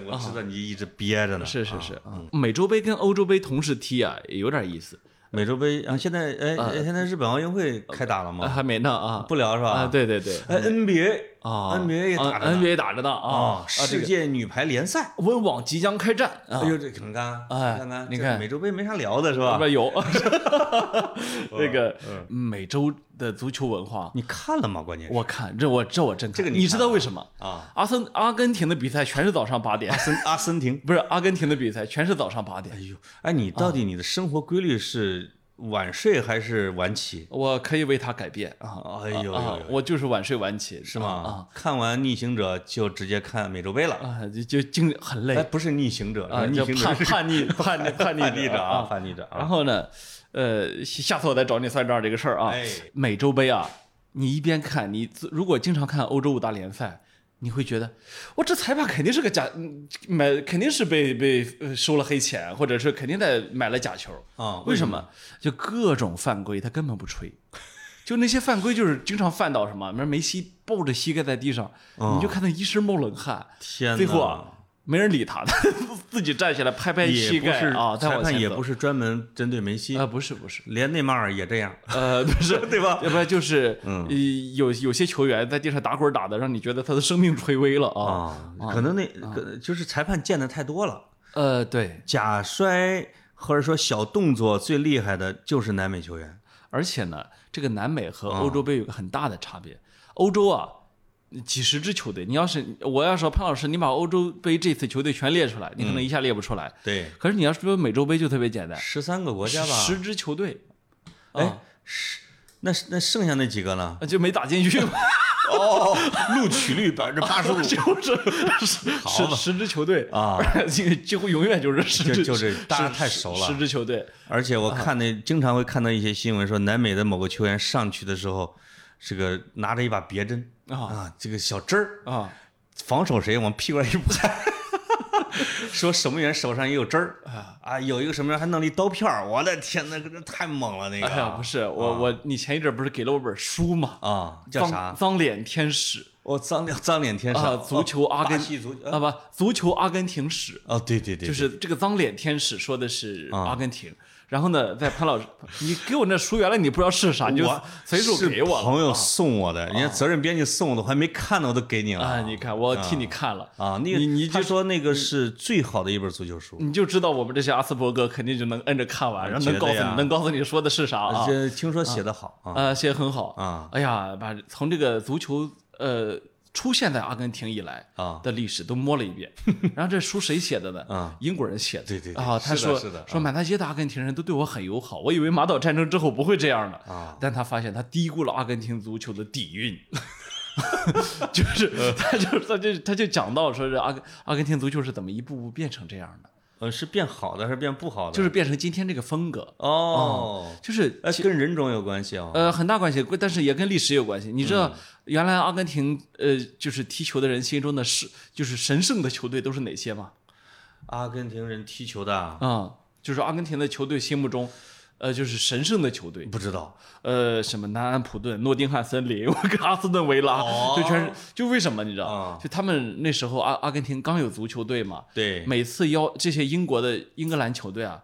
Speaker 2: 我知道你一直憋着呢。
Speaker 1: 是是
Speaker 2: 啊
Speaker 1: 是，啊美洲杯跟欧洲杯同时踢啊，也有点意思，
Speaker 2: 美洲杯啊，现在哎，哎现在日本奥运会开打了
Speaker 1: 啊
Speaker 2: 吗？
Speaker 1: 还没呢啊
Speaker 2: 不聊是吧？
Speaker 1: 啊，对对对
Speaker 2: 哎，NBA
Speaker 1: 啊
Speaker 2: NBA 也打
Speaker 1: 啊
Speaker 2: 着呢
Speaker 1: NBA 打着呢啊
Speaker 2: 啊，，
Speaker 1: 啊这
Speaker 2: 世
Speaker 1: 个
Speaker 2: 界女排联赛。
Speaker 1: 温网即将开战啊
Speaker 2: 哎，呦，这你看，
Speaker 1: 哎
Speaker 2: 看看，
Speaker 1: 你
Speaker 2: 这
Speaker 1: 看
Speaker 2: 美洲杯没啥聊的是
Speaker 1: 里
Speaker 2: 吧？
Speaker 1: 边啊
Speaker 2: (laughs)
Speaker 1: 有
Speaker 2: 哦
Speaker 1: 那个
Speaker 2: 嗯
Speaker 1: 美洲的足球文化，
Speaker 2: 你看了吗？关键是
Speaker 1: 我看这我这我真看
Speaker 2: 这个你
Speaker 1: 你知道为什么？
Speaker 2: 啊，
Speaker 1: 阿森阿根廷的比赛全是早上八点，
Speaker 2: (laughs) 阿森阿森廷，
Speaker 1: 不是阿根廷的比赛全是早上八点。
Speaker 2: 哎呦，哎，你
Speaker 1: 啊
Speaker 2: 到底你的生活规律是晚睡还是晚起？
Speaker 1: 我可以为他改变啊！
Speaker 2: 哎呦呦
Speaker 1: 啊
Speaker 2: 呦，，
Speaker 1: 我就是晚睡晚起，
Speaker 2: 是
Speaker 1: 是
Speaker 2: 吗？看完《逆行者》就直接看美洲杯了。
Speaker 1: 啊，就就经很
Speaker 2: 哎，
Speaker 1: 累
Speaker 2: 不是《逆行者》，
Speaker 1: 啊，
Speaker 2: 是逆
Speaker 1: 就
Speaker 2: 行者
Speaker 1: 叛》叛逆叛逆叛逆
Speaker 2: (laughs) 叛逆者啊，
Speaker 1: 啊！
Speaker 2: 叛逆者啊。
Speaker 1: 然后呢，呃，下次我再找你算账这个事儿啊
Speaker 2: 哎。
Speaker 1: 美洲杯啊，你一边看，你自如果经常看欧洲五大联赛，你会觉得我这裁判肯定是个假嗯买，肯定是被被呃收了黑钱，或者是肯定在买了假球。
Speaker 2: 啊
Speaker 1: 为什么？就各种犯规，他根本不吹。就那些犯规，就是经常犯到什么，比如梅西抱着膝盖在地上，你就看他一身冒冷汗，
Speaker 2: 天哪
Speaker 1: 最后啊，没人理他，他 (laughs) 自己站起来拍拍
Speaker 2: 也
Speaker 1: 膝
Speaker 2: 不
Speaker 1: 盖
Speaker 2: 是
Speaker 1: 啊，再
Speaker 2: 裁
Speaker 1: 往
Speaker 2: 判
Speaker 1: 前
Speaker 2: 也
Speaker 1: 走
Speaker 2: 不是专门针对梅西
Speaker 1: 啊、，不是不是，
Speaker 2: 连内马尔也这样，
Speaker 1: 呃，不是
Speaker 2: 对吧
Speaker 1: (laughs) 要不然就是，嗯，有有些球员在地上打滚打的，让你觉得他的生命垂危了啊。
Speaker 2: 啊，可能那可就是裁判见的太多了，
Speaker 1: 呃，对，
Speaker 2: 假摔或者说小动作最厉害的就是南美球员，
Speaker 1: 而且呢，这个南美
Speaker 2: 啊
Speaker 1: 和欧洲杯有个很大的差别，欧洲啊。几十支球队，你要是我要说潘老师，你把欧洲杯这次球队全列出来，
Speaker 2: 嗯
Speaker 1: 你可能一下列不出来。
Speaker 2: 对，
Speaker 1: 可是你要说美洲杯就特别简单，
Speaker 2: 十三个国
Speaker 1: 十
Speaker 2: 家吧，
Speaker 1: 十支球队，
Speaker 2: 哎，十那那剩下那几个呢？
Speaker 1: 啊就没打进去嘛， (laughs)
Speaker 2: 哦，录取率百分之八十五
Speaker 1: 就是十
Speaker 2: (laughs) 好
Speaker 1: 十
Speaker 2: 嘛
Speaker 1: 十支球队
Speaker 2: 啊，
Speaker 1: 几 (laughs) 几乎永远就是十
Speaker 2: 就
Speaker 1: 支，
Speaker 2: 就这
Speaker 1: 十
Speaker 2: 大家太熟了
Speaker 1: 十支球队，
Speaker 2: 而且
Speaker 1: 啊
Speaker 2: 我看那经常会看到一些新闻说，南美的某个球员上去的时候，这个拿着一把别针
Speaker 1: 啊
Speaker 2: 这个小针儿
Speaker 1: 啊，
Speaker 2: 防守谁往屁股上一拍， (laughs) 说守门员手上也有针儿啊有一个守门员还弄了一刀片儿，我的天呐，那个太猛了那个
Speaker 1: 哎呀，
Speaker 2: 啊
Speaker 1: 不是我我你前一阵不是给了我本书吗？
Speaker 2: 啊叫
Speaker 1: 脏
Speaker 2: 啥？
Speaker 1: 脏脸天使
Speaker 2: 我脏脸脏脸天使哦
Speaker 1: 啊，足球阿根
Speaker 2: 巴西足
Speaker 1: 啊不，足球阿根廷史，
Speaker 2: 哦对呃对对，啊
Speaker 1: 就是这个脏脸天使说的是阿根廷。然后呢，在潘老师，你给我那书原来你不知道是啥，你就
Speaker 2: 我
Speaker 1: 随手
Speaker 2: 是
Speaker 1: 给我啊了
Speaker 2: 朋友送我的，人家责任编辑送我的，我还没看呢，我都给你了
Speaker 1: 啊！你看，我替你看了
Speaker 2: 啊，那个
Speaker 1: 你你就
Speaker 2: 他说那个是最好的一本足球书，
Speaker 1: 你就知道我们这些阿斯伯格肯定就能摁着看完，然后能
Speaker 2: 绝对
Speaker 1: 告诉你
Speaker 2: 啊
Speaker 1: 能告诉你说的是啥啊。
Speaker 2: 这听说写的好啊，
Speaker 1: 呃，写得很好
Speaker 2: 啊。
Speaker 1: 哎呀，把从这个足球呃出现在阿根廷以来
Speaker 2: 啊
Speaker 1: 的历史都摸了一遍。 (laughs) 然后这书谁写的呢？
Speaker 2: 啊，
Speaker 1: 英国人写的。
Speaker 2: 对对对
Speaker 1: 啊，
Speaker 2: 是
Speaker 1: 他
Speaker 2: 的
Speaker 1: 说
Speaker 2: 是的
Speaker 1: 说满大街的阿根廷人都对我很友好，我以为马岛战争之后不会这样的
Speaker 2: 啊。
Speaker 1: 但他发现他低估了阿根廷足球的底蕴。 (laughs) 就是，
Speaker 2: (laughs)
Speaker 1: 他就他就他就讲到说是阿根阿根廷足球是怎么一步步变成这样的，
Speaker 2: 呃，是变好的还是变不好的？
Speaker 1: 就是变成今天这个风格，
Speaker 2: 哦，
Speaker 1: 就是
Speaker 2: 哎，跟人种有关系哦。
Speaker 1: 呃，很大关系，但是也跟历史有关系。你知
Speaker 2: 嗯
Speaker 1: 道，原来阿根廷呃，就是踢球的人心中的是就是神圣的球队都是哪些吗？
Speaker 2: 阿根廷人踢球的啊
Speaker 1: 啊、就是阿根廷的球队心目中，呃，就是神圣的球队，
Speaker 2: 不知道，
Speaker 1: 呃，什么南安普顿、诺丁汉森林、阿斯顿维拉，
Speaker 2: 哦
Speaker 1: 就全是就为什么你知道？
Speaker 2: 啊
Speaker 1: 就他们那时候阿阿根廷刚有足球队嘛，
Speaker 2: 对，
Speaker 1: 每次邀这些英国的英格兰球队啊，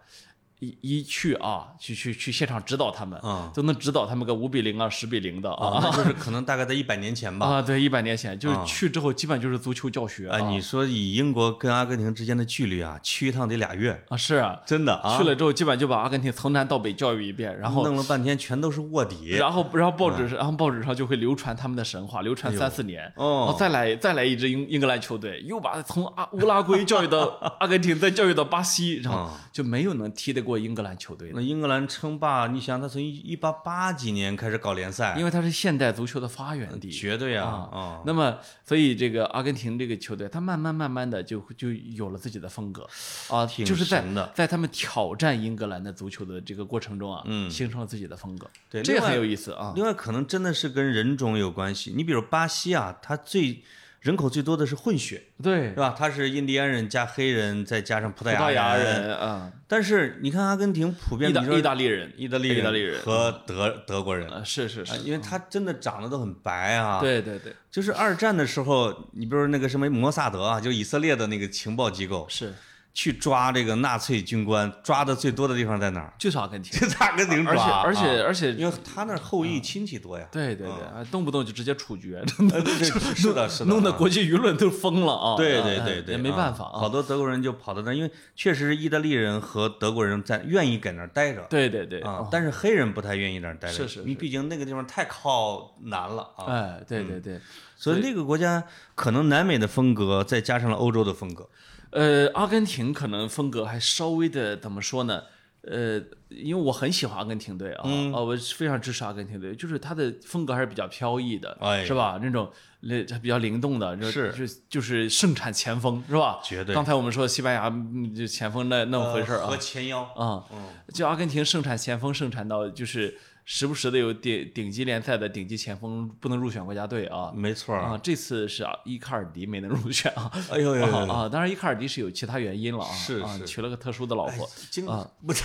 Speaker 1: 一一去啊，去去去现场指导他们，
Speaker 2: 啊
Speaker 1: 都能指导他们个五比零啊、十比零的
Speaker 2: 啊，那就是可能大概在一百年前吧。
Speaker 1: 啊，对，一百年前就是
Speaker 2: 啊
Speaker 1: 去之后，基本就是足球教学
Speaker 2: 啊，你说以英国跟阿根廷之间的距离啊，去一趟得俩月，
Speaker 1: 啊是啊，
Speaker 2: 真的啊，
Speaker 1: 去了之后基本就把阿根廷从南到北教育一遍，然后
Speaker 2: 弄了嗯半天全都是卧底。
Speaker 1: 然后然后报纸上，然后报纸上就会流传他们的神话，流传三四年，
Speaker 2: 哦
Speaker 1: 然后再来再来一支英英格兰球队，又把从阿乌拉圭教育到阿根廷，再教育到巴西，然
Speaker 2: 嗯
Speaker 1: 后就没有能踢得过英格兰球队的，
Speaker 2: 那英格兰称霸，你想他从一八八几年开始搞联赛，
Speaker 1: 因为它是现代足球的发源地，
Speaker 2: 绝对啊啊！
Speaker 1: 那么，所以这个阿根廷这个球队，他慢慢慢慢的就就有了自己的风格，啊，
Speaker 2: 挺
Speaker 1: 就是在
Speaker 2: 神的
Speaker 1: 在他们挑战英格兰的足球的这个过程中啊，嗯，形成了自己的风格，
Speaker 2: 对
Speaker 1: 这也
Speaker 2: 另外
Speaker 1: 很有意思啊。
Speaker 2: 另外，可能真的是跟人种有关系。你比如巴西啊，它最人口最多的是混血，
Speaker 1: 对
Speaker 2: 是，吧？它是印第安人加黑人，再加上葡
Speaker 1: 葡
Speaker 2: 萄牙
Speaker 1: 萄牙人啊，
Speaker 2: 但是你看阿根廷普遍
Speaker 1: 意大
Speaker 2: 比如说
Speaker 1: 意大利人，
Speaker 2: 意大利
Speaker 1: 意大利人
Speaker 2: 和德德国人，啊
Speaker 1: 啊，是是是，
Speaker 2: 因为他真的长得都很白啊。，
Speaker 1: 对对对，
Speaker 2: 就是二战的时候，你比如那个什么摩萨德啊，就是以色列的那个情报机构，
Speaker 1: 是
Speaker 2: 去抓这个纳粹军官，抓的最多的地方在哪儿？ (laughs)
Speaker 1: 就是阿根廷，
Speaker 2: 就在阿根廷抓
Speaker 1: 而且而
Speaker 2: 啊，
Speaker 1: 且嗯而且，
Speaker 2: 因为他那儿后裔亲戚多呀。
Speaker 1: 对对对，啊动不动就直接处决， (laughs)
Speaker 2: 呃，对对 (laughs) 是的，是的，
Speaker 1: 弄得
Speaker 2: 啊
Speaker 1: 国际舆论都疯了啊。
Speaker 2: 对
Speaker 1: 啊
Speaker 2: 对
Speaker 1: 啊
Speaker 2: 对对，
Speaker 1: 也没
Speaker 2: 啊
Speaker 1: 办法啊
Speaker 2: 好。多德国人就跑到那儿，因为确实是意大利人和德国人在愿意在那儿待着。
Speaker 1: 对对对
Speaker 2: 啊，但是黑人不太愿意在那儿待着，
Speaker 1: 是是
Speaker 2: 你毕竟那个地方太靠南了啊，
Speaker 1: 哎，对对对。
Speaker 2: 所以那个国家可能南美的风格再加上了欧洲的风格，
Speaker 1: 呃，阿根廷可能风格还稍微的怎么说呢？呃，因为我很喜欢阿根廷队啊，
Speaker 2: 嗯
Speaker 1: 啊，我是非常支持阿根廷队，就是他的风格还是比较飘逸的，
Speaker 2: 哎
Speaker 1: 是吧？那种那比较灵动的，就是就就是盛产前锋，是吧？
Speaker 2: 绝对
Speaker 1: 刚才我们说西班牙嗯就前锋那那么回事儿啊
Speaker 2: 呃和前腰嗯
Speaker 1: 啊，就阿根廷盛产前锋，盛产到就是时不时的有顶顶级联赛的顶级前锋不能入选国家队啊。
Speaker 2: 没错
Speaker 1: 啊，这次是啊伊卡尔迪没能入选啊。
Speaker 2: 哎呦呦
Speaker 1: 啊
Speaker 2: 呦，
Speaker 1: 啊！当然，伊卡尔迪是有其他原因了啊，
Speaker 2: 是
Speaker 1: 啊
Speaker 2: 是，哎
Speaker 1: 娶了个特殊的老婆，
Speaker 2: 经
Speaker 1: 啊 (laughs)
Speaker 2: 不是，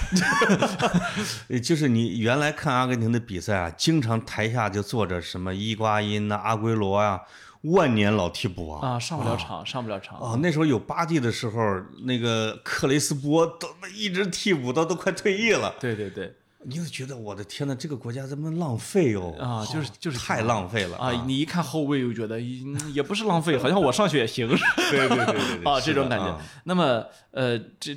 Speaker 2: 呃 (laughs) 就是你原来看阿根廷的比赛啊，经常台下就坐着什么伊瓜因呐、阿圭罗呀、万年老替补啊。
Speaker 1: 啊，上不了场，上不了场。
Speaker 2: 哦，那时候有巴蒂的时候，那个克雷斯波都一直替补到都快退役了，
Speaker 1: 对对对，
Speaker 2: 你就觉得我的天呐，这个国家怎么浪费哟、
Speaker 1: 啊
Speaker 2: 好
Speaker 1: 就是就是
Speaker 2: 太浪费了
Speaker 1: 啊，你一看后卫又觉得嗯也不是浪费，好像我上学也行
Speaker 2: 对对对对
Speaker 1: (laughs)
Speaker 2: 对
Speaker 1: 啊，
Speaker 2: 是
Speaker 1: 这
Speaker 2: 的
Speaker 1: 种感觉
Speaker 2: 啊。
Speaker 1: 那么呃，这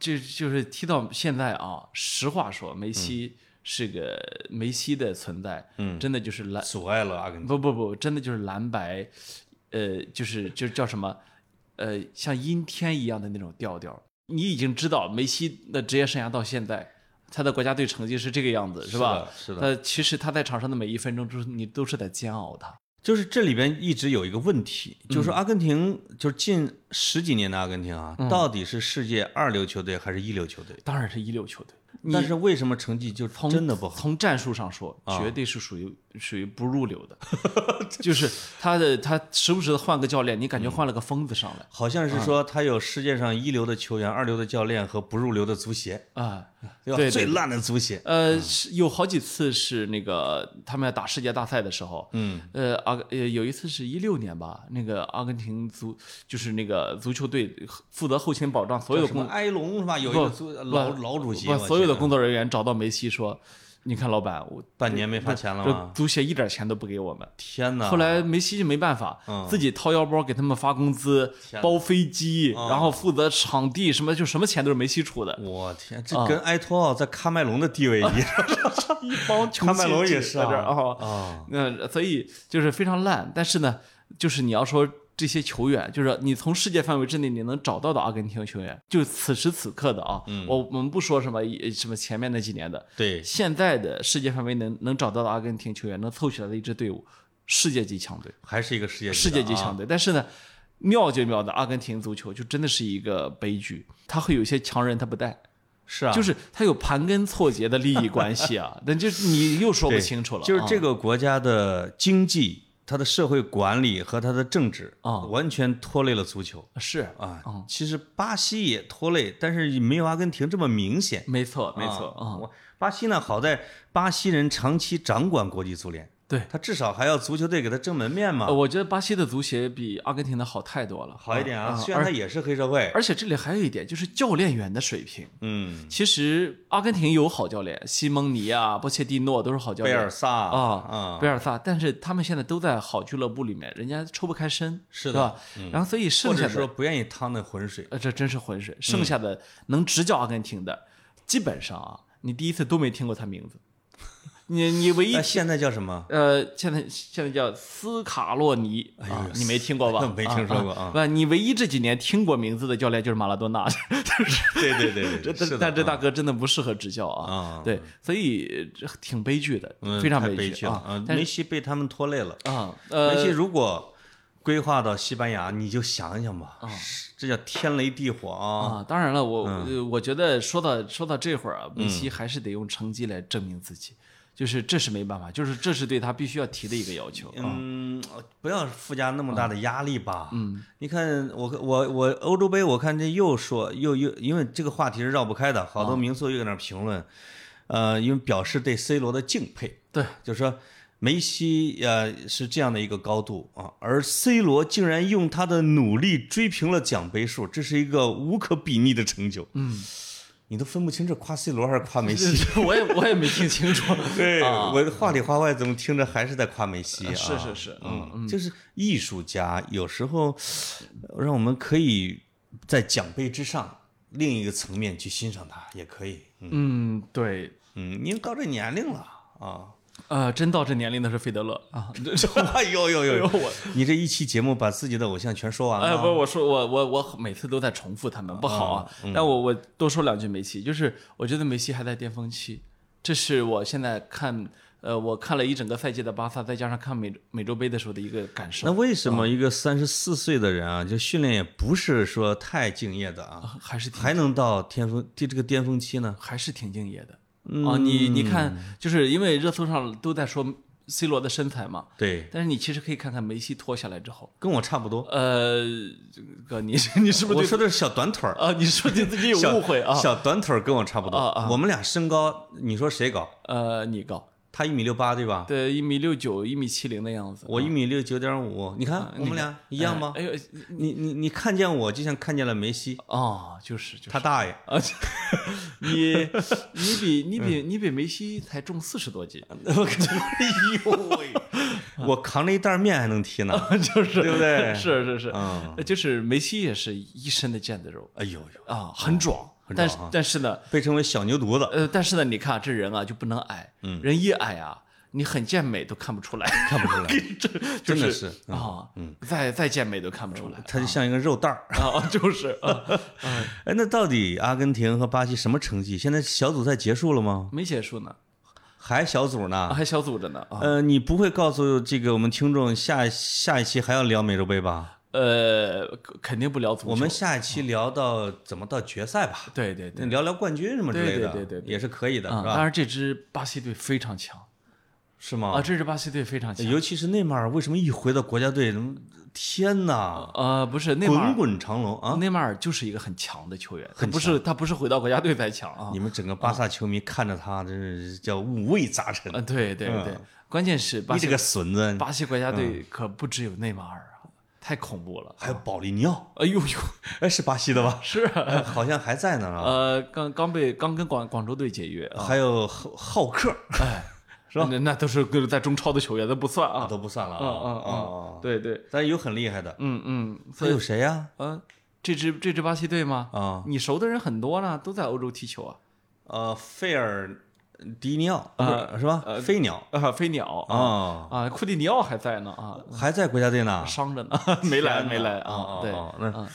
Speaker 1: 这就是踢到现在啊，实话说，
Speaker 2: 嗯
Speaker 1: 梅西是个梅西的存在，嗯，真的就是蓝
Speaker 2: 阻碍了阿根廷。
Speaker 1: 不不不，真的就是蓝白，呃，就是就是叫什么，呃，像阴天一样的那种调调。你已经知道梅西的职业生涯到现在，他的国家队成绩是这个样子，
Speaker 2: 是
Speaker 1: 吧？
Speaker 2: 的是的
Speaker 1: 呃，其实他在场上的每一分钟，就是你都是在煎熬他。
Speaker 2: 就是这里边一直有一个问题，
Speaker 1: 嗯
Speaker 2: 就是说阿根廷，就是近十几年的阿根廷
Speaker 1: 嗯
Speaker 2: 啊，到底是世界二流球队还是一流球队？
Speaker 1: 当然是一流球队，
Speaker 2: 但是为什么成绩就
Speaker 1: 从
Speaker 2: 真的不好？啊
Speaker 1: 从战术上说，绝对是属于属于不入
Speaker 2: (laughs)
Speaker 1: 流的，就是他的他时不时的换个教练，你感
Speaker 2: 嗯
Speaker 1: 觉换了个疯子上来。
Speaker 2: 好像
Speaker 1: 啊
Speaker 2: 是说他有世界上一流的球员、二流的教练和不入流的足协，
Speaker 1: 啊，
Speaker 2: 对
Speaker 1: 对
Speaker 2: 吧？
Speaker 1: 对
Speaker 2: 最烂的足协，
Speaker 1: 呃，是有好几次是那个他们要打世界大赛的时候，
Speaker 2: 嗯，
Speaker 1: 呃，阿呃有一次是一六年吧，那个阿根廷足就是那个足球队负责后勤保障所有的
Speaker 2: 什么
Speaker 1: 工
Speaker 2: 埃隆是吧？有一个足老老主席，
Speaker 1: 把
Speaker 2: 我
Speaker 1: 所有的
Speaker 2: 记
Speaker 1: 工作人员找到梅西说，你看老板，我
Speaker 2: 得半年没发钱了
Speaker 1: 这
Speaker 2: 吗？
Speaker 1: 足协一点钱都不给我们。
Speaker 2: 天哪！
Speaker 1: 后来梅西就没办法，自己掏腰包给他们发工资
Speaker 2: 啊天，哪啊
Speaker 1: 包飞机，然后负责场地什么，就什么钱都是梅西出的。
Speaker 2: 我天，
Speaker 1: 啊
Speaker 2: 这跟埃托奥在卡麦隆的地位一样。
Speaker 1: 一 (laughs) 帮
Speaker 2: 卡麦隆也是
Speaker 1: 在这儿
Speaker 2: 啊
Speaker 1: 啊，
Speaker 2: 啊，
Speaker 1: 那所以就是非常烂，但是呢，就是你要说这些球员，就是你从世界范围之内你能找到的阿根廷球员，就此时此刻的啊，我我们不说什么呃什么前面那几年的，
Speaker 2: 对，
Speaker 1: 现在的世界范围能能找到的阿根廷球员，能凑起来的一支队伍，世界级强队，
Speaker 2: 还是一个世
Speaker 1: (laughs)
Speaker 2: 界
Speaker 1: 世界级
Speaker 2: 的啊
Speaker 1: 强队。但是呢，妙就妙的阿根廷足球就真的是一个悲剧，他会有一些强人他不带。
Speaker 2: 是啊，
Speaker 1: 就是他有盘根错节的利益关系
Speaker 2: (laughs)
Speaker 1: 啊，那就是你又说不
Speaker 2: 对
Speaker 1: 清楚了啊。
Speaker 2: 就是这个国家的经济、它的社会管理和它的政治
Speaker 1: 啊
Speaker 2: 完全拖累了足球
Speaker 1: 是
Speaker 2: 啊
Speaker 1: 嗯。
Speaker 2: 其实巴西也拖累，但是没有阿根廷这么明显。
Speaker 1: 没错，没错，
Speaker 2: 啊
Speaker 1: 嗯，
Speaker 2: 我巴西呢，好在巴西人长期掌管国际足联，
Speaker 1: 对。
Speaker 2: 他至少还要足球队给他挣门面嘛
Speaker 1: 呃，，我觉得巴西的足协比阿根廷的好太多了，
Speaker 2: 好一点啊。
Speaker 1: 啊。
Speaker 2: 虽然他也是黑社会，
Speaker 1: 而且这里还有一点，就是教练员的水平。
Speaker 2: 嗯，
Speaker 1: 其实阿根廷有好教练，西蒙尼啊、波切蒂诺都是好教
Speaker 2: 贝
Speaker 1: 练
Speaker 2: 尔萨
Speaker 1: 啊
Speaker 2: 啊，
Speaker 1: 贝尔萨，但是他们现在都在好俱乐部里面，人家抽不开身，
Speaker 2: 是嗯
Speaker 1: 是吧？然后所以
Speaker 2: 或
Speaker 1: 剩下
Speaker 2: 者
Speaker 1: 的
Speaker 2: 说不愿意趟那浑水，
Speaker 1: 呃，这真是浑水。
Speaker 2: 嗯
Speaker 1: 剩下的能执教阿根廷的，基本上啊，你第一次都没听过他名字。你你唯一
Speaker 2: 那现在叫
Speaker 1: (laughs)
Speaker 2: 什么？
Speaker 1: 呃，现在现在叫斯卡洛尼啊，你没听过吧
Speaker 2: 哎 (laughs) ？没听说过啊
Speaker 1: 啊。不，你唯一这几年听过名字的教练就是马拉多纳，
Speaker 2: (laughs) 对对对
Speaker 1: 这
Speaker 2: 对，是
Speaker 1: 这
Speaker 2: 的嗯
Speaker 1: 但这大哥真的不适合执教啊。
Speaker 2: 啊，
Speaker 1: 对，所以这挺悲剧的
Speaker 2: 嗯，
Speaker 1: 非常
Speaker 2: 太
Speaker 1: 悲
Speaker 2: 剧了
Speaker 1: 啊。
Speaker 2: 啊！梅西被他们拖累了。
Speaker 1: 啊，
Speaker 2: 梅
Speaker 1: 呃，
Speaker 2: 西如果规划到西班牙，你就想想吧，是这叫天雷地火啊！
Speaker 1: 啊啊，当然了，我呃我觉得说到说到这会儿啊，梅西还是得用成绩来证明自己，就是这是没办法，就是这是对他必须要提的一个要求啊。
Speaker 2: 嗯，不要附加那么大的压力吧。嗯，你看我我我欧洲杯，我看这又说又又，因为这个话题是绕不开的，好多名宿又在那儿评论，呃，因为表示对 C 罗的敬佩。
Speaker 1: (laughs) 对，
Speaker 2: 就是说梅西呃是这样的一个高度啊，而 C 罗竟然用他的努力追平了奖杯数，这是一个无可比拟的成就。嗯，你都分不清这夸 C 罗还是夸梅西。
Speaker 1: 我也我也没听清 (laughs) 楚。
Speaker 2: 对，
Speaker 1: 啊
Speaker 2: 我话里话外怎么听着还是在夸梅西啊？
Speaker 1: 是是是，嗯。
Speaker 2: 嗯，就是艺术家有时候呃让我们可以在奖杯之上另一个层面去欣赏他，也可以。嗯
Speaker 1: 嗯，对，
Speaker 2: 嗯，因为到这年龄了啊。 (laughs) 哎
Speaker 1: 呃，真到这年龄的是费德勒啊， (laughs)
Speaker 2: 有有有有，
Speaker 1: 哎我
Speaker 2: 你这一期节目把自己的偶像全说完
Speaker 1: 哎，
Speaker 2: 了啊
Speaker 1: 不，是，我说我我我每次都在重复他们，不好啊。但我我多说两句梅西，就是我觉得梅西还在巅峰期，这是我现在看，呃，我看了一整个赛季的巴萨，再加上看美美洲杯的时候的一个感受，
Speaker 2: 那为什
Speaker 1: 嗯
Speaker 2: 么一个三十四岁的人啊，就训练也不是说太敬业的啊，
Speaker 1: 还是挺
Speaker 2: 还能到巅峰这这个巅峰期呢？
Speaker 1: 还是挺敬业的。
Speaker 2: 嗯
Speaker 1: 啊，你你看，就是因为热搜上都在说 C 罗的身材嘛，
Speaker 2: 对，
Speaker 1: 但是你其实可以看看梅西脱下来之后，
Speaker 2: 跟我差不多。
Speaker 1: 呃，这个你你是不是
Speaker 2: 我
Speaker 1: 对
Speaker 2: 说的是小短腿儿，
Speaker 1: 啊？你是不是对自己有
Speaker 2: 小
Speaker 1: 误会啊？
Speaker 2: 小短腿儿跟我差不多。
Speaker 1: 啊啊
Speaker 2: 我们俩身高，你说谁高？
Speaker 1: 呃，你高，
Speaker 2: 他一米六八对吧？
Speaker 1: 对，一米六九、一米七零的样子。
Speaker 2: 我一米六九点
Speaker 1: 啊
Speaker 2: 五，你看我们俩一样吗？
Speaker 1: 哎呦，
Speaker 2: 你你你看见我就像看见了梅西，
Speaker 1: 哦，就是就是
Speaker 2: 他大爷！
Speaker 1: 啊，这你你比你比你比梅西才重四十多斤，
Speaker 2: 嗯 (laughs) 哎呦喂，我扛着一袋面还能踢
Speaker 1: 啊
Speaker 2: 呢，
Speaker 1: (laughs) 就是
Speaker 2: 对不对
Speaker 1: 是是是，
Speaker 2: 嗯，
Speaker 1: 呃就是梅西也是一身的腱子肉
Speaker 2: 哎呦呦，
Speaker 1: 啊，很壮，但是
Speaker 2: 壮啊
Speaker 1: 但是呢，
Speaker 2: 被称为小牛犊子，
Speaker 1: 呃，但是呢，你看这人啊就不能矮，人一矮啊，你很健美都看不出来，
Speaker 2: 嗯 (laughs) 看不出来，
Speaker 1: 这就
Speaker 2: 真的
Speaker 1: 是
Speaker 2: 是嗯
Speaker 1: 啊，再再健美都看不出
Speaker 2: (laughs)
Speaker 1: 来
Speaker 2: 他就像一个肉袋儿。
Speaker 1: 啊，就是啊，
Speaker 2: 哎，那到底阿根廷和巴西什么成绩？现在小组赛结束了吗？
Speaker 1: 没结束呢，
Speaker 2: 还小组
Speaker 1: 啊
Speaker 2: 呢？
Speaker 1: 还小组着呢啊，
Speaker 2: 呃，你不会告诉这个我们听众下下一期还要聊美洲杯吧？
Speaker 1: 呃，肯定不聊足球，
Speaker 2: 我们下一期聊到怎么到决赛吧，
Speaker 1: 对对对。
Speaker 2: 聊聊冠军什么之类
Speaker 1: 对
Speaker 2: 的，
Speaker 1: 对对对对
Speaker 2: 也是可以的，
Speaker 1: 啊、
Speaker 2: 嗯是
Speaker 1: 当
Speaker 2: 吧？
Speaker 1: 然这支巴西队非常强
Speaker 2: 是吗？哎
Speaker 1: 啊，这支巴西队非常强。
Speaker 2: 尤其是内马尔，为什么一回到国家队，嗯天哪，
Speaker 1: 呃，不是内马
Speaker 2: 滚
Speaker 1: 尔，
Speaker 2: 滚长龙啊！
Speaker 1: 内马尔就是一个很强的球员，他不是他不是回到国家队才强啊。
Speaker 2: 你们整个巴萨球迷看着他，真是叫五味杂陈。
Speaker 1: 啊，对对对，关键是巴
Speaker 2: 嗯你这
Speaker 1: 西
Speaker 2: 个损子，
Speaker 1: 巴西国家队可不只有内马尔啊，太恐怖了。
Speaker 2: 还有保利尼奥，
Speaker 1: 哎呦呦，
Speaker 2: 哎，是巴西的吧？ (laughs)
Speaker 1: 是啊
Speaker 2: 哎好像还在呢啊。
Speaker 1: 呃，刚刚被刚跟广广州队解约啊，
Speaker 2: 还有浩浩克
Speaker 1: 哎，是吧？那那都是都是在中超的球员，那不算啊。
Speaker 2: 都不算了
Speaker 1: 啊啊啊！
Speaker 2: 啊！
Speaker 1: 对对，
Speaker 2: 但有很厉害的，
Speaker 1: 嗯嗯，
Speaker 2: 还
Speaker 1: 所以
Speaker 2: 有谁呀？
Speaker 1: 呃，这支这支巴西队吗？
Speaker 2: 啊，
Speaker 1: 你熟的人很多呢，都在欧洲踢球啊。
Speaker 2: 呃，费尔迪尼奥不是是吧？飞鸟
Speaker 1: 啊，飞鸟啊
Speaker 2: 啊，
Speaker 1: 啊，库蒂尼奥还在呢啊，
Speaker 2: 还在国家队呢。
Speaker 1: 伤着呢， (laughs) 没来没来
Speaker 2: 哦
Speaker 1: 啊。
Speaker 2: 哦
Speaker 1: 对，
Speaker 2: 哦那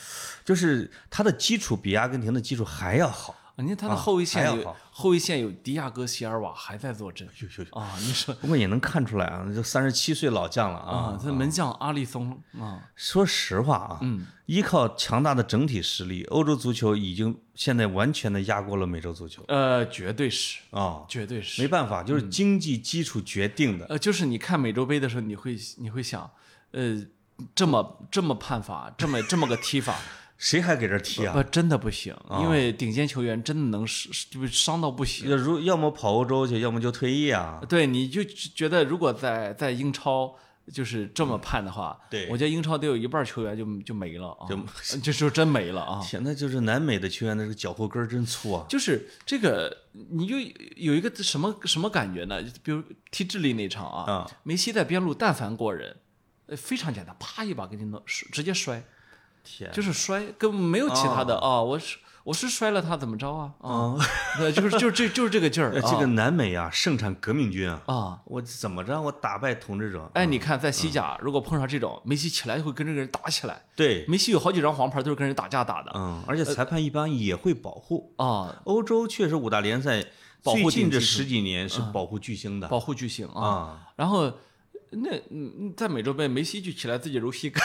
Speaker 2: 就是他的基础比阿根廷的基础还要好。
Speaker 1: 你看他的后卫
Speaker 2: 还
Speaker 1: 线
Speaker 2: 要
Speaker 1: 有
Speaker 2: 好
Speaker 1: 后卫线有迪亚哥席尔瓦还在坐镇
Speaker 2: 呦呦！
Speaker 1: 啊，你说
Speaker 2: 不过也能看出来啊，就三十七岁老将了
Speaker 1: 啊
Speaker 2: 啊，。
Speaker 1: 这门将阿里松啊，
Speaker 2: 说实话啊，
Speaker 1: 嗯，
Speaker 2: 依靠强大的整体实力，欧洲足球已经现在完全的压过了美洲足球
Speaker 1: 呃，绝对是，
Speaker 2: 啊。
Speaker 1: 绝对是
Speaker 2: 没。办法，
Speaker 1: 嗯
Speaker 2: 就是经济基础决定的。
Speaker 1: 呃，就是你看美洲杯的时候，你会你会想，呃，这么这么判罚，这么这么个踢
Speaker 2: (laughs)
Speaker 1: 法，
Speaker 2: 谁还给这踢啊？
Speaker 1: 不
Speaker 2: 嗯
Speaker 1: 真的不行，因为顶尖球员真的能伤伤到不行。
Speaker 2: 要如要么跑欧洲去，要么就退役啊。
Speaker 1: 对，你就觉得如果在在英超就是这么判的话，
Speaker 2: 对
Speaker 1: 我觉得英超得有一半球员就就没了啊， (laughs) 就就就真没了啊。
Speaker 2: 天，那就是南美的球员的这个脚后跟儿真粗啊。
Speaker 1: 就是这个，你就有一个什么什么感觉呢？比如踢智利那场啊，
Speaker 2: 啊
Speaker 1: 梅西在边路但凡过人，呃，非常简单，啪一把给你弄，直接摔，
Speaker 2: 天，
Speaker 1: 就是摔，根本没有其他的啊、我是我是摔了他怎么着啊？啊， (laughs) 对，就是就是这就是 (laughs) 这个劲儿
Speaker 2: 呃
Speaker 1: 啊，
Speaker 2: 这个南美啊，盛产革命军啊。
Speaker 1: 啊。
Speaker 2: 我怎么着？我打败统治者？
Speaker 1: 哎，你看，在西甲，如果碰上这种梅西起来会跟这个人打起来，
Speaker 2: 对，
Speaker 1: 梅西有好几张黄牌都是跟人打架打的啊、
Speaker 2: 嗯，而且裁判一般也会保护。欧洲确实五大联赛
Speaker 1: 保护
Speaker 2: 最近
Speaker 1: 顶
Speaker 2: 这
Speaker 1: 级
Speaker 2: 十几年是保护巨星的
Speaker 1: 啊保护巨星啊。
Speaker 2: 啊。
Speaker 1: 然后，那嗯在美洲杯，梅西就起来自己揉膝盖，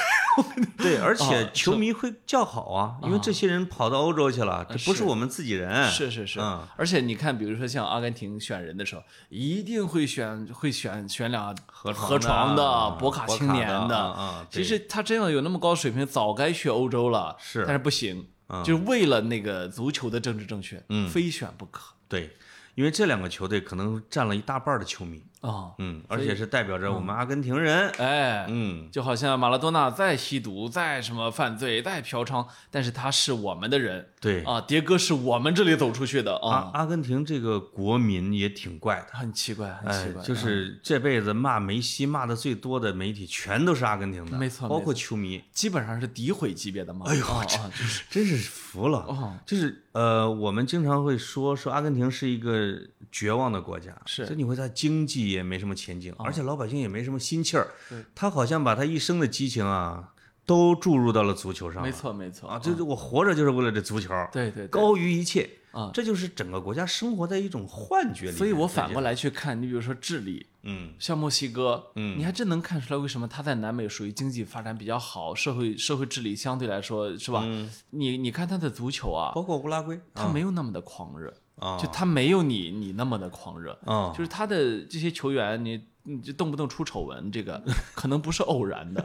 Speaker 2: 对，而
Speaker 1: 啊
Speaker 2: 且球迷会叫好啊，因为这些人跑到欧洲去了，这不
Speaker 1: 呃是
Speaker 2: 是我们自己人。
Speaker 1: 是是是
Speaker 2: 嗯。
Speaker 1: 而且你看，比如说像阿根廷选人的时候，一定会选会选选俩
Speaker 2: 河
Speaker 1: 河床
Speaker 2: 床的
Speaker 1: 的
Speaker 2: 啊、
Speaker 1: 博卡
Speaker 2: 博
Speaker 1: 青
Speaker 2: 卡
Speaker 1: 年
Speaker 2: 的啊啊
Speaker 1: 其
Speaker 2: 对
Speaker 1: 实他真要有那么高水平，早该去欧洲了。
Speaker 2: 是嗯
Speaker 1: 但是不行，就为了那个足球的政治正确，嗯，非选不可
Speaker 2: 对，因为这两个球队可能占了一大半儿的球迷，
Speaker 1: 啊。
Speaker 2: 嗯，而且是代表着我们阿根廷人，
Speaker 1: 哎，
Speaker 2: 嗯，
Speaker 1: 就好像马拉多纳再吸毒、再什么犯罪、再嫖娼，但是他是我们的人
Speaker 2: 对，
Speaker 1: 啊，迭哥是我们这里走出去的
Speaker 2: 阿
Speaker 1: 啊，
Speaker 2: 阿根廷这个国民也挺怪的。
Speaker 1: 很奇怪，很
Speaker 2: 哎
Speaker 1: 奇，怪，啊嗯
Speaker 2: 就是这辈子骂梅西骂的最多的媒体，全都是阿根廷的，
Speaker 1: 没错
Speaker 2: 包
Speaker 1: 没
Speaker 2: 括球迷，
Speaker 1: 基本上是诋毁级别的嘛。哎呦，啊就是
Speaker 2: 真是服了。
Speaker 1: 哦
Speaker 2: 就是呃，我们经常会说说阿根廷是一个绝望的国家，
Speaker 1: 是哦
Speaker 2: 就你会在经济也没什么前景，而且老百姓也没什么心气儿。他好像把他一生的激情啊，都注入到了足球上了。
Speaker 1: 没错没错嗯
Speaker 2: 啊，就是我活着就是为了这足球，
Speaker 1: 对对对
Speaker 2: 高于一切
Speaker 1: 啊
Speaker 2: 这就是整个国家生活在一种幻觉里面。
Speaker 1: 所以我反
Speaker 2: 这
Speaker 1: 过
Speaker 2: 些，
Speaker 1: 来去看，你比如说智利，
Speaker 2: 嗯，
Speaker 1: 像墨西哥，
Speaker 2: 嗯
Speaker 1: 你还真能看出来为什么它在南美属于经济发展比较好，社会社会治理
Speaker 2: 嗯
Speaker 1: 相对来说是吧？你你看它的足球啊，
Speaker 2: 包括乌拉圭，
Speaker 1: 它没有那么的狂热，
Speaker 2: 嗯啊，
Speaker 1: 就他没有你你那么的狂热，
Speaker 2: 啊，
Speaker 1: 就是他的这些球员，你你就动不动出丑闻，这
Speaker 2: (laughs)
Speaker 1: 个可能不是偶然的。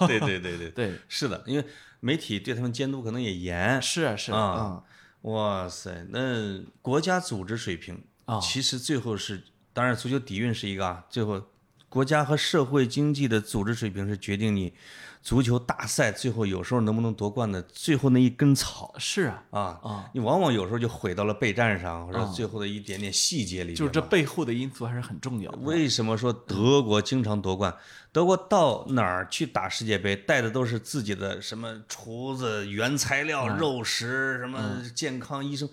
Speaker 1: (laughs)
Speaker 2: 对对对对，
Speaker 1: 对，
Speaker 2: 是的，因为媒体对他们监督可能也严。
Speaker 1: 是啊是啊
Speaker 2: 啊，哇塞，那国家组织水平
Speaker 1: 啊
Speaker 2: 其实最后是，当然足球底蕴是一个啊，最后国家和社会经济的组织水平是决定你足球大赛最后有时候能不能夺冠的最后那一根草
Speaker 1: 嗯是啊，
Speaker 2: 啊。
Speaker 1: 啊
Speaker 2: 你往往有时候就毁到了备战上，或者最后的一点点细节里面吧。
Speaker 1: 就是这背后的因素还是很重要的。
Speaker 2: 为什么说德国经常夺冠？德国到哪儿去打世界杯，带的都是自己的什么厨子、原材料、肉食，什么
Speaker 1: 嗯
Speaker 2: 健康医生，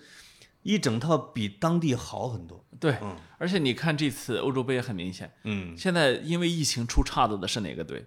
Speaker 2: 一整套比当地好很多。
Speaker 1: 对，而且你看这次欧洲杯也很明显，
Speaker 2: 嗯，
Speaker 1: 现在因为疫情出岔子的是哪个队？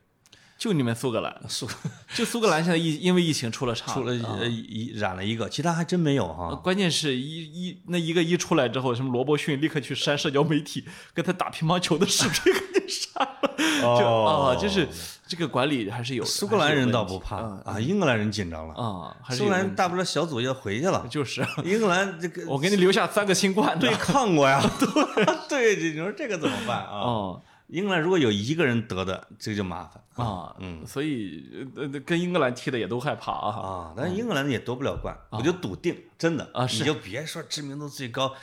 Speaker 1: 就你们苏格兰，苏就苏格兰现在疫因为疫情出了岔子，
Speaker 2: 除呃了
Speaker 1: 啊
Speaker 2: 呃一染了一个，其他还真没有哈。
Speaker 1: 关键是一一那一个一出来之后，什么罗伯逊立刻去删社交媒体，跟他打乒乓球的视频给你删了，就啊，就是这个管理还是有的
Speaker 2: 哦苏格兰人倒不怕
Speaker 1: 还是有问题
Speaker 2: 啊，英格兰人紧张了。
Speaker 1: 啊，还是
Speaker 2: 苏
Speaker 1: 有
Speaker 2: 格
Speaker 1: 问
Speaker 2: 兰
Speaker 1: 题
Speaker 2: 大不了小组要回
Speaker 1: (laughs)
Speaker 2: 去了，
Speaker 1: 就是
Speaker 2: 英格兰
Speaker 1: (laughs)
Speaker 2: 这个
Speaker 1: 我给你留下三个新冠的
Speaker 2: 对
Speaker 1: (laughs)
Speaker 2: 抗过呀， (laughs) 对对，你说这个怎么办啊？
Speaker 1: 啊
Speaker 2: 英格兰如果有一个人得的，这个就麻烦
Speaker 1: 啊，嗯，所以呃呃跟英格兰踢的也都害怕啊
Speaker 2: 啊。但是英格兰也夺不了冠，我就笃定，真的
Speaker 1: 啊是
Speaker 2: 你就别说知名度最高，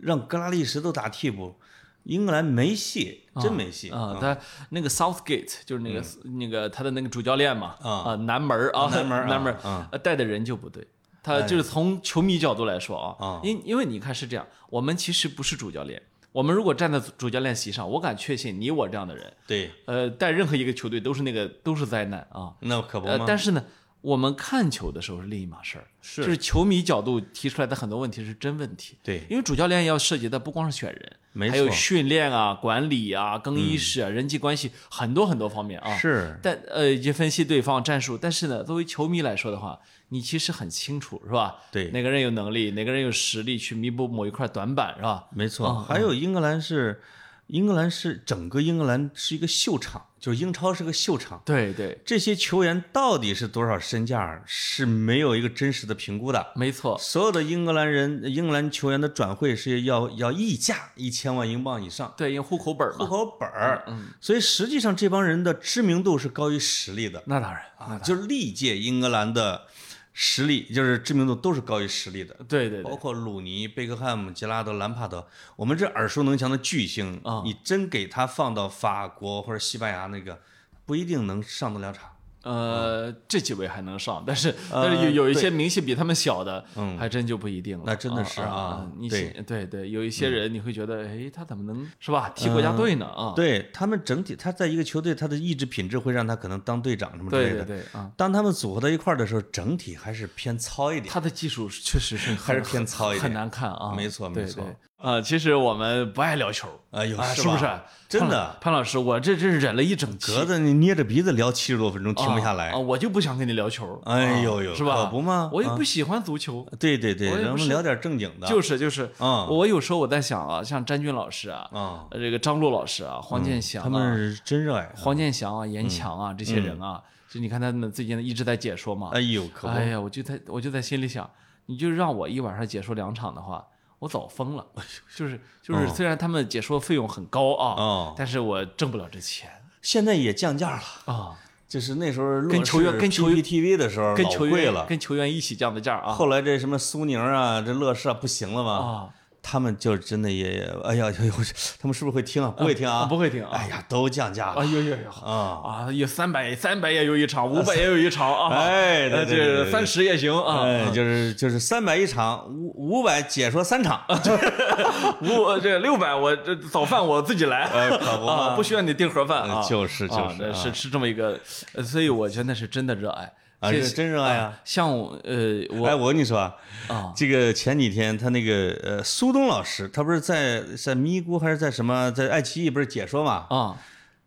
Speaker 2: 让格拉利什都打替补，英格兰没戏，真没戏
Speaker 1: 啊，他那个 Southgate 就是那个、那个他的那个主教练嘛，
Speaker 2: 啊
Speaker 1: 南门儿啊，
Speaker 2: 嗯南门儿啊
Speaker 1: 南门儿
Speaker 2: 啊
Speaker 1: 呃带的人就不对。他就是从球迷角度来说啊
Speaker 2: 啊，
Speaker 1: 因因为你看是这样，我们其实不是主教练，我们如果站在主教练席上，我敢确信你我这样的人，
Speaker 2: 对，
Speaker 1: 呃，带任何一个球队都是那个都是灾难啊。
Speaker 2: 那可不
Speaker 1: 呃
Speaker 2: 嘛，。
Speaker 1: 但是呢，我们看球的时候是另一码事儿，
Speaker 2: 是
Speaker 1: 就是球迷角度提出来的很多问题是真问题，
Speaker 2: 对
Speaker 1: 因为主教练要涉及的不光是选人，
Speaker 2: 没
Speaker 1: 还有
Speaker 2: 错嗯
Speaker 1: 训练啊、管理啊、更衣室啊、人际关系很多很多方面啊。，
Speaker 2: 是
Speaker 1: 但呃，以及分析对方战术，但是呢，作为球迷来说的话，你其实很清楚是吧？
Speaker 2: 对
Speaker 1: 哪个人有能力，哪个人有实力去弥补某一块短板是吧？
Speaker 2: 没错。还
Speaker 1: 啊
Speaker 2: 有英格兰是，英格兰是整个英格兰是一个秀场，就是英超是个秀场。
Speaker 1: 对对，
Speaker 2: 这些球员到底是多少身价是没有一个真实的评估的，
Speaker 1: 没错，
Speaker 2: 所有的英格兰人、英格兰球员的转会是要要溢价一千万英镑以上，
Speaker 1: 对，因为户口本
Speaker 2: 户
Speaker 1: 嘛，
Speaker 2: 口本儿。
Speaker 1: 嗯
Speaker 2: 所以实际上这帮人的知名度是高于实力的
Speaker 1: 那当然，那
Speaker 2: 啊，就是历届英格兰的实力，就是知名度都是高于实力的，
Speaker 1: 对对
Speaker 2: 包
Speaker 1: 对，
Speaker 2: 括鲁尼、贝克汉姆、杰拉德、兰帕德，我们这耳熟能详的巨星
Speaker 1: 啊
Speaker 2: 你真给他放到法国或者西班牙那个，不一定能上得了场。
Speaker 1: 呃，这几位还能上，但是 (laughs)
Speaker 2: 呃
Speaker 1: 但是有有一些名气比他们小的，还真就不一定了。
Speaker 2: 嗯那真的是
Speaker 1: 啊
Speaker 2: 啊
Speaker 1: 你
Speaker 2: 对嗯
Speaker 1: 信对对，有一些人你会觉得，哎，他怎么能是吧？踢国家队呢啊？
Speaker 2: 对他们整体，他在一个球队，他的意志品质会让他可能当队长什么之类
Speaker 1: 对
Speaker 2: 的。
Speaker 1: 对对啊，
Speaker 2: 当他们组合到一块儿的时候，整体还是偏糙一点。
Speaker 1: 他的技术是确实是
Speaker 2: 还是
Speaker 1: 很
Speaker 2: 偏糙一点
Speaker 1: 很难看啊。
Speaker 2: 没错
Speaker 1: 对
Speaker 2: 没错
Speaker 1: 对呃，其不是我们不爱聊球
Speaker 2: 哎呦
Speaker 1: 啊，是
Speaker 2: 是
Speaker 1: 不
Speaker 2: 吧
Speaker 1: 是？潘
Speaker 2: 真的
Speaker 1: 老潘老师，我这这忍了一整期，
Speaker 2: 格子，你捏着鼻子聊七十多分钟，停
Speaker 1: 啊
Speaker 2: 不下来
Speaker 1: 啊，。我就不想跟你聊球。
Speaker 2: 哎
Speaker 1: 啊
Speaker 2: 呦呦
Speaker 1: 是吧？
Speaker 2: 可不嘛
Speaker 1: 我又
Speaker 2: 啊
Speaker 1: 不喜欢足球，
Speaker 2: 对对对，
Speaker 1: 我也不是
Speaker 2: 咱们聊点正经的。
Speaker 1: 就是就是，
Speaker 2: 啊
Speaker 1: 我有时候我在想啊，像詹俊老师啊，
Speaker 2: 啊，
Speaker 1: 呃这个张璐老师啊，黄健翔啊，
Speaker 2: 嗯他们是嗯真热爱。
Speaker 1: 黄健翔啊、严强啊这些人啊，就你看他们最近一直在解说嘛
Speaker 2: 哎，呦，可不
Speaker 1: 哎呀，我就在我就在心里想，你就让我一晚上解说两场的话，我早疯了。
Speaker 2: 哎
Speaker 1: 就是就是，
Speaker 2: 嗯
Speaker 1: 虽然他们解说费用很高啊，
Speaker 2: 啊！
Speaker 1: 但是我挣不了这钱
Speaker 2: 现在也降价了，
Speaker 1: 啊，
Speaker 2: 就是那时候
Speaker 1: 跟球员跟球员
Speaker 2: t v 的时候
Speaker 1: 跟
Speaker 2: 老
Speaker 1: 球
Speaker 2: 贵
Speaker 1: 员
Speaker 2: 了。
Speaker 1: 跟球员一起降的价啊
Speaker 2: 后来这什么苏宁啊，这乐视啊，不行了嘛，
Speaker 1: 啊，
Speaker 2: 他们就真的也，哎呀， (laughs) 哎呦他们是不是会听啊？不会听啊？
Speaker 1: 不会听啊
Speaker 2: 哎呀，都降价了
Speaker 1: 哎呦呦呦
Speaker 2: 啊！
Speaker 1: 啊，有三百三百也有一场，五百也有一场啊，
Speaker 2: 哎，对
Speaker 1: 呃，
Speaker 2: 对对对
Speaker 1: 这
Speaker 2: 对
Speaker 1: 三十也行啊。
Speaker 2: 哎，就是就是三百一场，五五百解说三场，
Speaker 1: 五呃这六百，我这早饭我自己来， (laughs)
Speaker 2: 哎可不嘛
Speaker 1: 啊，不需要你订盒饭啊，
Speaker 2: 呃就是
Speaker 1: 啊
Speaker 2: 就是
Speaker 1: 那
Speaker 2: 啊
Speaker 1: 是是这么一个，呃所以我觉得那是真的热爱
Speaker 2: 啊，
Speaker 1: 这
Speaker 2: 是真热爱啊！
Speaker 1: 像我呃
Speaker 2: 哎，
Speaker 1: 我
Speaker 2: 我跟你说啊，
Speaker 1: 啊
Speaker 2: 这个前几天他那个呃苏东老师，他不是在在咪咕还是在什么，在爱奇艺不是解说嘛？
Speaker 1: 啊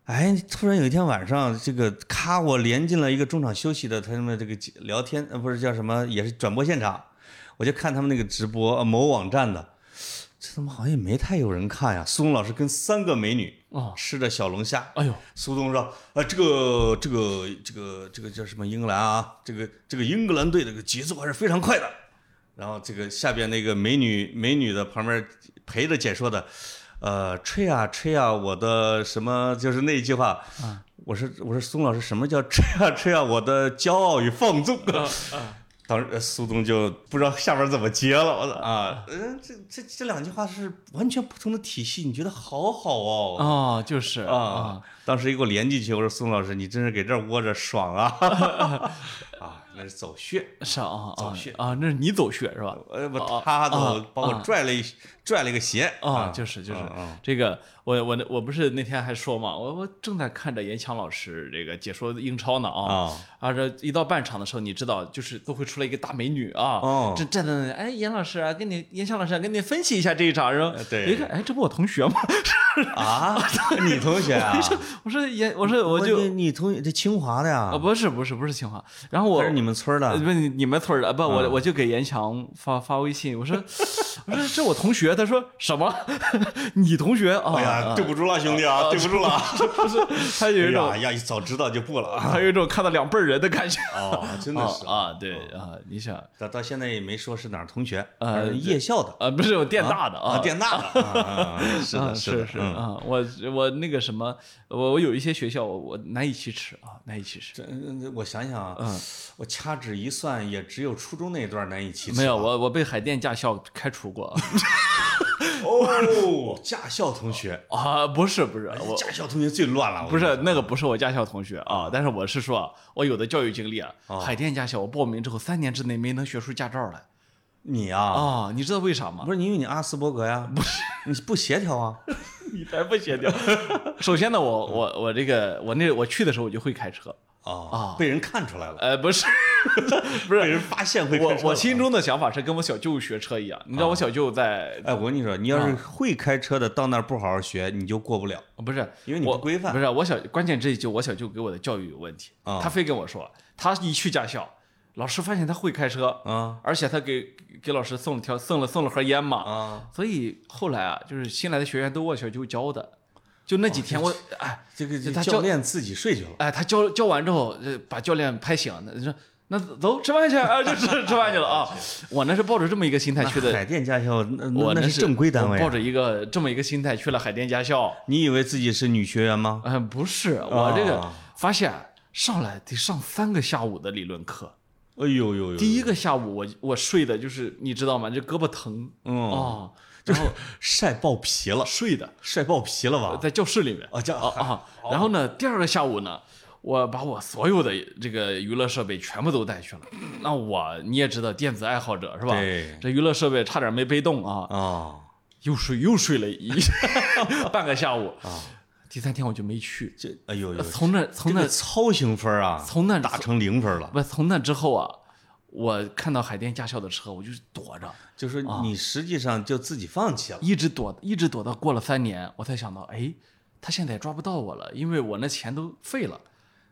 Speaker 2: 哎，突然有一天晚上，这个咔，我连进了一个中场休息的他们这个聊天，呃，不是叫什么，也是转播现场，我就看他们那个直播，呃某网站的，这他妈好像也没太有人看呀。苏东老师跟三个美女
Speaker 1: 哦
Speaker 2: 吃着小龙虾，
Speaker 1: 哎呦
Speaker 2: 苏东说：“啊，这个这个这个这个叫什么英格兰啊？这个这个英格兰队这个节奏还是非常快的。”然后这个下边那个美女美女的旁边陪着解说的，呃，吹啊吹啊，我的什么就是那一句话，我说我说宋老师什么叫吹啊吹啊，我的骄傲与放纵啊。当时呃苏东就不知道下边怎么接了，我操啊，嗯，这这这两句话是完全不同的体系，你觉得好好哦，
Speaker 1: 哦，就是
Speaker 2: 啊，当时一给我连进去，我说宋老师，你真是给这儿窝着爽
Speaker 1: (laughs)
Speaker 2: 啊！啊，那是走穴，
Speaker 1: 是啊
Speaker 2: 走
Speaker 1: 啊
Speaker 2: 穴
Speaker 1: 啊，那是你走穴是吧？
Speaker 2: 呃，
Speaker 1: 哦
Speaker 2: 我他都
Speaker 1: 啊
Speaker 2: 把我
Speaker 1: 啊
Speaker 2: 拽了一拽了一个鞋
Speaker 1: 啊，就是就是
Speaker 2: 嗯嗯
Speaker 1: 这个，我我我不是那天还说嘛，我我正在看着严强老师这个解说英超呢啊，
Speaker 2: 啊，
Speaker 1: 啊这一到半场的时候，你知道就是都会出来一个大美女啊
Speaker 2: 哦，
Speaker 1: 站站在那里，哎，严老师啊，跟你严强老师啊，跟你分析一下这一场，然后
Speaker 2: 呃对
Speaker 1: 一看，哎，这不我同学吗？ (laughs)
Speaker 2: 啊，你同学啊？
Speaker 1: 我说严，我 (laughs) 说我
Speaker 2: 你
Speaker 1: 就
Speaker 2: 你同学这清华的呀
Speaker 1: 啊，？不是不是不是清华，然后我
Speaker 2: 还是你们啊嗯村儿
Speaker 1: 呃
Speaker 2: 的？
Speaker 1: 不是你你们村儿的，不我我就给严强发发微信，我说 (laughs) 我说这我同学，他说什么？ (laughs) 你同学啊？
Speaker 2: 哎
Speaker 1: 啊
Speaker 2: 呀，对不住了，兄弟啊，对不住了。
Speaker 1: (laughs) 不是， (laughs) 他有一种
Speaker 2: 哎呀，呀，早知道就不了啊。
Speaker 1: (laughs) 他有一种看到两辈儿人的感觉。
Speaker 2: 哦，真的
Speaker 1: 啊
Speaker 2: 是，嗯
Speaker 1: 啊，对啊，你想
Speaker 2: 到到现在也没说是哪儿同学，
Speaker 1: 呃
Speaker 2: 反正夜校的
Speaker 1: 啊，不是有电大的
Speaker 2: 啊，电大的啊啊，
Speaker 1: (laughs)
Speaker 2: 啊是
Speaker 1: 啊
Speaker 2: 的，
Speaker 1: 是
Speaker 2: 的，
Speaker 1: 是
Speaker 2: 嗯
Speaker 1: 啊，我我那个什么，我我有一些学校我我难以启齿啊，难以启齿。
Speaker 2: 这嗯我想想啊，我掐指一算，也只有初中那一段难以启齿。
Speaker 1: 没有，我我被海淀驾校开除过 (laughs)
Speaker 2: 哦，驾校同学，
Speaker 1: 啊，不是不是
Speaker 2: (laughs)
Speaker 1: 我。
Speaker 2: 驾校同学最乱了。我
Speaker 1: 不是那个，不是我驾校同学啊，但是我是说，我有的教育经历啊，
Speaker 2: 哦
Speaker 1: 海淀驾校我报名之后三年之内没能学出驾照来
Speaker 2: 你啊，
Speaker 1: 啊，你知道为啥吗？
Speaker 2: 不是因为你阿斯伯格呀，不是你不协调啊。
Speaker 1: (laughs) 你才不协调。 (laughs) 首先呢，我我我这个我那我去的时候我就会开车，
Speaker 2: 啊，被人看出来了，
Speaker 1: 呃，不是，
Speaker 2: 不是被人发现会
Speaker 1: 我
Speaker 2: 开车啊
Speaker 1: 我
Speaker 2: 了
Speaker 1: 心中的想法是跟我小舅学车一样，你知道我小舅在、
Speaker 2: 哎，我跟你说，你要
Speaker 1: 嗯
Speaker 2: 是会开车的，到那儿不好好学，你就过不了。
Speaker 1: 不是
Speaker 2: 因为你
Speaker 1: 我
Speaker 2: 不规范
Speaker 1: 不是我小关键这一句我小舅给我的教育有问题，
Speaker 2: 啊
Speaker 1: 他非跟我说他一去驾校，老师发现他会开车，
Speaker 2: 啊
Speaker 1: 而且他给给老师送了条送了送了盒烟嘛，
Speaker 2: 啊，
Speaker 1: 所以后来啊，就是新来的学员都我小舅教的，就那几天我哎
Speaker 2: 哦这个
Speaker 1: 他教
Speaker 2: 教练自己睡去了。
Speaker 1: 哎他教教完之后，呃把教练拍醒，那说那走吃饭去啊，就吃吃饭去了
Speaker 2: (laughs)
Speaker 1: 啊，我那是抱着这么一个心态去的。
Speaker 2: 海淀驾校那
Speaker 1: 我
Speaker 2: 那
Speaker 1: 那
Speaker 2: 那正规单位
Speaker 1: 我抱
Speaker 2: 啊，哦
Speaker 1: 着一个这么一个心态去了海淀驾校。
Speaker 2: 你以为自己是女学员吗？
Speaker 1: 嗯、不是，我这个
Speaker 2: 啊
Speaker 1: 发现上来得上三个下午的理论课。
Speaker 2: 哎呦呦呦！
Speaker 1: 第一个下午我我睡的就是你知道吗？这胳膊疼啊、
Speaker 2: 嗯，
Speaker 1: 哦，然后
Speaker 2: 晒爆皮了，
Speaker 1: 睡的
Speaker 2: 晒爆皮了吧？
Speaker 1: 在教室里面
Speaker 2: 啊，这
Speaker 1: 啊啊。
Speaker 2: (laughs)
Speaker 1: 然后呢，第二个下午呢，我把我所有的这个娱乐设备全部都带去了。那我你也知道，电子爱好者是吧？
Speaker 2: 对
Speaker 1: 这娱乐设备差点没背动啊，
Speaker 2: 啊，
Speaker 1: 又睡又睡了一 (laughs) 半个下午啊。第三天我就没去，
Speaker 2: 这哎呦呦，
Speaker 1: 从那从
Speaker 2: 这
Speaker 1: 那
Speaker 2: 个操行分啊，
Speaker 1: 从那
Speaker 2: 打成零分了。
Speaker 1: 不，从那之后啊，我看到海淀驾校的车，我就躲着，
Speaker 2: 就说你实际上就自己放弃了。
Speaker 1: 一直躲，一直躲到过了三年，我才想到，哎，他现在也抓不到我了，因为我那钱都废了，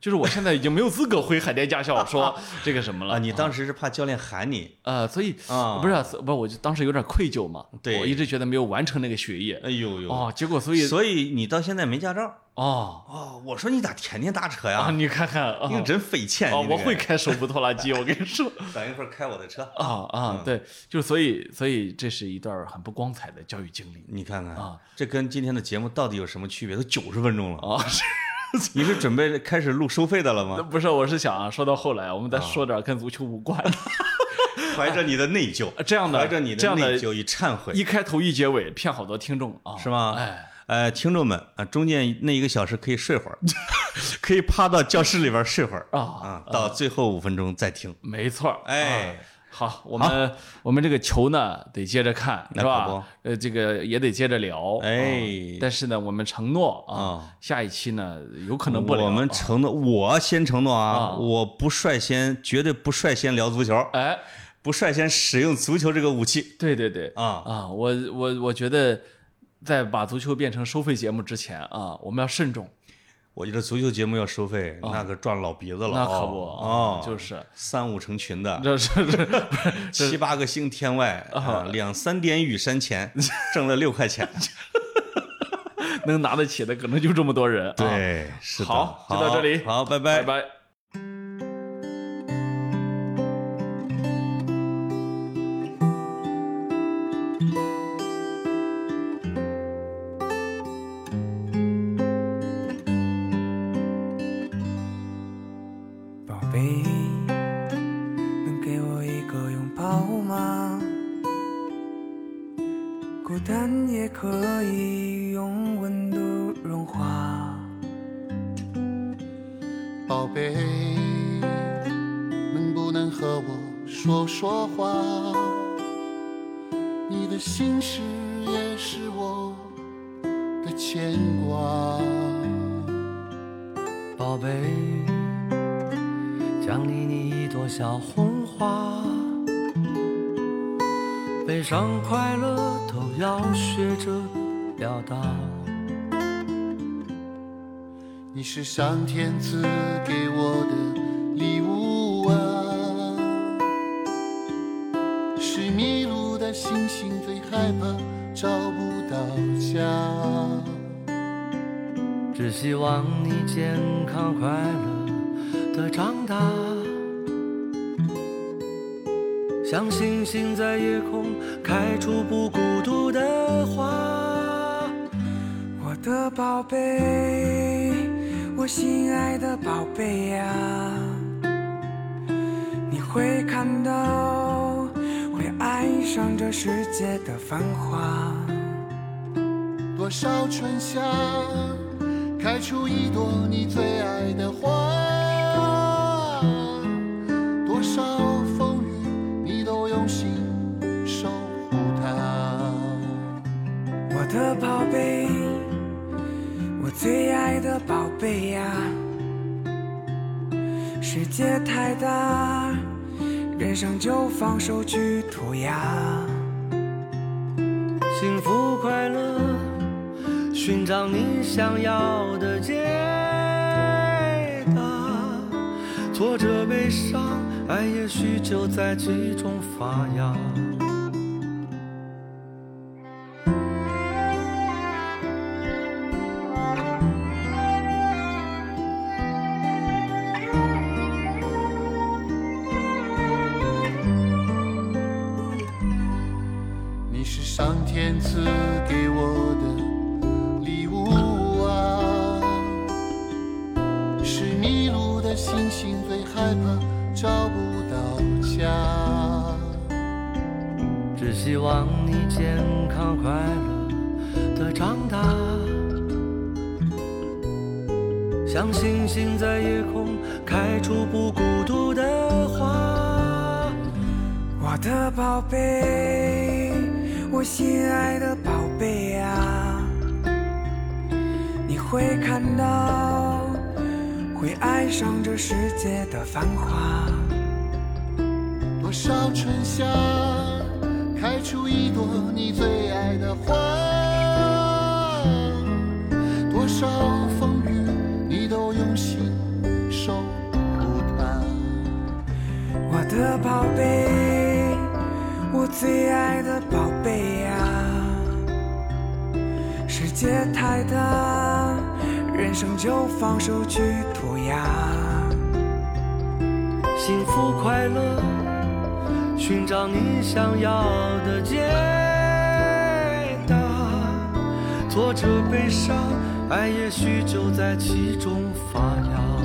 Speaker 1: 就是我现在已经没有资格回海淀驾校说 (laughs) 这个什么了。
Speaker 2: 啊，你当时是怕教练喊你，
Speaker 1: 呃，所以、
Speaker 2: 啊
Speaker 1: 不是所不，我就当时有点愧疚嘛，
Speaker 2: 对
Speaker 1: 我一直觉得没有完成那个学业，
Speaker 2: 哎呦呦，
Speaker 1: 哦，结果所以
Speaker 2: 所以你到现在没驾照
Speaker 1: 哦
Speaker 2: 哦，我说你咋天天打车 (laughs)
Speaker 1: 啊，
Speaker 2: 呀？
Speaker 1: 你看看啊
Speaker 2: 你可真费钱！
Speaker 1: 啊
Speaker 2: 你，这
Speaker 1: 我
Speaker 2: 个
Speaker 1: 会
Speaker 2: 人，
Speaker 1: 开手扶拖拉机，我跟你说。
Speaker 2: 等一会儿开我的车。
Speaker 1: 啊啊，对，就是所以所以这是一段很不光彩的教育经历
Speaker 2: 你看看
Speaker 1: 啊，
Speaker 2: 这跟今天的节目到底有什么区别？都九十分钟了，
Speaker 1: 啊。是
Speaker 2: 你是准备开始录收费的了吗？ (laughs)
Speaker 1: 不是，我是想啊，说到后来，我们再说点跟足球无关的
Speaker 2: 怀着你的内 (laughs) 疚，
Speaker 1: 这样的
Speaker 2: 怀着你
Speaker 1: (laughs) 这
Speaker 2: 的
Speaker 1: 样的
Speaker 2: 内疚与忏悔，
Speaker 1: 一开头一结尾骗好多听众啊，
Speaker 2: 是吗？
Speaker 1: 哎，
Speaker 2: 呃，听众们啊，中间那一个小时可以睡
Speaker 1: (laughs)
Speaker 2: 会儿，可以趴到教室里边睡会儿
Speaker 1: 啊
Speaker 2: 啊，到最后五分钟再听。
Speaker 1: 没错儿，
Speaker 2: 哎
Speaker 1: 啊。好，我们我们这个球呢得接着看，是
Speaker 2: 那可
Speaker 1: 吧？呃，这个也得接着聊，
Speaker 2: 哎
Speaker 1: 啊但是呢，我们承诺啊
Speaker 2: 啊，
Speaker 1: 下一期呢有可能不聊。
Speaker 2: 我们承诺，我先承诺
Speaker 1: 啊
Speaker 2: 啊，我不率先，绝对不率先聊足球，
Speaker 1: 哎，
Speaker 2: 不率先使用足球这个武器
Speaker 1: 对对对，
Speaker 2: 啊。
Speaker 1: 啊，我我我觉得，在把足球变成收费节目之前啊，我们要慎重。
Speaker 2: 我觉得足球节目要收费，那可赚老鼻子
Speaker 1: 啊
Speaker 2: 了，
Speaker 1: 那可不
Speaker 2: 哦
Speaker 1: 啊，就是
Speaker 2: 三五成群的，
Speaker 1: 这是这是
Speaker 2: 七八个星天外啊，两三点雨山
Speaker 1: (laughs)
Speaker 2: 前，挣了六块钱。
Speaker 1: 能拿得起的，可能就这么多人。，
Speaker 2: 对，是的。
Speaker 1: 啊好就到这里
Speaker 2: 好，拜
Speaker 1: 拜
Speaker 2: 拜。
Speaker 1: 拜。
Speaker 3: 宝贝，能给我一个拥抱吗？孤单也可以用温度融化。
Speaker 4: 宝贝，能不能和我说说话？你的心事也是我的牵挂。
Speaker 5: 宝贝，奖励你一朵小红花。悲伤、快乐都要学着表达。
Speaker 4: 你是上天赐给我的礼物啊，是迷路的星星最害怕找不到家。
Speaker 5: 只希望你健康快乐的长大，像星星在夜空开出不孤独的花。
Speaker 3: 我的宝贝，我心爱的宝贝呀、你会看到，会爱上这世界的繁华。
Speaker 4: 多少春夏，开出一朵你最爱的花。多少风雨，你都用心守护它。
Speaker 3: 我的宝贝，我最爱的宝贝呀、世界太大，人生就放手去涂鸦。
Speaker 5: 幸福快乐，寻找你想要的解答。挫折悲伤，爱也许就在其中发芽。
Speaker 4: 你是上天赐给我的礼物啊，是迷路的星星最害怕找不到家。
Speaker 5: 只希望你健康快乐的长大，像星星在夜空开出不孤独的花。
Speaker 3: 我的宝贝，我心爱的宝贝呀、你会看到，会爱上这世界的繁华。
Speaker 4: 多少春夏，开出一朵你最爱的花。多少风雨，你都用心守护它。
Speaker 3: 我的宝贝，我最爱的宝贝呀、世界太大，人生就放手去涂鸦。
Speaker 5: 幸福快乐，寻找你想要的解答。挫折悲伤，爱也许就在其中发芽。